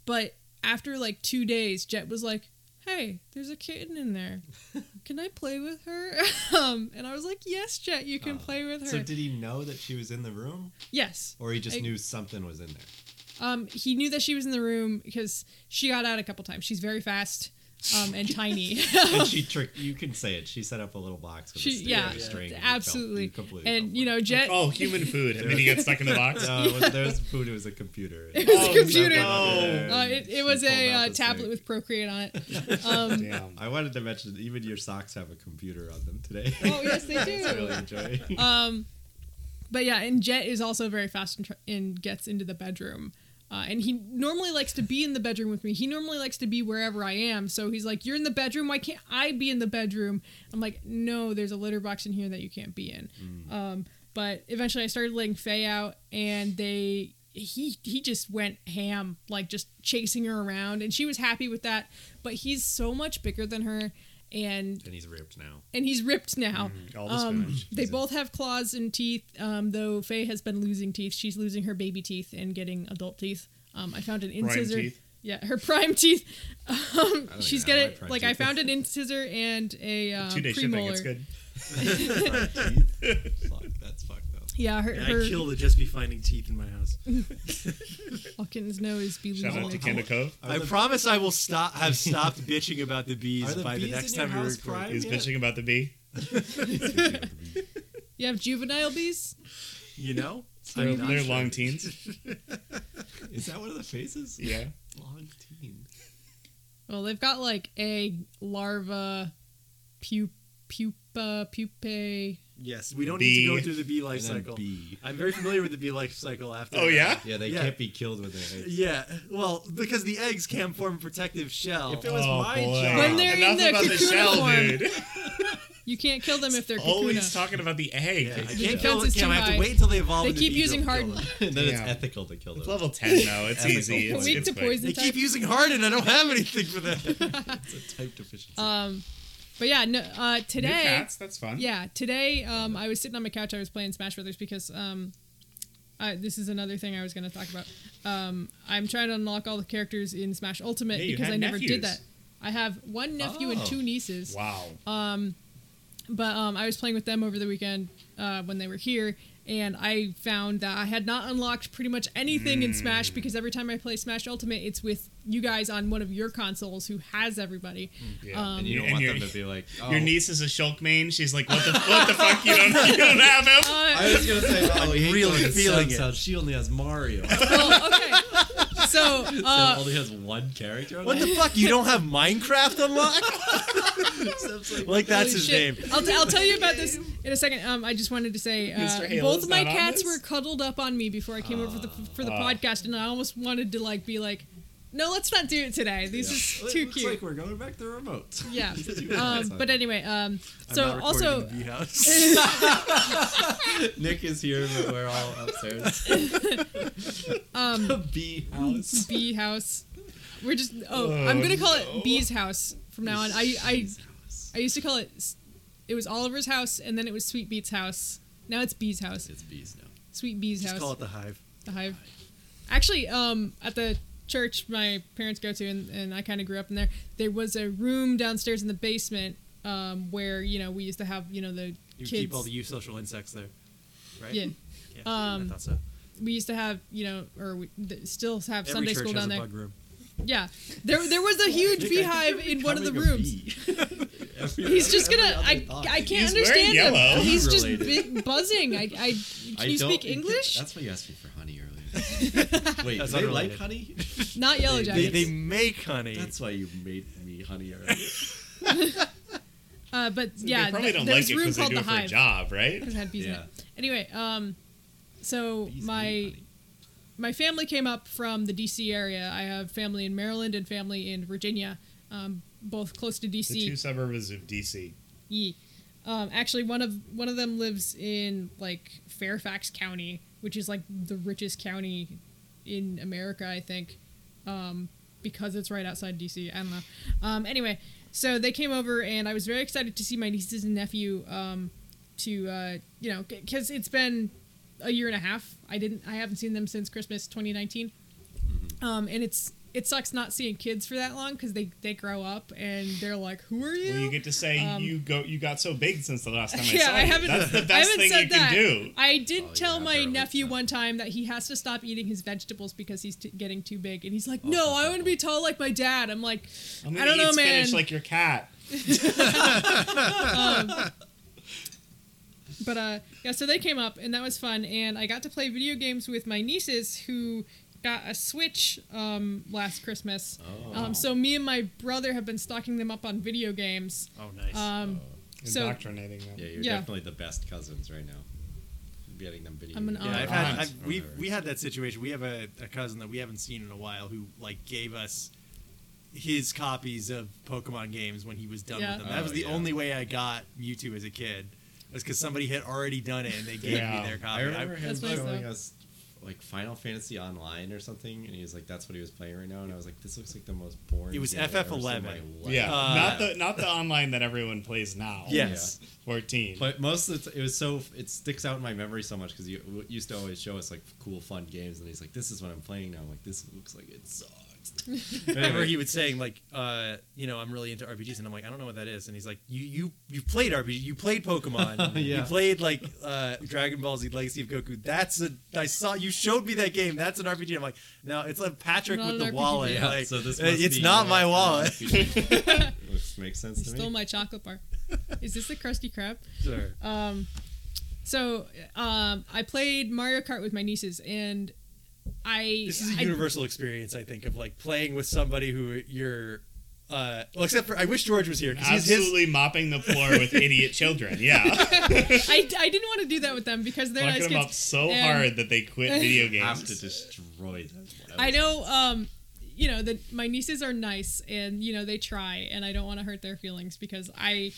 E: But after like two days, Jet was like, "Hey, there's a kitten in there. Can I play with her?" <laughs> um, and I was like, "Yes, Jet, you can play with her."
B: So did he know that she was in the room,
E: yes.
B: or he just
E: I-
B: knew something was in
E: <laughs>
B: there?
E: Um, he knew that she was in the room because she got out a couple times. She's very fast um, and
B: <laughs>
E: tiny. <laughs>
B: And she tricked. You can say it. She set up a little box with
E: she,
B: a stick
E: yeah,
B: and a string. and you felt-
E: absolutely.
B: you completely
E: and
B: felt
E: you
B: <laughs>
E: know, Jet.
C: Oh, human food. And then he gets stuck in the box.
B: No,
E: <laughs>
B: it was, there was food. It was a computer. It
E: was a computer.
C: no.
E: Uh, it, it was a uh, tablet with Procreate on
B: <laughs>
E: it. Um,
C: Damn.
B: I wanted to mention even your socks have a computer on them
E: <laughs>
B: today. <laughs>
E: Oh yes, they do.
B: I really
E: <laughs>
B: enjoy.
E: But yeah, and Jet is also very fast and, tr- and gets into the bedroom. Uh, and he normally likes to be in the bedroom with me. He normally likes to be wherever I am. So he's like, "You're in the bedroom. Why can't I be in the bedroom?" I'm like, "No, there's a litter box in here that you can't be in." Um, but eventually, I started letting Faye out, and they he he just went ham, like just chasing her around, and she was happy with that. But he's so much bigger than her, and
B: and he's ripped now.
E: and he's ripped now.
C: Mm-hmm. All the
E: Um,
C: spinach.
E: they both have claws and teeth, um, though Faye has been losing teeth. She's losing her baby teeth and getting adult teeth. Um, I found an incisor.
C: teeth?
E: Yeah, her prime teeth. <laughs> Um, she's
B: even have
E: getting
B: my prime
E: like I
B: teeth.
C: <laughs>
E: found an incisor and a uh,
C: Two day shipping. It's
E: premolar.
C: good.
B: Fuck, that's fucked up.
E: Yeah, her, her
D: I killed it just be finding teeth in my house.
E: <laughs> all kittens know is be
C: Shout out to
E: losing.
C: Canada Cove.
D: I promise I will stop. Have stopped bitching about the bees
B: Are the
D: by
B: bees
D: the next
B: in your
D: time we
B: house
D: record.
B: prime
C: He's
B: yet?
C: bitching about the bee.
E: You have juvenile bees.
D: You
E: <laughs>
D: know,
C: They're, they're long
B: <laughs>
C: teens.
B: Is that one of the faces?
C: Yeah.
B: Long teen.
E: Well, they've got like egg, larva, pup, pupa, pupae.
D: Yes, we don't
C: Bee.
D: need to go through the bee life
B: And then
D: cycle.
B: bee.
D: I'm very familiar with the bee life cycle. After
C: Oh,
D: that.
C: yeah?
B: Yeah, they
D: Yeah.
B: can't be killed with their eggs.
D: <laughs> yeah. Well, because the eggs can form a protective shell.
B: If it was
C: Oh,
B: my
C: boy.
B: job,
E: When they're in
C: Enough
E: the
C: about the
E: cocoon
C: shell,
E: form.
C: dude.
E: You can't kill them if they're
C: Always
E: kakuna.
C: talking about the egg.
D: yeah, I
C: It's
D: can't
E: defense
D: kill
E: is
D: it, Cam.
E: too
D: I have
E: high.
D: to wait until they evolve.
E: They
D: into
E: keep
D: bees,
E: using
D: don't kill
E: hard.
D: them.
B: <laughs> and then it's
C: Yeah.
B: ethical to kill them.
C: Level 10, though. It's easy. It's,
E: Weak
C: it's
E: to
C: quick.
E: poison.
D: They keep
E: type.
D: using hard, and I don't have anything for
E: <laughs>
D: that.
B: It's a type deficiency.
E: Um, But yeah, no, uh,
C: New
E: today.
C: cats. That's fun.
E: Yeah, today um, I was sitting on my couch. I was playing Smash Brothers because um, I, this is another thing I was going to talk about. Um, I'm trying to unlock all the characters in Smash Ultimate
C: Yeah, you
E: because
C: had
E: I never
C: nephews.
E: did that. I have one nephew and
B: Oh.
E: two nieces,
C: Wow.
E: Um, but um, I was playing with them over the weekend uh, when they were here, and I found that I had not unlocked pretty much anything in
C: Hmm.
E: Smash because every time I play Smash Ultimate, it's with you guys on one of your consoles who has everybody. Um,
C: Yeah.
B: and you don't
C: and
B: want
C: your-
B: them to be like, oh,
C: Your niece is a shulk main. She's like, what the, what the fuck? You don't, you don't have him?
E: Um,
B: I was gonna
D: <laughs>
B: say, oh, he
D: really
B: really
D: feeling
B: feeling
D: it.
B: sound. She only has Mario.
E: well, Oh, okay.
D: <laughs>
E: So, uh,
B: only has one character. On
D: what the fuck? You don't have Minecraft unlocked? like that's
E: Holy
D: his
E: shit.
D: name.
E: I'll, t- I'll tell you about this in a second. Um, I just wanted to say uh,
C: Mr. Halo's
E: both my
C: not on
E: cats
C: this?
E: were cuddled up on me before I came over for the, for
D: Ah.
E: the podcast, and I almost wanted to like be like, no, let's not do it today. This is
B: It
E: too
B: looks
E: cute.
B: like we're going back to remote.
D: <laughs>
E: yeah.
B: Yeah,
E: Um,
B: it's
E: but
B: not-
E: anyway, um,
D: I'm not
E: so
D: recording
E: also
D: in the bee house.
B: <laughs> Nick is here, but we're all upstairs. um, bee house.
E: bee house. We're just oh, I'm gonna call it Bee's house from now on. I I I used to call it. s- It was Oliver's house, and then it was Sweet Beet's house. Now it's Bee's house.
B: It's bees now.
E: Sweet Bee's
D: Just
E: house.
D: call it the hive.
E: The Hive. Actually, um, at the church my parents go to, and, and I kind of grew up in there, there was a room downstairs in the basement um, where, you know, we used to have, you know, the
D: You
E: kids-
D: keep all the you social insects there, right?
E: Yeah.
D: Yeah, I
E: um,
D: thought so.
E: We used to have, you know, or we th- still have
D: Every
E: Sunday
D: church
E: school
D: has
E: down
D: a
E: there.
D: bug room.
E: Yeah, there there was a huge beehive in one of the rooms. <laughs> He's just gonna. I I can't
C: He's
E: understand
C: wearing
E: him.
C: yellow.
E: He's just
B: Related.
E: big buzzing. I I can you speak English?
B: That's why you asked me for honey earlier. <laughs> Wait,
D: That's
B: do they like
D: unrelated.
B: <laughs> honey?
E: Not yellow
D: They,
E: jackets.
D: they make honey.
B: That's why you made me honey
E: <laughs>
B: earlier.
E: uh, but yeah,
C: they probably
E: th-
C: don't
E: there's
C: like it
E: room
C: because they
E: called
C: do
E: the
C: it for a
E: hive.
C: job, right?
E: It had bees in
B: Yeah.
E: it. Anyway, um, so
B: Bees hate
E: my
B: honey.
E: my family came up from the D.C. area. I have family in Maryland and family in Virginia, um, both close to
C: The two
E: D.C.
C: suburbs of DC.
E: Ye. Um, actually, one of one of them lives in like Fairfax County, which is like the richest county in America, I think, um, because it's right outside DC. I don't know. Um, anyway, so they came over, and I was very excited to see my nieces and nephew. Um, to uh, you know, because it's been a year and a half. I didn't. I haven't seen them since Christmas 2019. Um, and it's it sucks not seeing kids for that long because they they grow up and they're like, who are you?
C: Well, you get to say you go. You got so big since the last time I
E: Um, yeah,
C: saw
E: I
C: you.
E: haven't.
C: That's the
E: <laughs> I
C: best
E: haven't
C: thing
E: said
C: you
E: that.
C: can do.
E: I did
B: yeah,
E: tell my
B: apparently
E: nephew
B: so.
E: one time that he has to stop eating his vegetables because he's t- getting too big, and he's like, "No, I want to be tall like my dad." I'm like,
C: I'm
E: I
C: gonna
E: don't
C: eat
E: know, man.
C: spinach like your cat.
E: but uh, yeah, so they came up, and that was fun, and I got to play video games with my nieces who got a Switch um, last Christmas. Um, so me and my brother have been stocking them up on video games.
D: oh, nice.
E: Um,
C: uh,
E: So-
C: Indoctrinating them.
B: Yeah, you're
E: Yeah.
B: definitely the best cousins right now. Getting them video.
E: I'm an
B: games.
E: Yeah,
D: yeah, I've
E: I've
C: Aunt.
D: had, I've, we we had that situation. We have a, a cousin that we haven't seen in a while who like gave us his copies of Pokemon games when he was done
E: Yeah.
D: with them. That was
B: Oh,
D: the
B: yeah.
D: only way I got Mewtwo as a kid. Was because somebody had already done it and they gave
C: Yeah.
D: me their
B: I
D: copy.
B: remember him
E: That's nice,
B: showing
E: though.
B: us like Final Fantasy Online or something, and he was like, "That's what he was playing right now," and I was like, "This looks like the most boring."
D: It was
B: game I've ever seen in my
D: FF11.
B: life."
C: Yeah,
D: Uh,
C: not the not the online that everyone plays now.
D: yes.
C: fourteen.
B: But most of the t- it was so it sticks out in my memory so much because you w- used to always show us like cool fun games and he's like this is what I'm playing now I'm like this looks like it sucks.
D: I remember he would saying like, uh, you know, I'm really into RPGs, and I'm like, I don't know what that is. And he's like, you you you played RPG, you
B: <laughs>
D: played Pokemon,
B: Yeah.
D: you played like uh, Dragon Ball Z Legacy of Goku. That's a I saw you showed me that game. That's an RPG. I'm like, no, it's like Patrick with
E: Not an
D: the
E: RPG.
D: wallet.
B: Yeah,
D: like,
B: so this
D: uh,
B: must
D: it's
B: be
D: not
B: your-
D: my wallet.
E: <laughs>
B: Which makes sense to
E: Stole
B: me.
E: my chocolate bar. Is this the Krusty Krab?
D: Sure.
E: So um, I played Mario Kart with my nieces, and I
D: this is a
E: I-
D: universal experience, I think, of like playing with somebody who you're. Uh, well, except for I wish George was here because he's his.
C: Absolutely mopping the floor with idiot children.
E: <laughs>
C: Yeah,
E: I, I didn't want to do that with them because they're
C: fucking
E: nice
C: them
E: kids.
C: up so
E: and-
C: hard that they quit
E: <laughs>
C: video
B: I have to
C: games.
B: destroy them.
E: I know, um, you know that my nieces are nice, and you know they try, and I don't want to hurt their feelings because I,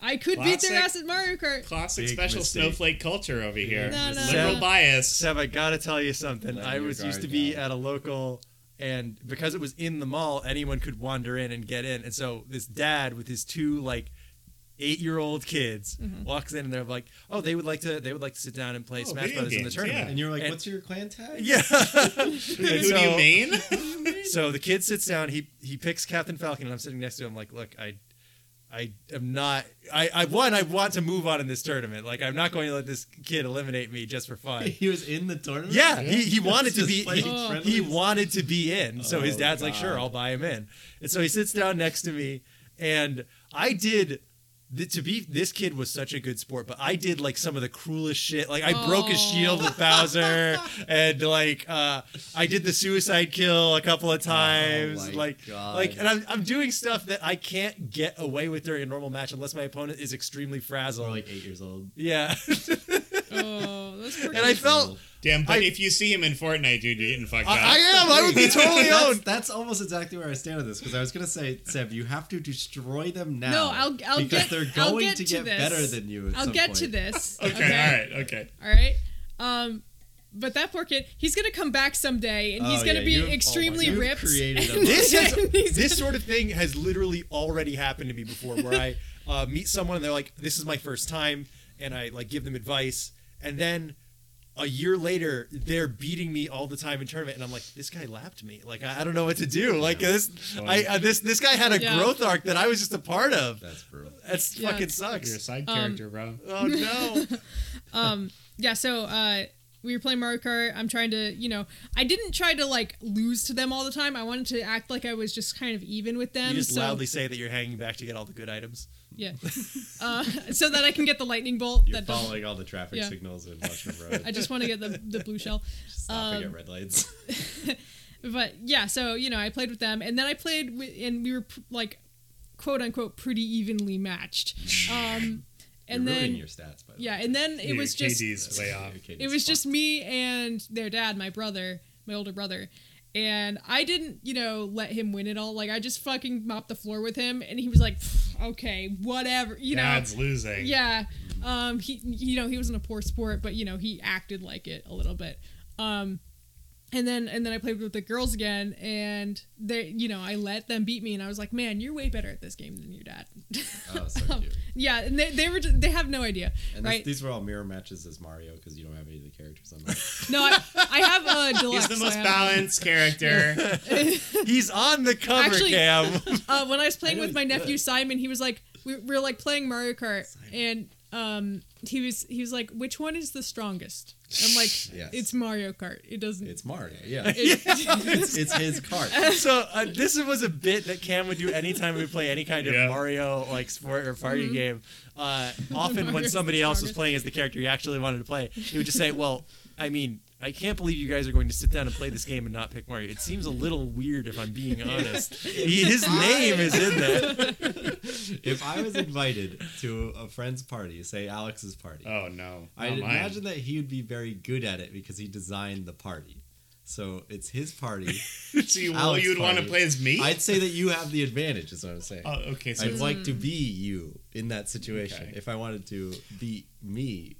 E: I could beat their
C: Classic-
E: ass at Mario Kart.
C: Classic
B: Big
C: special
B: mistake.
C: snowflake culture over here.
E: No, no,
C: Liberal
D: no.
C: bias.
D: Seb, I gotta tell you something.
B: Letting
D: I
B: your
D: was used to
B: guard
D: be
B: down.
D: at a local, and because it was in the mall, anyone could wander in and get in. And so this dad with his two like eight-year-old kids walks in, and they're like, "Oh, they would like to. They would like to sit down and play
C: Oh,
D: Smash
C: video
D: Brothers in the
C: games,
D: tournament."
B: And you're like,
C: <laughs>
D: And-
B: what's your clan tag?
D: Yeah.
C: Who
D: And
C: do you
D: <laughs> so-
C: mean?
D: <laughs> so the kid sits down. He he picks Captain Falcon, and I'm sitting next to him. Like, look, I, I am not. I I one. I want to move on in this tournament. Like, I'm not going to let this kid eliminate me just
C: <laughs>
D: for fun.
B: He was in the tournament.
D: Yeah, he, he wanted to
B: Just
D: be
B: playing
E: Oh.
D: he, he
B: friendlies?
D: wanted to be in. So his
B: Oh,
D: dad's like, sure,
B: God.
D: I'll buy him in. And so he sits down next to me, and I did. th- To be this kid was such a good sport, but I did like some of the cruelest shit. Like I broke his
E: Aw.
D: shield with <laughs> Bowser, and like uh, I did the suicide kill a couple of times.
B: my
D: like,
B: God.
D: like, and I'm, I'm doing stuff that I can't get away with during a normal match unless my opponent is extremely frazzled.
B: We're like eight years old.
D: yeah,
E: Oh, those poor
D: and I
E: kids.
D: felt
C: Damn, but
D: I-
C: if you see him in Fortnite, dude, you're getting fucked
D: <laughs> I,
C: up.
D: I am. I
C: <laughs>
D: <laughs> would be totally
B: That's,
D: owned.
B: that's almost exactly where I stand on this because I was gonna say, Seb, you have to destroy them now.
E: No, I'll- I'll
B: because
E: get-
B: they're going
E: I'll get
B: to
E: to
B: get
E: this.
B: better than you. At
E: I'll
B: some
E: get
B: point.
E: to this.
C: okay, all right, okay.
E: all right, Um, but that poor kid, he's gonna come back someday, and he's
B: Oh,
E: gonna
B: yeah,
E: be
B: you've- oh my
E: extremely
B: God. You've
E: ripped. <laughs>
B: created a
E: and
D: this has,
B: <laughs>
E: then he's
D: this sort of thing has literally already happened to me before where i uh, meet someone and they're like this is my first time and i like give them advice and then a year later, they're beating me all the time in tournament, and I'm like, this guy lapped me. Like I, I don't know what to do. Like this, I uh, this this guy had a
E: Yeah.
D: growth arc that I was just a part of.
B: That's brutal.
D: That's
E: Yeah.
D: fucking
C: You're a
D: sucks.
E: Um,
C: side character, bro.
D: Oh
E: <laughs>
D: no.
E: <laughs> Yeah, so uh we were playing Mario Kart. I'm trying to, you know, I didn't try to like lose to them all the time. I wanted to act like I was just kind of even with them.
D: you just
E: so,
D: loudly say that you're hanging back to get all the good items.
E: <laughs>
B: <laughs>
E: yeah, uh, so that I can get the lightning bolt.
B: You're
E: that doesn't-
B: following all the traffic
E: Yeah.
B: signals and Mushroom Road.
E: <laughs> I just want to get the the blue shell. <laughs> Um,
B: stopping at red lights.
E: but yeah, so you know, I played with them, and then I played with, and we were pr- like, quote unquote, pretty
B: <sighs>
E: evenly matched. Um, and
B: You're
E: then
B: ruining your stats, by the
E: yeah, and then it
C: Your
E: was just
C: KD's
E: <laughs>
C: way off.
B: way. Okay,
E: it was just me and their dad, my brother, my older brother. And I didn't, you know, let him win it all. Like I just fucking mopped the floor with him, and he was like, "Pff, "Okay, whatever," you know.
C: Dad's losing.
E: Yeah. Um he you know, he wasn't a poor sport, but you know, he acted like it a little bit. Um and then and then I played with the girls again and they you know, I let them beat me and I was like, "Man, you're way better at this game than your dad." <laughs>
B: Oh, so cute.
E: yeah, and they, they were just, they have no idea,
B: And
E: right?
B: this, these were all mirror matches as Mario because you don't have any of the characters on
C: <laughs>
B: there.
E: no, I, I have a
C: He's
E: deluxe.
C: the
E: so I
C: most
E: have- <laughs>
C: balanced character.
D: <laughs> He's on the cover,
E: Actually-
D: Cam.
E: uh, when I was playing
B: know
E: with
B: he's
E: my
B: good.
E: nephew Simon, he was like, we, we were like playing Mario Kart, and um, he was he was like, which one is the strongest? I'm like,
B: Yes.
E: it's Mario Kart. It doesn't.
B: It's Mario. Yeah, <laughs>
E: it-
B: it's, it's his cart.
D: so uh, this was a bit that Cam would do anytime we play any kind of
C: Yeah.
D: Mario like sport or party game. Uh, often when
E: Mario's
D: somebody
E: the
D: else was
E: strongest.
D: playing as the character he actually wanted to play, he would just say, "Well, I mean." I can't believe you guys are going to sit down and play this game and not pick Mario. It seems a little weird, if I'm being honest. He- his name is in there.
B: If I was invited to a friend's party, say Alex's party,
C: Oh no.
B: I
C: Not mine.
B: imagine that he would be very good at it because he designed the party. So it's his
C: <laughs>
B: party.
C: <laughs> so you, well,
B: Alex
C: you'd want to
B: party.
C: play as me?
B: I'd say that you have the advantage. Is what I'm saying.
C: oh, okay. So
B: I'd like to be you in that situation
C: Okay.
B: if I wanted to beat me.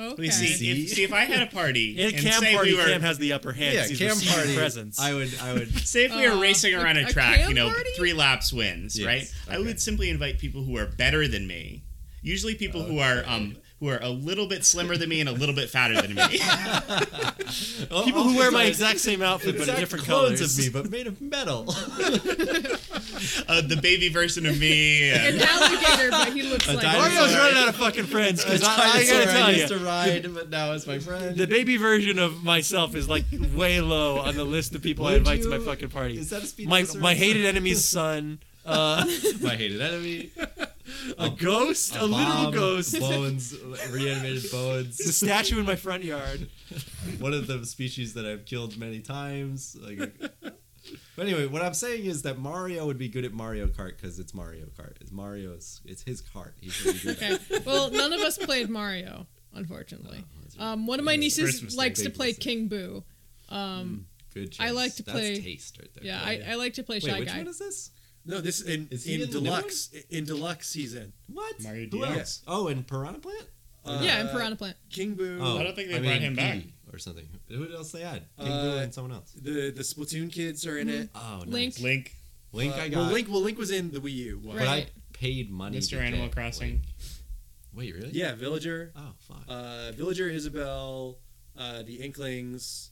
E: okay.
C: see,
B: See?
C: If, see if I had a party
D: In a
C: and
D: Cam
C: say
D: party,
C: we were
D: Cam has the upper hand. 'cause he's receiving presence.
B: I would. I
C: <laughs>
B: would.
C: Say if we were
E: Uh,
C: racing around
E: a-
C: a,
E: a
C: track,
E: cam
C: you know,
E: party?
C: three laps wins,
B: Yes,
C: right? I
B: okay.
C: would simply invite people who are better than me. Usually people who are um who are a little bit slimmer than me and a little bit fatter than
E: <laughs>
C: me.
D: People who wear my exact same outfit but in
B: Exact
D: different
B: clones
D: colors.
B: of me, but made of
C: <laughs>
B: metal.
C: <laughs> uh, the baby version of me. <laughs> And,
E: <laughs> An alligator, but he looks
B: A
E: like
B: dinosaur.
D: Mario's running out of fucking friends because I, I
B: Dinosaur
D: gotta tell you,
B: used to <laughs> ride, but now it's my friend.
D: The baby version of myself is like way low on the list of people I
B: Would
D: invite to my
B: you-
D: fucking party.
B: is that a speed
D: my
B: racer? <laughs>
D: my hated
I: <laughs>
D: enemy's son, uh,
B: my hated enemy.
D: a ghost, a, literal
B: Bob, <laughs>
D: ghost,
B: Bones, reanimated
D: the
B: bones. <laughs>
D: statue in my front yard.
B: One of the species that I've killed many times. Like, but anyway, what I'm saying is that Mario would be good at Mario Kart because it's Mario Kart. It's Mario's. It's his cart. He's really good at it.
E: Okay. Well, none of us played Mario, unfortunately. Um, one of my
C: Christmas
E: nieces
C: thing.
E: likes to
B: Big
E: play
B: mistake.
E: King Boo. Um,
B: Good.
E: I
B: choice.
E: like to
B: That's
E: play-
B: taste right there.
E: yeah, I, I like to play
B: Wait,
E: Shy
B: which
E: Guy.
B: one is this?
I: No, this in
B: Is he
I: in,
B: in the new
I: deluxe in deluxe season.
B: What?
C: Mario
B: Who
C: DS.
B: else? Oh, and Piranha Plant.
E: yeah, and Piranha Plant.
I: Uh, King Boo,
B: Oh,
C: I don't think they brought him back.
B: Petey or something. Who else they had? King
I: Uh,
B: Boo and someone else.
I: the the Splatoon kids are in it.
B: Oh, nice.
E: Link.
C: Link,
B: Link,
I: Uh,
B: I got.
I: well, Link. Well, Link was in the Wii U. One.
B: But I
E: Right.
B: paid money. to
C: Mr.
B: get
C: Animal
B: Link.
C: Crossing.
B: Wait, really?
I: Yeah, Villager,
B: Oh, fuck.
I: uh, Villager, Isabel, uh, the Inklings,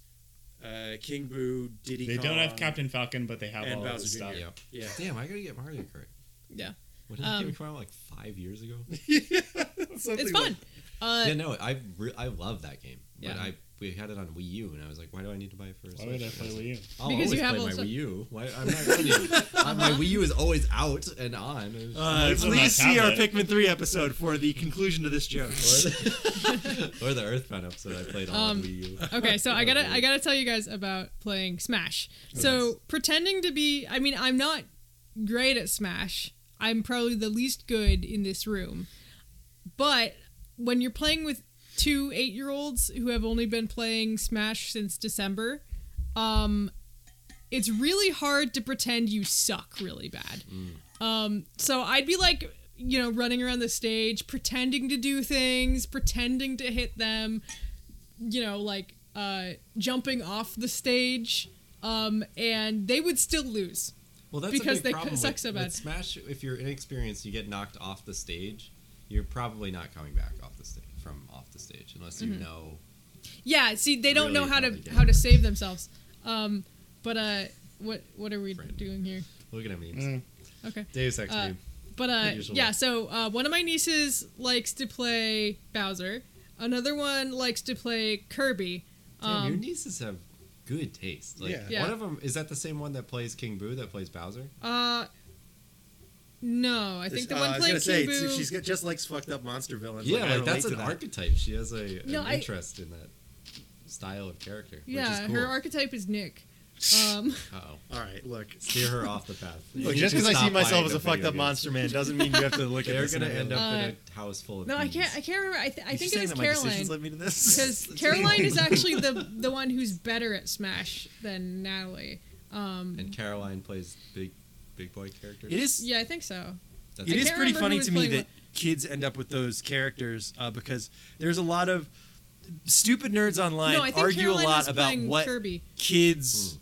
I: uh, King Boo, Diddy.
C: They don't have
I: Kong.
D: <laughs>
C: Captain Falcon, but they have
I: and
C: all
I: Bowser
C: this stuff.
I: Jr.
B: yeah.
I: Yeah.
B: Damn, I gotta get Mario Kart.
E: Yeah.
B: What did
E: Um,
B: that game come out like five years ago?
E: It's fun. Uh,
B: yeah, no, I re- I love that game. But
E: Yeah.
B: I we had it on Wii U, and I was like, why do I need to buy it for? a
C: Why would I
B: Switch?
C: play with you?
B: I'll
E: Because
B: always
E: you have
B: play
E: all
B: my
E: the-
B: Wii U. Why, I'm not going
E: <laughs>
B: to. Uh, my Wii U is always out and on. It's-
D: Uh,
C: It's on
D: please
C: my
D: see our
C: tablet.
D: Pikmin three episode for the conclusion to this joke.
B: <laughs> or the Earthbound episode I played on
E: Um,
B: Wii U.
E: <laughs> okay so i gotta i gotta tell you guys about playing smash so pretending to be i mean i'm not great at smash i'm probably the least good in this room but when you're playing with two eight year olds who have only been playing smash since december um it's really hard to pretend you suck really bad um so i'd be like you know running around the stage pretending to do things pretending to hit them you know, like uh, jumping off the stage, um, and they would still lose.
B: Well, that's
E: because
B: a big
E: they
B: problem
E: suck
B: with,
E: so
B: with
E: bad.
B: Smash. If you're inexperienced, you get knocked off
E: Mm-hmm.
B: the stage. You're probably not coming back off the stage from off the stage unless you know
E: Yeah, see, they don't
B: Really,
E: know how to
B: probably don't.
E: how to save themselves. Um, but uh, what what are we
B: Friend.
E: doing here?
B: Look at memes.
D: Mm.
E: Okay.
B: Deus Ex
E: Uh,
B: meme.
E: But uh,
B: usual.
E: yeah, so uh, one of my nieces likes to play Bowser. Another one likes to play Kirby.
B: Damn,
E: Um,
B: your nieces have good taste. Like,
I: Yeah.
E: Yeah.
B: One of them is that the same one that plays King Boo that plays Bowser?
E: uh, no, I think the
I: Uh,
E: one
I: I was
E: playing
I: gonna say,
E: King Boo-
I: she's got- just likes fucked up monster villains.
B: yeah,
I: I
B: like
I: relate
B: that's an
I: to that.
B: archetype. She has a
E: No,
B: an
E: I-
B: interest in that style of character.
E: yeah,
B: which is cool.
E: her archetype is
B: <laughs>
E: Nick. Um, <laughs>
B: Uh-oh.
I: All right, look.
B: steer her off the path.
D: Look,
B: You
D: just
B: should
D: because I see
B: stop
D: myself
B: buying
D: as
B: the
D: a fucked
B: video
D: up
B: games.
D: monster man doesn't mean you have to look at
B: they're
D: this.
B: gonna
D: and
B: end up
E: Uh,
B: in a house full of.
E: no, I
B: bees.
E: can't. I can't remember. I, th- I
D: Keep
E: think it
D: saying
E: was
D: that my decisions
E: Caroline.
D: led me to this.
E: because
D: <laughs>
E: Caroline is actually the the one who's better at Smash than Natalie. Um,
B: And Caroline plays big, big boy character.
D: It is
E: yeah, I think so.
B: That's
D: it
E: I
D: is
E: can't
D: pretty
E: remember
D: funny
E: who
D: to
E: was
D: me
E: playing
D: that kids end up with those characters uh, because there's a lot of stupid nerds online
E: no, I think
D: argue
E: Caroline
D: a
E: was
D: lot about
E: playing
D: what
E: Kirby.
D: kids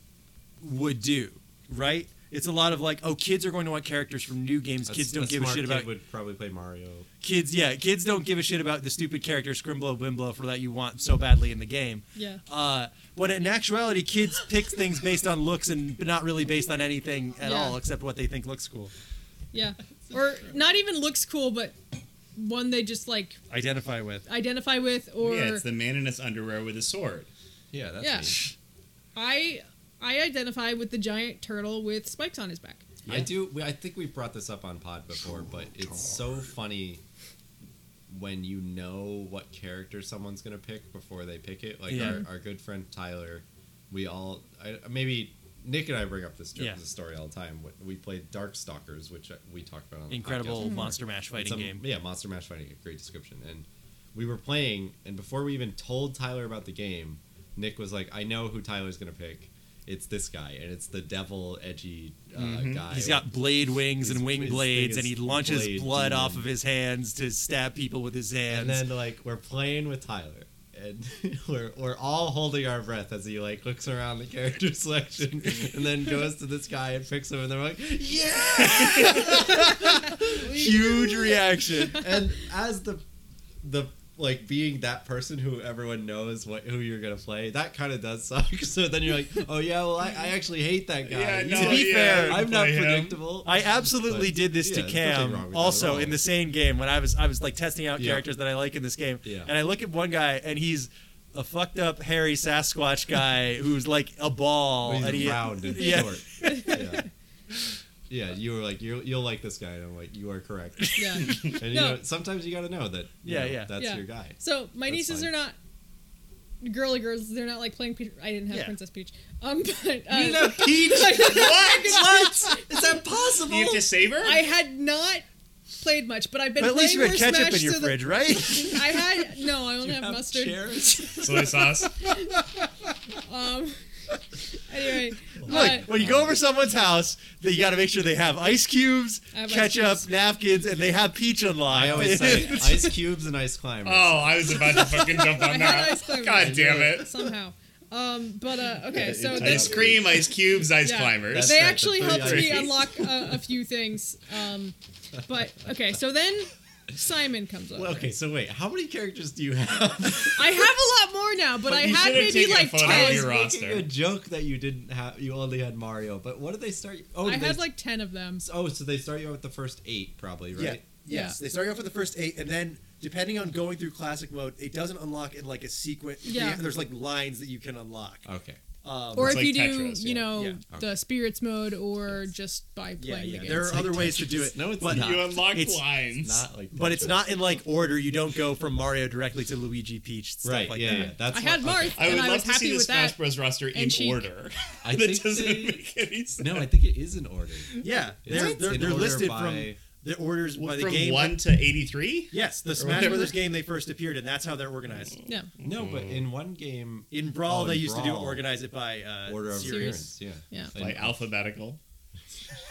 B: Hmm.
D: would do, right? It's a lot of like, oh, kids are going to want characters from new games.
B: that's-
D: kids don't give a
B: smart
D: shit
B: kid
D: about
B: Would probably play Mario.
D: kids. Yeah, kids don't give a shit about the stupid character Scrimblow Bimblow for that you want so badly in the game.
E: Yeah.
D: Uh, when in actuality, kids pick things based on looks and not really based on anything at
E: Yeah.
D: all except what they think looks cool. <laughs>
E: Yeah. Or not even looks cool, but one they just like
D: Identify with.
E: identify with or
C: yeah, it's the man in his underwear with a sword.
B: Yeah, that's
E: Yeah.
B: me.
E: I I identify with the giant turtle with spikes on his back.
B: I do. We, I think we brought this up on pod before, but it's so funny when you know what character someone's gonna pick before they pick it. Like
D: Yeah.
B: our, our good friend Tyler, we all I, maybe Nick and I bring up this joke,
D: Yeah.
B: this story all the time. We- We played Darkstalkers, which uh, we talked about on the
D: Incredible
B: podcast before.
D: Monster Mash fighting
B: Some-
D: game.
B: Yeah, Monster Mash fighting. game, Great description. And we were playing, and before we even told Tyler about the game, Nick was like, "I know who Tyler's gonna pick. It's this guy, and it's the devil edgy uh, guy.
D: He's got blade wings
B: His-
D: and wing
B: his
D: blades,
B: thing
D: and he
B: is
D: launches
B: blade
D: blood
B: demon.
D: off of his hands to stab people with his hands.
B: And then like we're playing with Tyler, and <laughs> we're we're all holding our breath as he like looks around the character <laughs> selection, and then goes to this guy and picks him, and they're like, <laughs>
D: huge reaction.
B: and as the the like being that person who everyone knows what who you're gonna play, that kind of does suck. <laughs> So then you're like, oh yeah, well I, I actually hate that guy.
C: Yeah,
B: He's
C: no,
B: a-
D: to be
C: yeah,
D: fair,
C: you
B: I'm not
C: play him.
B: predictable.
D: I absolutely
B: But,
D: did this
B: yeah,
D: to
B: there's nothing wrong with
D: Cam.
B: that at
D: Also,
B: all.
D: in the same game when I was I was like testing out
B: Yeah.
D: characters that I like in this game,
B: Yeah.
D: and I look at one guy and he's a fucked up hairy Sasquatch guy <laughs> who's like a ball,
B: He's
D: and he
B: round and
D: yeah. <laughs>
B: short. Yeah. Yeah, you were like you you'll like this guy, and I'm like you are
D: <laughs>
B: correct.
E: Yeah.
B: And you
E: No.
B: know, sometimes you got to know that. you
D: Yeah,
B: know,
D: yeah.
B: That's
E: Yeah.
B: your guy.
E: So my
B: That's
E: nieces
B: fine.
E: are not girly girls. They're not like playing. Peach. I didn't have
D: Yeah.
E: Princess Peach. Um, <laughs> but uh,
D: You know, <laughs> Peach.
E: <laughs> what?
D: Is that possible?
C: You have to save her?
E: I had not played much, but I've been
D: But at
E: playing
D: least you had
E: more
D: ketchup
E: Smash
D: in your
E: so that-
D: fridge,
E: <laughs>
D: right?
E: I had no. I only have, mustard.
C: Soy
E: <laughs>
C: sauce.
E: Um. <laughs> anyway,
D: Look,
E: uh,
D: when you go over someone's house, that you got to make sure they have ice cubes,
E: I have ice
D: ketchup,
E: cubes.
D: napkins, and they have peach unlocked.
B: I
D: <laughs>
B: always say ice cubes and ice climbers.
C: Oh, I was about to fucking jump
E: I
C: on
E: had
C: that.
E: ice climbers.
C: God damn it.
E: Somehow. Um, but uh, okay, so then
C: Ice cream, ice
E: <laughs>
C: cubes, ice
E: Yeah.
C: climbers.
E: they
B: right, the
E: actually
B: three
E: helped me
C: ices.
E: unlock a, a few things. Um, but okay, so then Simon comes over.
B: Well, okay, so wait, how many characters do you
C: <laughs>
B: have?
E: I have a lot more now, but, I
C: you
E: had
C: should have
E: maybe
C: taken a
E: like
C: photo of
E: ten.
C: your
B: I was
C: roster.
B: making a joke that you didn't have. You only had Mario, but what did they start? Oh,
E: I
B: they,
E: had like ten of them.
B: oh, so they start you out with the first eight, probably,
I: Yeah.
B: right?
I: Yes. They start you off with the first eight, and then depending on going through classic mode, it doesn't unlock in like a sequence.
E: Yeah.
I: There's like lines that you can unlock.
B: Okay.
I: Um,
E: Or
C: It's
E: if
C: like
E: you do,
C: Tetris,
E: you
C: yeah.
E: know,
I: Yeah.
E: the spirits mode, or just by playing
I: yeah,
E: the
I: yeah.
E: game.
I: There are other ways to do it.
B: No, it's
D: But-
B: not.
C: You unlock
D: It's-
C: lines.
B: not like
D: But
B: that.
D: it's not in like order. You don't go from Mario directly to Luigi Peach. Stuff
B: right.
D: Like
B: yeah,
D: That.
B: yeah, that's
E: I
B: what-
E: had
B: okay.
E: Marth,
C: I would
E: and
C: love
E: I was
C: to see
E: happy
C: the
E: with
C: Smash
E: that.
C: Bros. roster in
E: And Sheik. <laughs>
C: order.
B: I
C: that
B: think
C: doesn't
B: they-
C: make any sense.
B: No, I think it is in order.
I: yeah.
B: It's
I: They're,
B: in
I: they're, they're
B: order
I: listed from
B: by-
I: the orders by the
C: from
I: game.
C: one to eighty-three.
I: Yes, the Smash
C: whatever.
I: Brothers game they first appeared in. That's how they're organized.
E: Yeah.
B: No, but in one game,
I: In Brawl,
B: Oh, in
I: they used to do
B: Brawl.
I: organize it by uh,
B: order of
I: series.
B: appearance. Yeah.
E: Yeah.
B: And-
C: Like alphabetical.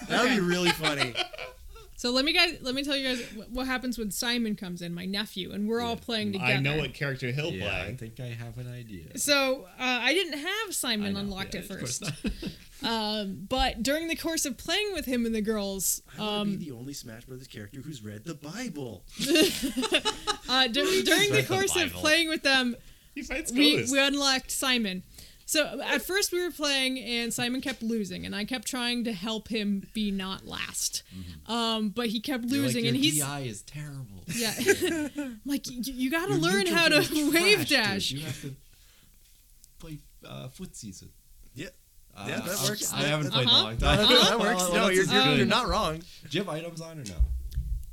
I: That would
E: Okay.
I: be really
E: <laughs>
I: funny.
E: So let me guys, let me tell you guys wh- what happens when Simon comes in, my nephew, and we're all playing together.
C: I know what character he'll
B: yeah, I
C: play.
B: think I have an idea.
E: So uh, I didn't have
B: I
E: Simon
B: know,
E: unlocked
B: yeah,
E: at
B: of course
E: first, um, but during the course of playing with him and the girls,
I: I want to
E: um,
I: be the only Smash Brothers character who's read the Bible.
E: uh, dur- during the
B: Read the
E: course of
B: Bible.
E: playing with them,
C: He fights
E: we,
C: ghosts.
E: we unlocked Simon. So at first we were playing and Simon kept losing and I kept trying to help him be not last. Um, but he kept losing
B: Like,
E: and
B: your
E: he's
B: DI is terrible. <laughs>
E: yeah. <laughs> I'm like you, you got to
B: Your
E: learn
B: neutral
E: how
B: game
E: to
B: is trash,
E: wave
B: dude.
E: dash.
B: You have to play uh, footsies. with-
D: Yeah.
B: Uh,
D: Yeah, that
B: I-
D: works.
B: I
D: That-
B: haven't played in a
E: Uh-huh.
B: long time.
D: that works.
B: Well,
D: No,
B: that's
D: you're,
B: as
D: you're,
E: good.
D: you're not wrong.
B: Do you have items on or no?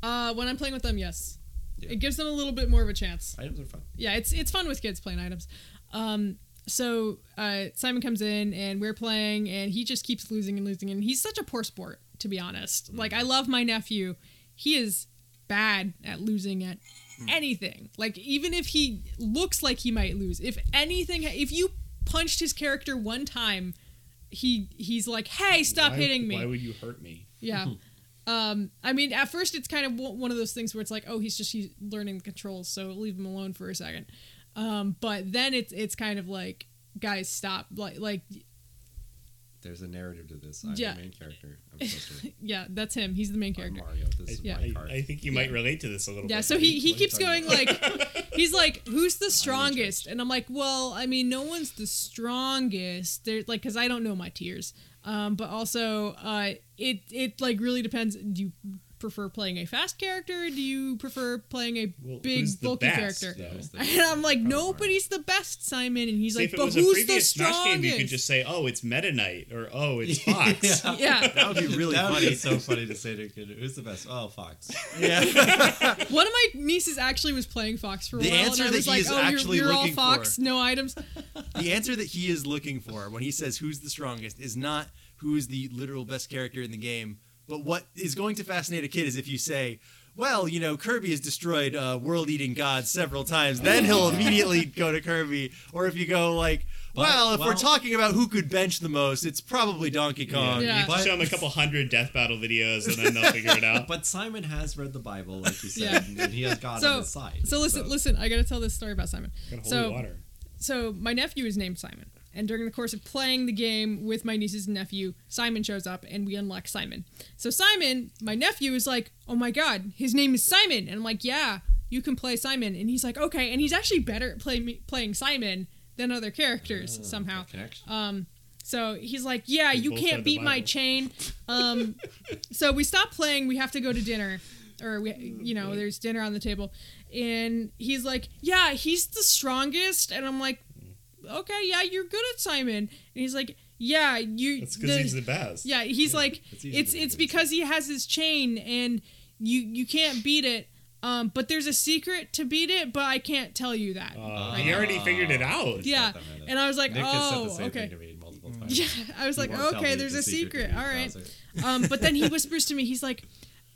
E: Uh, when I'm playing with them, yes.
B: Yeah.
E: It gives them a little bit more of a chance.
B: Items are fun.
E: yeah, it's it's fun with kids playing items. Um, so uh, Simon comes in and we're playing, and he just keeps losing and losing. And he's such a poor sport, to be honest.
C: Mm.
E: Like I love my nephew, he is bad at losing at
C: Mm.
E: anything. Like even if he looks like he might lose, if anything, if you punched his character one time, he he's like, "Hey, stop
C: Why-
E: hitting me!"
C: Why would you hurt me?
E: Yeah. Um, I mean, at first it's kind of one one of those things where it's like, oh, he's just he's learning the controls, so leave him alone for a second. Um, but then it's it's kind of like, guys, stop. Like like
B: There's a narrative to this. I'm
E: Yeah.
B: the main character.
E: <laughs>
B: I'm supposed to.
E: yeah, that's him. He's the main
B: I'm
E: character.
B: Mario. This is
E: Yeah.
B: my
C: I,
B: card.
C: I think you might relate to this a little
E: Yeah,
C: bit.
E: so he, he
B: What are you
E: keeps
B: talking
E: going
C: <laughs>
E: like he's like, Who's the strongest? And I'm like, Well, I mean, no one's the strongest. There like because I don't know my tiers. Um, but also uh it it like really depends. Do you prefer playing a fast character? Do you prefer playing a
C: Well,
E: big
C: who's the
E: bulky
C: best,
E: character?
C: though?
B: That's the-
E: <laughs> And I'm like, nobody's the best, Simon. And he's
C: See,
E: like,
C: if it
E: but
C: was a
E: who's the
C: previous Smash
E: strongest?
C: game, you could
E: <laughs>
C: just say, "Oh, it's Meta Knight," or "Oh, it's
B: <laughs>
C: Fox."
E: yeah.
C: <laughs>
D: That would be really
B: that would
D: funny.
B: be <laughs> so funny to say to a kid. Who's the best? Oh, Fox.
E: One of my nieces actually was playing Fox for a
D: The
E: while,
D: answer
E: and I
D: that
E: was
D: he
E: like,
D: is
E: oh, you're,
D: actually
E: you're all
D: looking
E: Fox,
D: for.
E: no items.
D: <laughs> the answer that he is looking for when he says who's the strongest is not who is the literal best character in the game, but what is going to fascinate a kid is if you say, well, you know, Kirby has destroyed uh, world eating gods several times, then he'll immediately go to Kirby. Or if you go, like, well, if we're
B: well-
D: talking about who could bench the most, it's probably Donkey Kong.
E: Yeah.
C: Show them a couple hundred death battle videos, and then they'll figure it out.
B: But Simon has read the Bible, like you said,
E: Yeah.
B: and- and he has God on
E: So,
B: his side.
E: so listen, listen, I gotta tell this story about Simon.
C: Got holy
E: So,
C: water.
E: so my nephew is named Simon, and during the course of playing the game with my nieces and nephew, Simon shows up, and we unlock Simon. So Simon, my nephew, is like, "Oh my god, his name is Simon," and I'm like, "Yeah, you can play Simon," and he's like, "Okay," and he's actually better at play, playing Simon than other characters somehow. Um,
B: Connection.
E: So he's like, "Yeah, you
C: both
E: can't
C: have the
E: beat my
C: Bible.
E: chain." Um, so we stop playing. We have to go to dinner, or we, you
B: Mm-hmm.
E: know, there's dinner on the table, and he's like, "Yeah, he's the strongest," and I'm like, "Okay, yeah, you're good at Simon," and he's like, "Yeah, you."
C: That's because he's the best.
E: Yeah, he's like
B: it's
E: it's
B: easy
E: it's,
B: to be good at
E: because he has his chain and you you can't beat it. Um, but there's a secret to beat it, but I can't tell you that.
C: Uh, he already figured it out.
E: yeah,
B: Oh, that meta.
E: and I was like,
B: Nick has said the
E: oh,
B: same
E: okay.
B: thing to me multiple times.
E: <laughs> Yeah, I was
B: He
E: like,
B: won't tell
E: okay,
B: me
E: there's
B: the
E: a secret.
B: to
E: All
B: use
E: right.
B: Bowser.
E: Um, but then he whispers to me, he's like,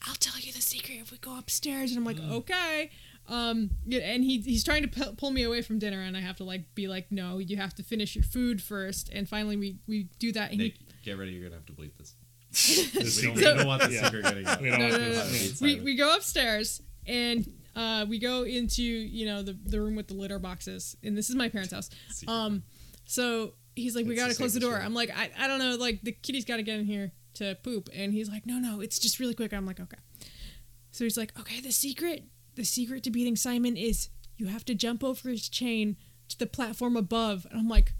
E: I'll tell you the secret if we go upstairs. And I'm like, okay. Um, yeah, and he, he's trying to pu- pull me away from dinner, and I have to like be like, no, you have to finish your food first. And finally, we, we do that. And
B: Nick,
E: he,
B: get ready. You're gonna have to bleep
E: <laughs>
B: this.
C: This
B: We don't,
C: we
B: we
C: don't,
B: don't want the
C: Yeah.
B: secret getting out.
C: we don't
E: no,
C: want
E: no,
C: to-
E: no, no.
B: I hate
E: we,
B: Simon.
E: we go upstairs and uh, we go into you know the, the room with the litter boxes and this is my parents
C: <laughs>
E: house um so he's like we
C: It's
E: gotta
C: the
E: close the door
C: safest
E: i'm like I, I don't know like the kitty's gotta get in here to poop and he's like no no it's just really quick i'm like okay so he's like okay the secret the secret to beating simon is you have to jump over his chain to the platform above and i'm like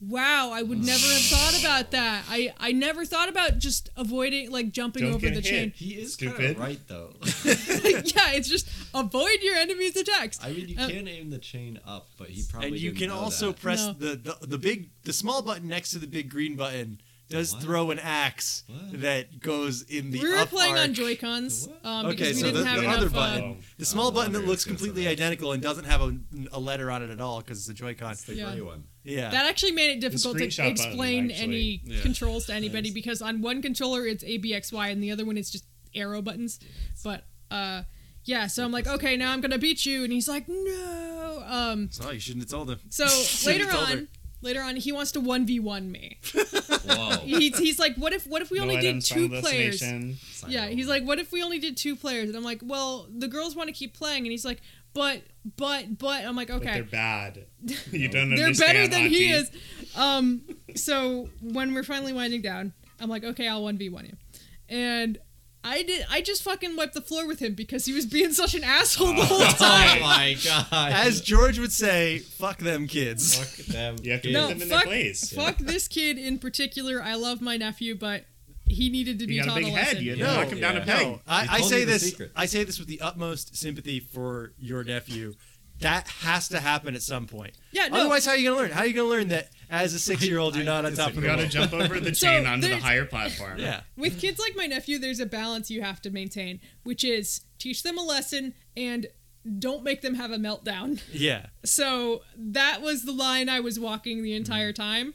E: wow i would never
C: <sighs>
E: have thought about that i i never thought about just avoiding like jumping
C: Don't
E: over
C: get
E: the
C: hit.
E: chain
B: He is kind
C: Stupid.
B: of right though.
E: <laughs> yeah, it's just avoid your enemy's attacks.
B: I mean, you
E: Um,
B: can aim the chain up, but he probably
D: Uh, And you
B: didn't
D: can
B: know
D: also
B: that.
D: press
E: No.
D: the, the, the big, the small button next to the big green button does
B: What?
D: throw an axe
B: What?
D: that goes in the
E: we were
D: up
E: playing
D: arc.
E: on Joy Cons
B: The what?
E: um,
D: Okay,
E: because we
D: so
E: didn't
D: the,
E: have
D: the
E: enough.
D: other
E: uh,
D: button, the small
B: Oh,
D: button that
B: there it
D: looks
B: goes,
D: completely
B: alright.
D: identical and doesn't have a, a letter on it at all because it's a Joy-Con.
B: It's the
E: Yeah.
B: gray one.
D: Yeah,
E: that actually made it difficult to
C: screenshot button,
E: explain any
C: actually.
E: controls to anybody because on one controller it's ABXY and the other one it's just arrow buttons. But uh, yeah, so I'm like, okay, now I'm gonna beat you, and he's like, no. Um,
D: Oh, you shouldn't have told him.
C: <laughs>
E: so
D: Shouldn't
E: later
D: have told her.
E: on. Later on, he wants to one v one me.
D: <laughs>
B: Whoa. Oh
E: He's, he's like, "What if? What if we
C: No
E: only did
C: items
E: two
C: found
E: players?
C: destination.
E: Yeah, he's like, what if we only did two players? And I'm like, well, the girls want to keep playing, and he's like, but, but, but. I'm like,
C: But they're
E: okay, <laughs>
C: bad. You don't
E: they're,
C: understand.
E: better than he
C: Auntie.
E: is. Um, so when we're finally winding down, I'm like, okay, I'll one v one you, and I did. I just fucking wiped the floor with him because he was being such an
C: <laughs>
E: asshole the whole
B: Oh
E: time.
B: my god. <laughs>
D: As George would say, fuck them kids.
B: Fuck them.
C: You have to put
E: No,
C: them in
E: fuck,
C: their place.
E: fuck this kid in particular. I love my nephew, but he needed to be
C: He got a
E: taught
C: big
E: lesson.
C: head. You had to
B: Yeah.
C: knock him down a
B: Yeah.
C: peg.
D: I,
B: He
D: I
B: told
D: say
B: you the
D: this.
B: secret.
D: I say this with the utmost sympathy for your nephew. That has to happen at some point.
E: Yeah, no.
D: Otherwise, how are you gonna learn? How are you gonna learn that <laughs> as a six-year-old you're not on top of
C: You
D: the
C: gotta
D: world?
C: jump over the
E: <laughs> So
C: chain onto the
E: there's-
C: higher platform.
D: Yeah.
E: With kids like my nephew, there's a balance you have to maintain, which is teach them a lesson and don't make them have a meltdown. <laughs>
D: Yeah.
E: So that was the line I was walking the entire time.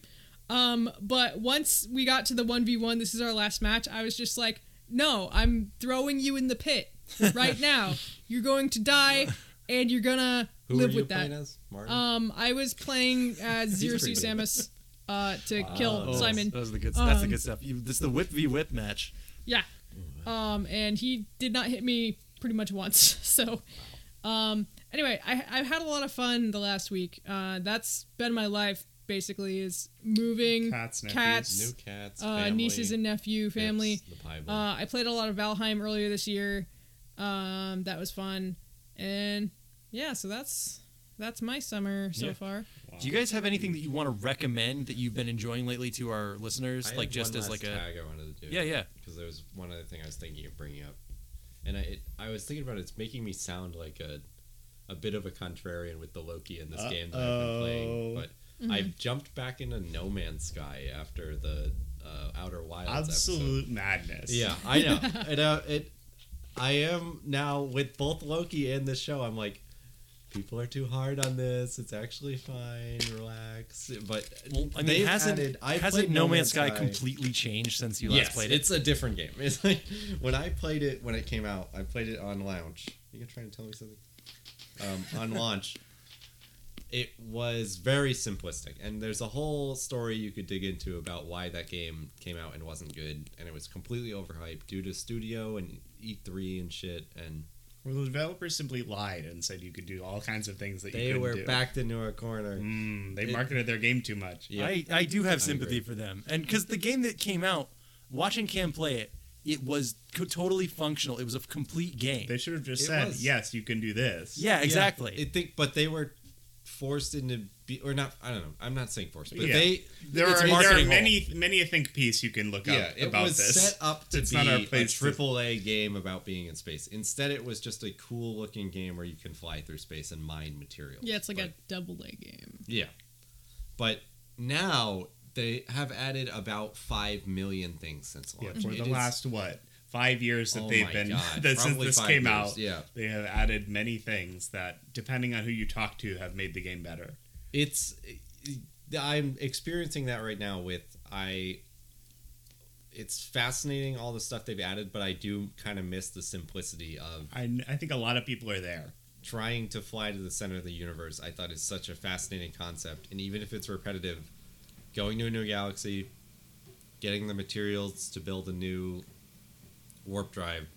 E: Um, but once we got to the 1v1, this is our last match, I was just like, no, I'm throwing you in
B: <laughs>
E: the pit right now. You're going to die and you're gonna
B: Who are
E: live
B: you
E: with that.
B: playing as? Martin.
E: Um, I was playing
B: <laughs>
E: as Zero Suit
B: pretty good.
E: Samus uh, to kill Simon.
D: That was the good. That's the
E: Um,
D: good stuff. You, this is the whip v whip match.
E: Yeah. Um, and he did not hit me pretty much once. <laughs> So, um, anyway, I, I've had a lot of fun the last week. Uh, that's been my life basically is moving
C: Cats, nephews,
E: cats,
B: New cats.
E: uh,
B: family,
E: nieces and nephew
B: pets,
E: family.
B: The pie bowl.
E: Uh, I played a lot of Valheim earlier this year. Um, that was fun. And yeah, so that's that's my summer so
D: Yeah.
E: far.
D: Do you guys have anything that you want to recommend that you've been enjoying lately to our listeners?
B: I
D: like
B: had
D: just
B: one
D: as
B: last
D: like a
B: tag I wanted to do.
D: yeah yeah.
B: Because there was one other thing I was thinking of bringing up, and I it, I was thinking about it, it's making me sound like a a bit of a contrarian with the Loki in this game that I've been playing.
C: Uh-oh.
B: But
D: Mm-hmm.
B: I've jumped back into No Man's Sky after the uh, Outer Wilds episode.
C: Absolute madness.
B: Yeah, I know. and, uh, it, I am now with both Loki and this show. I'm like, people are too hard on this. It's actually fine. Relax. But
D: Well, I mean,
B: they've
D: hasn't
B: added- I
D: hasn't
B: played
D: No Man's Sky completely changed since you last
B: yes,
D: played it?
B: it's a different game. <laughs> It's like when I played it when it came out. I played it on launch. You gonna try to tell me something? Um,
D: <laughs>
B: on launch, it was very simplistic, and there's a whole story you could dig into about why that game came out and wasn't good, and it was completely overhyped due to studio and E3 and shit, and
C: Well, the developers simply lied and said you could do all kinds of things that you
B: they
C: couldn't
B: were
C: do.
B: backed into a corner.
C: Mm, they
B: It-
C: marketed their game too much.
B: Yeah.
D: I, I do have sympathy
B: agree.
D: for them. And because the game that came out, watching Cam play it, it was co- totally functional. It was a complete game.
C: They should have just
B: It
C: said,
B: was.
C: "Yes, you can do this."
D: yeah, exactly.
B: I think, but they were forced into be or not. I don't know. I'm not saying forced, but
C: Yeah.
B: they
C: There
D: It's
C: are there are
D: marketing
C: many many a think piece you can look
B: yeah,
C: up
B: it
C: about
B: was
C: this.
B: set up to
C: It's
B: be
C: not our
B: a
C: place to-
B: triple A game about being in space. Instead, it was just a cool looking game where you can fly through space and mine materials.
E: Yeah, it's like
B: but,
E: a double A game.
B: yeah. But now they have added about five million things since
C: Yeah,
B: launch.
C: for
B: It
C: the
B: is-
C: last what five years that
B: Oh
C: they've
B: my
C: been <laughs>
B: God,
C: that since
B: probably
C: this
B: five
C: came
B: years,
C: out,
B: yeah.
C: they have added many things that, depending on who you talk to, have made the game better.
B: it's i'm experiencing that right now with i it's fascinating all the stuff they've added but i do kind of miss the simplicity of
C: I, I think a lot of people are there.
B: trying to fly to the center of the universe i thought is such a fascinating concept and even if it's repetitive going to a new galaxy getting the materials to build a new warp drive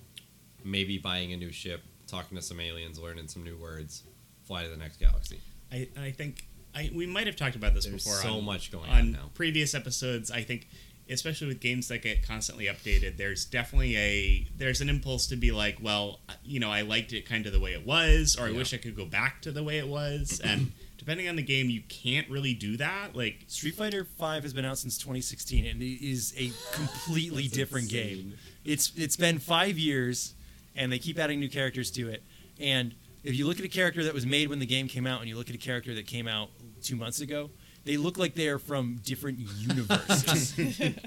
B: maybe buying a new ship talking to some aliens learning some new words fly to the next galaxy
C: I, I think I, we might have talked about this
B: There's
C: before.
B: so
C: on,
B: much going on now.
C: previous episodes. I think, especially with games that get constantly updated, there's definitely a there's an impulse to be like, well, you know, I liked it kind of the way it was, or I
B: Yeah.
C: wish I could go back to the way it
B: <clears throat>
C: was. And depending on the game, you can't really do that. Like,
D: Street Fighter Five has been out since 2016, and it is a completely different game. It's it's been five years, and they keep adding new characters to it. And if you look at a character that was made when the game came out, and you look at a character that came out two months ago, they look like they are from different universes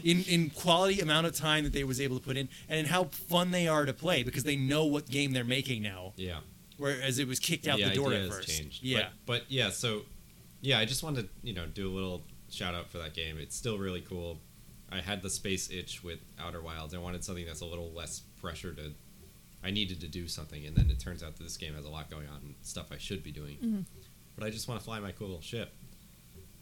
D: in in quality amount of time that they was able to put in, and in how fun they are to play because they know what game they're making now.
B: yeah
D: Whereas it was kicked out the door
B: idea
D: at
B: has
D: first.
B: Changed.
D: Yeah.
B: but, but yeah, so yeah, I just wanted to you know do a little shout out for that game. It's still really cool. I had the space itch with Outer Wilds. I wanted something that's a little less pressure to. I needed to do something, and then it turns out that this game has a lot going on and stuff I should be doing. But I just want to fly my cool little ship.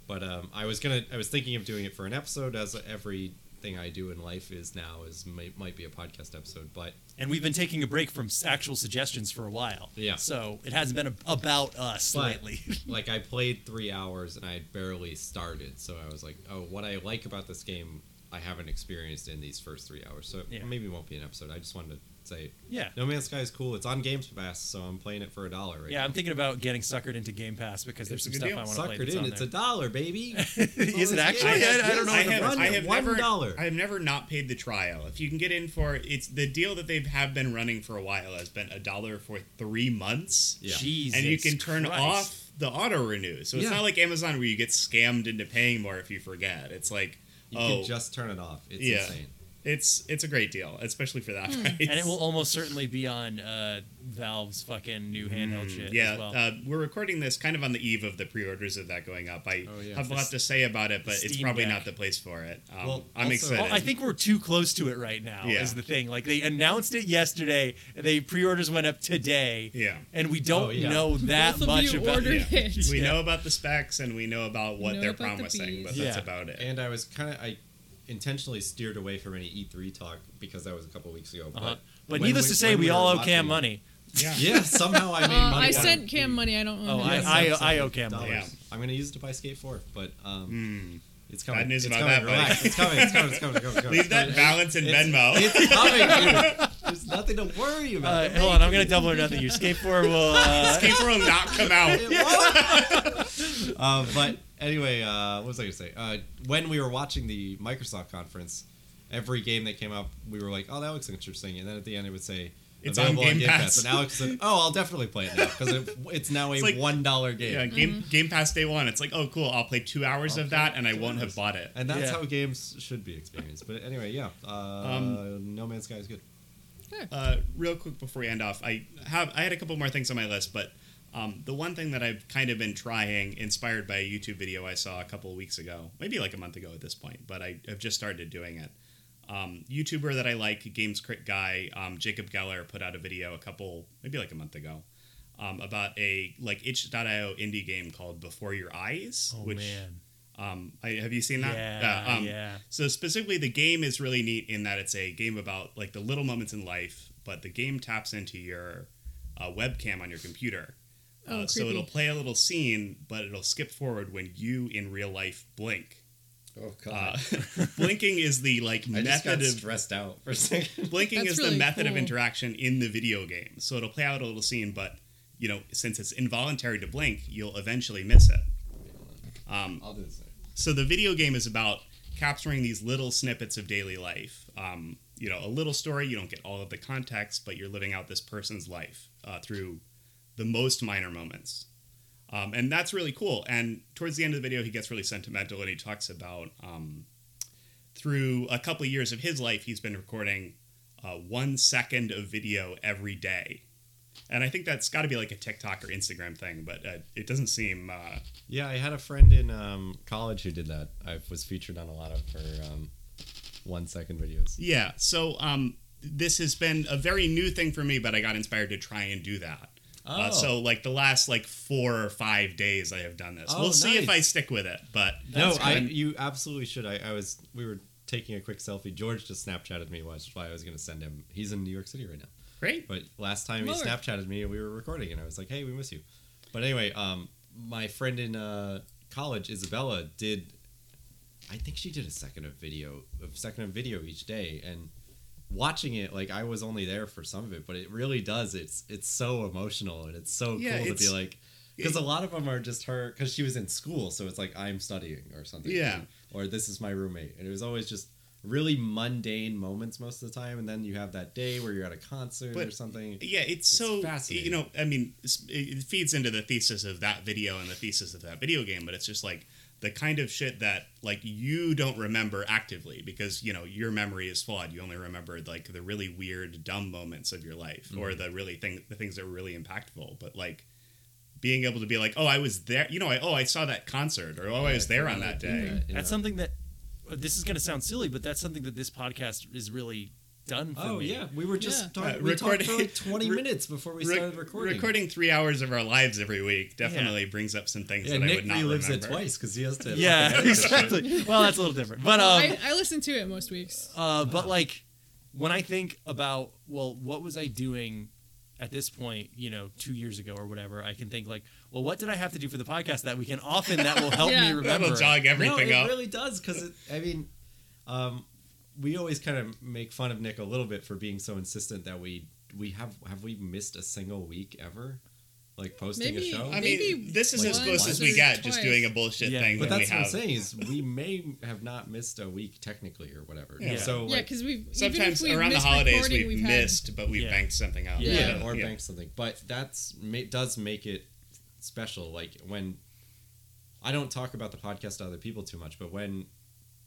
B: But um, I was gonna. I was thinking of doing it for an episode, as everything I do in life is now is might, might be a podcast episode. But
D: And we've been taking a break from s- actual suggestions for a while.
B: Yeah.
D: So it hasn't been a- about us
B: But,
D: lately. <laughs>
B: like I played three hours and I had barely started, so I was like, "Oh, what I like about this game I haven't experienced in these first three hours. So
A: Yeah.
B: it maybe won't be an episode. I just wanted to say,
D: Yeah.
B: No Man's Sky is cool. It's on Games Pass, so I'm playing it for a dollar right
D: Yeah,
B: now.
D: I'm thinking about getting suckered into Game Pass because there's
C: It's a
D: some
C: good
D: stuff
C: deal.
D: I want to
B: Suckered
D: play. That's
B: in.
D: on
B: It's
D: there.
B: a dollar,
D: <laughs>
B: baby.
D: Is it actually?
B: Yeah,
D: I- I don't know
C: I
D: what the
C: have,
D: run
C: I
B: is.
C: have
B: One
C: never,
B: dollar.
C: I have never not paid the trial. If you can get in for it's the deal that they have been running for a while has been a dollar for three months.
B: Yeah.
D: Jesus.
C: and you can turn
D: Christ.
C: off the auto renew. So it's
B: Yeah.
C: not like Amazon where you get scammed into paying more if you forget. It's like
B: You
C: oh,
B: can just turn it off. It's
C: yeah.
B: insane.
C: it's it's a great deal, especially for that price.
D: Hmm. And it will
C: <laughs>
D: almost certainly be on uh, Valve's fucking new handheld shit
C: Yeah,
D: as well.
C: uh, we're recording this kind of on the eve of the pre-orders of that going up. I
B: Oh, yeah.
C: have a lot to say about it, but it's
D: Steam
C: probably
D: Deck.
C: not the place for it. Um,
B: Well,
C: I'm
B: also-
C: excited.
D: Well, I think we're too close to it right now.
C: Yeah.
D: Is the thing like they announced it yesterday? They pre-orders went up today. <laughs>
C: Yeah.
D: and we don't
B: Oh, yeah. <laughs>
D: know that
E: Both of
D: much
E: you
D: about
E: ordered
C: Yeah.
E: it.
C: we
D: Yeah.
C: know about the specs and we know about what
E: Know
C: they're
E: about the
C: promising,
E: bees.
C: but that's
D: Yeah.
C: about it.
B: And I was kind of I intentionally steered away from any E3 talk because that was a couple weeks ago.
D: Uh-huh.
B: But
D: But
B: when
D: needless
B: we-
D: to say,
B: when
D: we
B: were
D: all owe
B: watching-
D: Cam money.
C: yeah.
B: <laughs> Yeah, somehow I made
E: Uh,
B: money.
E: I
B: out of
E: sent
B: it.
E: Cam money. I don't.
D: Oh,
E: own it.
B: Yeah,
D: I- I-
B: some-
D: I
B: some
D: owe Cam money.
B: dollars.
C: Yeah.
B: I'm gonna use it to buy Skate 4, but um,
C: Hmm.
B: it's coming.
C: Bad news
B: it's
C: about
B: coming.
C: that, buddy.
B: relax. It's coming. It's coming. It's coming. It's coming. It's coming.
C: Leave that balance in
B: It's-
C: Venmo. <laughs>
B: It's coming, dude. There's nothing to worry
D: Uh,
B: about. They're
D: hold on, I'm
B: making
D: gonna double or nothing. Your skateboard will. Uh,
C: Escape will not come out. <laughs>
B: <laughs> uh, but anyway, uh, what was I going to say? Uh, when we were watching the Microsoft conference, every game that came up, we were like, "Oh, that looks interesting," and then at the end, it would say.
C: It's on
B: available
C: Game Pass.
B: And Alex said, "Oh, I'll definitely play it now because it, it's now a
C: <laughs> It's like-
B: one dollar game."
D: Mm-hmm.
C: Yeah, game Game Pass day one. It's like, oh, cool. I'll play two hours
D: Oh,
B: I'll
C: of
B: play
C: that, and I
B: two
C: won't
B: hours.
C: have bought it.
B: And that's
D: Yeah.
B: how games should be experienced. But anyway, yeah, uh,
C: Um,
B: No Man's Sky is good.
C: Uh, real quick before we end off, I have I had a couple more things on my list, but um, the one thing that I've kind of been trying, inspired by a YouTube video I saw a couple of weeks ago, maybe like a month ago at this point, but I have just started doing it. Um, YouTuber that I like, Games Crit guy, um, Jacob Geller, put out a video a couple, maybe like a month ago, um, about a like itch.io indie game called Before Your Eyes,
D: oh
C: which
D: man.
C: um, I, have you seen that?
D: Yeah.
C: Uh, um,
D: yeah.
C: so specifically, the game is really neat in that it's a game about like the little moments in life, but the game taps into your uh, webcam on your computer.
E: Oh,
C: uh, so
E: creepy.
C: it'll play a little scene, but it'll skip forward when you in real life blink.
B: Oh
C: Uh, <laughs> blinking is the like
B: <laughs> I just got
C: method of
B: stressed out for a <laughs> second.
C: blinking
E: That's
C: is
E: really
C: the method of
E: cool.
C: interaction in the video game. So it'll play out a little scene, but you know, since it's involuntary to blink, you'll eventually miss it. Um,
B: I'll do the same.
C: so the video game is about capturing these little snippets of daily life. Um, you know, a little story. You don't get all of the context, but you're living out this person's life uh, through the most minor moments, um, and that's really cool. And towards the end of the video, he gets really sentimental and he talks about um, through a couple of years of his life, he's been recording uh, one second of video every day. And I think that's got to be like a TikTok or Instagram thing, but uh, it doesn't seem uh,
B: Yeah, I had a friend in um, college who did that. I was featured on a lot of her um, one second videos.
C: Yeah. So um, this has been a very new thing for me, but I got inspired to try and do that. Uh,
B: Oh.
C: so like the last like four or five days, I have done this.
B: Oh,
C: we'll see if
B: nice.
C: I stick with it, but
B: No,
C: That's
B: I
C: good.
B: you absolutely should. I, I was we were taking a quick selfie. George just Snapchatted me, which is why I was going to send him. He's in New York City right now.
C: great.
B: But last time
E: Lord.
B: he Snapchatted me, we were recording, and I was like, "Hey, we miss you." But anyway, um, my friend in uh, college, Isabella, did. I think she did a second of video, a second of video each day, and watching it, like I was only there for some of it, but it really does. It's it's so emotional, and it's so
C: Yeah,
B: cool to be
C: it's-
B: like. Because a lot of them are just her, because she was in school, so it's like I'm studying or something.
C: Yeah.
B: Or this is my roommate, and it was always just really mundane moments most of the time, and then you have that day where you're at a concert or
C: But-
B: something.
C: Yeah, it's so
B: fascinating.
C: you know. I mean, it's- it feeds into the thesis of that video and the thesis of that video game, but it's just like the kind of shit that like you don't remember actively because you know your memory is flawed. You only remember like the really weird, dumb moments of your life
B: Mm.
C: or the really thing, the things that were really impactful. But like being able to be like, oh, I was there. You know, I oh, I saw that concert or oh, I was there on that day.
B: Yeah.
D: That's something that. uh, This is gonna sound silly, but that's something that this podcast is really done for
B: Oh
D: me.
B: yeah, we were just
E: Yeah.
B: talking.
C: Uh,
B: we talked for
C: recording-
B: like twenty
C: re-
B: minutes before we
C: Rec-
B: started recording.
C: three hours of our lives every week definitely brings up some things
B: Yeah,
C: that I
B: Nick
C: would not
B: relives
C: remember.
B: it twice because he has to.
D: <laughs> <laughs> Yeah, exactly. Well, that's a little different, but um,
E: I, I listen to it most weeks.
D: Uh, but like when I think about well, what was I doing at this point? You know, two years ago or whatever. I can think like, well, what did I have to do for the podcast that weekend? Often that will help
E: Yeah.
D: me remember.
C: That'll
D: it.
C: jog <laughs> everything
B: no, it
C: up.
B: really does because I mean, Um, we always kind of make fun of Nick a little bit for being so insistent that we we have have we missed a single week ever, like posting
E: Maybe-
B: a show.
C: I
E: Maybe
C: mean, this is
B: like
C: as close
B: once
C: as we
E: or
C: get, just
E: twice.
C: doing a bullshit
A: Yeah.
C: thing
B: but
C: that we
B: that's what I'm
C: have.
B: saying is we may have not missed a week technically or whatever.
C: Yeah.
B: So
E: yeah,
B: like,
E: because we've even if
C: Sometimes
E: we've
C: around the
E: missed
C: holidays,
E: recording,
C: we've,
E: we've had-
C: missed, but we
A: Yeah.
C: banked something out.
E: Yeah.
B: yeah, or bank something. But that's ma- does make it special. Like when I don't talk about the podcast to other people too much, but when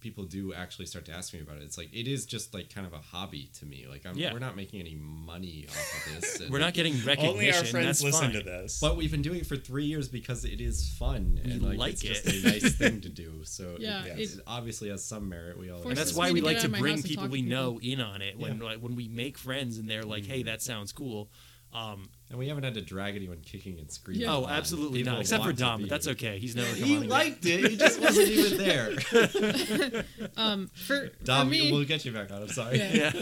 B: people do actually start to ask me about it, it's like it is just like kind of a hobby to me. Like I'm,
A: Yeah.
B: we're not making any money off of
F: <laughs>
B: this. and-
F: We're not getting recognition.
C: Only our
F: That's
C: friends listen
F: fine.
C: to this.
B: But we've been doing it for three years because it is fun
F: We
B: and like,
F: like
B: it's
F: it.
B: just a nice thing to do. So
E: <laughs> Yeah,
B: it,
E: it-
B: it obviously has some merit. We all
E: And
F: And that's
E: Versus
F: why
E: me
F: we
E: to
F: like
E: get out
F: to
E: of my
F: bring
E: house and
F: people
E: talk to
F: we
E: people.
F: know in on it when like, when we make friends and they're like, "Hey, that sounds cool." Um,
B: and we haven't had to drag anyone kicking and screaming.
E: Yeah.
F: Oh,
B: on.
F: absolutely
B: People
F: not. Except for
B: want to
F: Dom,
B: be
F: but that's
B: here.
F: okay.
E: <laughs>
F: He's never come
B: He
F: on again.
B: liked it. <laughs> He just wasn't even there.
E: For, for
B: Dom,
E: me,
B: we'll get you back on. I'm sorry.
E: Yeah.
F: <laughs> Yeah.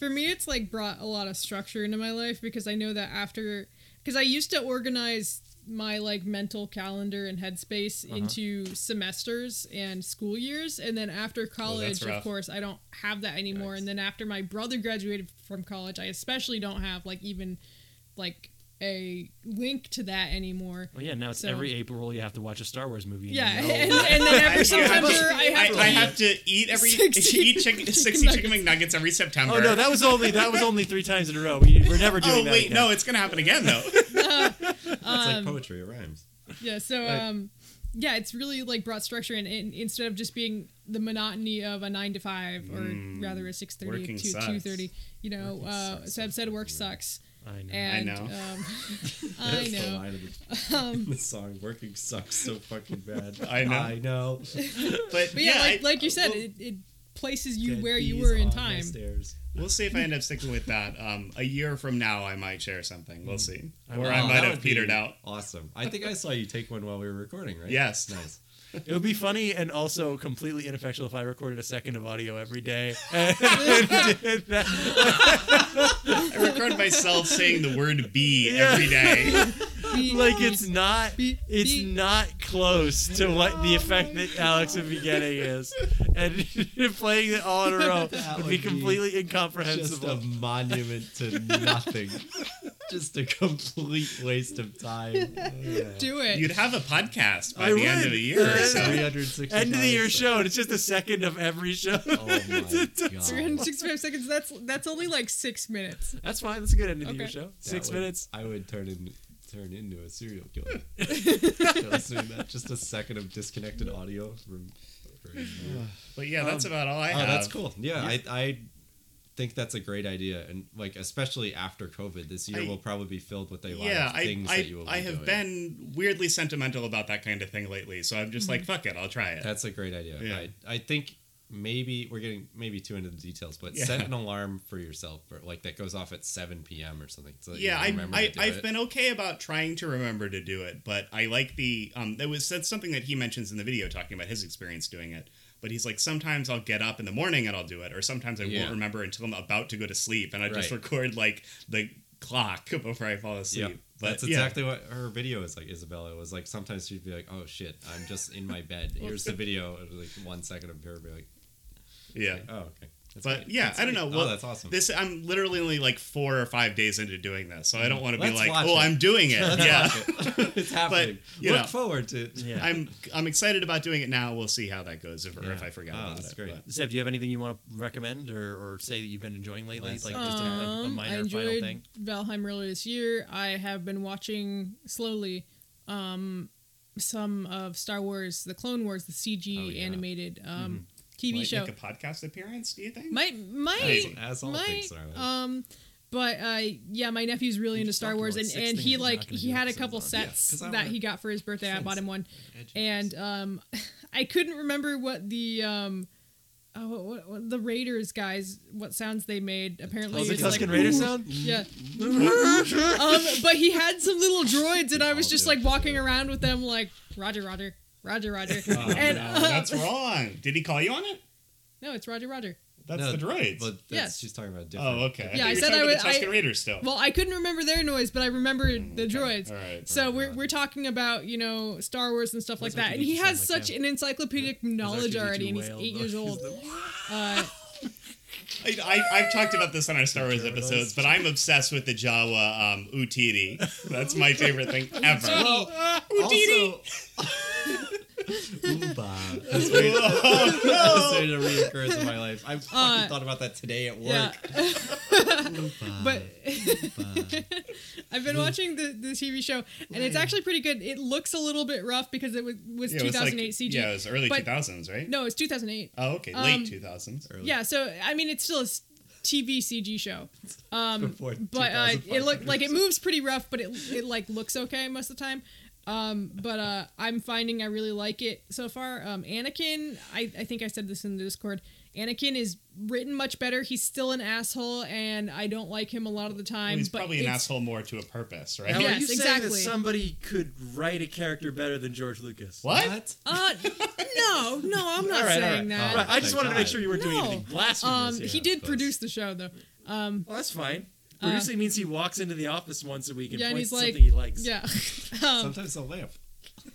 E: for me it's like brought a lot of structure into my life because i know that after because i used to organize my like mental calendar and headspace
C: Uh-huh.
E: into semesters and school years and then after college of
C: rough.
E: course i don't have that anymore and then after my brother graduated from college i especially don't have like even like a link to that anymore
F: Well, yeah. Now it's
E: So-
F: every April you have to watch a Star Wars movie. and
E: yeah
F: you know-
E: <laughs>
F: <laughs>
C: <laughs>
E: and, and then every
C: You have
E: september
C: to-
E: i have to
C: I, have to eat every
E: 60
C: eat chicken, sixty chicken McNuggets every September.
F: Oh no, that was only that was only three times in a row. We,
E: <laughs>
F: we're never doing
C: Oh
F: that.
C: wait,
F: again.
C: no, it's gonna happen again though.
B: It's like poetry. It rhymes.
E: yeah so um yeah it's really like brought structure and in, instead of just being the monotony of a nine to five or rather a 6.30
C: Working
E: to
C: sucks.
E: 2.30 you know uh,
B: sucks.
E: so i've said work sucks
F: I know.
E: and
C: know.
E: um, i
B: That's the
E: know
B: line of the, in <laughs> the song. Working sucks so fucking bad.
C: I know.
B: I know.
C: But,
E: <laughs> but yeah,
C: I-
E: like, like you said
C: we'll,
E: it, it places you
B: Dead
E: where you
B: bees
E: were
B: on
E: in
B: my
E: time
B: Stairs.
C: we'll see if I end up sticking with that. Um, a year from now, I might share something. We'll see, or I
B: Oh,
C: might
B: that
C: have
B: would be
C: petered out.
B: Awesome. I think I saw you take one while we were recording, right?
C: Yes.
F: <laughs>
B: Nice.
F: It would be funny and also completely ineffectual if I recorded a second of audio
E: <laughs>
F: every day. <laughs>
C: I record myself saying the word "b" every day.
E: Be-
F: like it's not
E: Beep,
F: it's
E: beep.
F: not close to what the effect that Alex would be getting is. And <laughs> playing it all in
E: <laughs>
F: a row
B: That
F: would
B: would
F: be
B: be
F: completely
B: Just a
F: incomprehensible.
B: monument
F: <laughs>
B: to nothing. Just a complete waste of time.
E: do it
C: You'd have a podcast by
F: I
C: the end of
F: would.
C: the year.
F: <laughs> Yeah.
C: So.
B: 360
F: End of the year show, and it's just a second of every show. <laughs>
B: Oh my god.
E: 365 seconds that's that's only like six minutes
F: That's fine. That's a good end of the year
E: Okay.
F: show. <laughs> Six
B: That would-
F: minutes.
B: I would turn in turn into a serial
F: <laughs>
B: killer. <laughs> After listening to that, just a second of disconnected audio from. from
C: But yeah, that's about all I
B: oh,
C: have.
B: that's cool. Yeah, I, I think that's a great idea, and like especially after COVID, this year
C: I-
B: will probably be filled with a lot
C: yeah,
B: of
C: I,
B: things that
C: I,
B: you will. Be
C: I
B: doing.
C: have been weirdly sentimental about that kind of thing lately, so I'm just like,
F: Mm-hmm.
C: fuck it, I'll try it.
B: That's a great idea.
C: Yeah.
B: I, I think maybe we're getting maybe too into the details, but
C: Yeah.
B: set an alarm for yourself, or like that goes off at seven p.m. or something. So that you
C: yeah, I,
B: remember to
C: I,
B: do
C: I've
B: it.
C: been okay about trying to remember to do it, but I like the um. That was that's something that he mentions in the video talking about his experience doing it. But he's like, sometimes I'll get up in the morning and I'll do it, or sometimes I
B: Yeah.
C: won't remember until I'm about to go to sleep, and I just
B: Right.
C: record like the clock <laughs> before I fall asleep.
B: Yeah,
C: but
B: that's
C: yeah.
B: exactly what her video is like. Isabella was like, sometimes she'd be like, "Oh shit, I'm just in my
E: <laughs>
B: bed." Here's the video. It was like one second of her be like,
C: yeah.
B: "Oh okay." That's
C: But
B: great.
C: yeah,
B: That's
C: I don't
B: great.
C: know.
B: oh,
C: Well,
B: that's awesome.
C: This I'm literally only like four or five days into doing this, so I don't want to be
B: Let's
C: like,
B: watch
C: oh,
B: it.
C: I'm doing
B: <laughs>
C: it.
B: Let's
C: yeah,
B: watch it. it's happening.
C: you
B: Look
C: know.
B: forward to. it.
F: Yeah.
C: <laughs> I'm I'm excited about doing it now. We'll see how that goes if, or if I forget
B: <laughs> Oh,
C: about
B: that's
C: it.
B: great.
C: but-
F: Zeb, do you have anything you want to recommend or, or say that you've been enjoying lately?
B: Last
F: Like
B: second.
F: just a, a, a
E: Um, I
F: minor final
E: enjoyed
F: thing.
E: Valheim earlier this year. I have been watching slowly um, some of Star Wars, the Clone Wars, the CG
F: Oh,
E: animated
F: Mm-hmm.
E: um, TV
C: Might
E: show.
C: Make a podcast appearance? Do you think?
E: might might
C: Amazing.
B: As all
E: might,
B: things are. Like,
E: um, but uh, yeah, my nephew's really
F: You
E: into
F: just
E: Star
F: talked
E: Wars,
F: about
E: and,
F: six
E: and
F: things
E: he
F: he's not
E: like
F: gonna
E: he
F: do
E: had a
F: episodes
E: couple
F: on.
B: Yeah,
E: sets
B: 'cause I
E: that
B: wanna-
E: he got for his birthday. I bought him one,
B: edgy
E: and um, <laughs> I couldn't remember what the um. Oh, what, what, what the Raiders guys! What sounds they made? Apparently,
F: Oh,
E: it
F: the
E: was like, <laughs>
F: Tuscan Raider
E: "Ooh."
F: sound?
E: Yeah. um, but he had some little droids, and I was just like walking around with them, like Roger, Roger, Roger, Roger,
C: Oh,
E: and
C: no,
E: <laughs> uh,
C: that's wrong. Did he call you on it?
E: no, it's Roger, Roger.
C: That's the droids.
B: But that's,
E: Yes.
B: she's talking about different.
C: oh, okay.
E: Yeah,
C: I,
E: I
C: thought you were talking about
E: said I would-
C: the
E: I-
C: Tusken Raiders still.
E: Well, I couldn't remember their noise, but I remembered the droids.
C: All right.
E: So we're, we're talking about you know Star Wars and stuff like
B: why
E: that,
B: you
E: and
B: need
E: he
B: to sound
E: has
B: like
E: such
B: him.
E: an encyclopedic knowledge
B: R2D2
E: already, and he's
B: wail
E: eight
B: noise.
E: years old. Uh,
C: I, I, I've talked about this on our Star Wars episodes, but I'm obsessed with the Jawa um, Utiri. That's my favorite
E: <laughs>
C: thing ever.
B: Also,
C: <laughs>
B: Uba. That's weird.
C: Oh,
B: <laughs> That's weird to reoccurs in my life. I fucking
E: Uh,
B: thought about that today at work.
E: yeah, <laughs>
B: Uba.
E: but <laughs> I've been watching the, the TV show, and it's actually pretty good. It looks a little bit rough because it was, was
C: Yeah, it was like-
E: 2008 CG.
C: Yeah, it was early
E: but-
C: 2000s, right?
E: No, it's 2008.
C: Oh, okay. Late
E: Um,
C: 2000s.
E: Yeah, so I mean, it's still a s- TV CG show,
C: <laughs>
E: um,
B: Before
E: but uh, it
B: 2005.
E: looked like it moves pretty rough, but it it like looks okay most of the time. Um, but uh, I'm finding I really like it so far. Um, Anakin, I, I think I said this in the Discord. Anakin is written much better. He's still an asshole, and I don't like him a lot of the time.
C: He's
E: but
C: probably an
E: it's-
C: asshole more to a purpose, right?
I: Now,
E: Yeah.
I: are you
E: Yes,
I: saying that
E: exactly.
I: somebody could write a character better than George Lucas?
C: <laughs> What?
E: <laughs> Uh, no, no, I'm not
I: All right, all
E: saying
I: right.
E: that.
I: Right, I just
B: Thank
I: wanted to make
B: God.
I: sure you weren't doing
E: No.
I: anything blasphemous.
E: Um,
I: here.
E: he did produce the show though. Um,
I: Well, that's fine. Producing means he walks into the office once a week and
E: yeah, and
I: points
E: he's like,
I: something he likes.
E: yeah. <laughs> um,
B: Sometimes a lamp.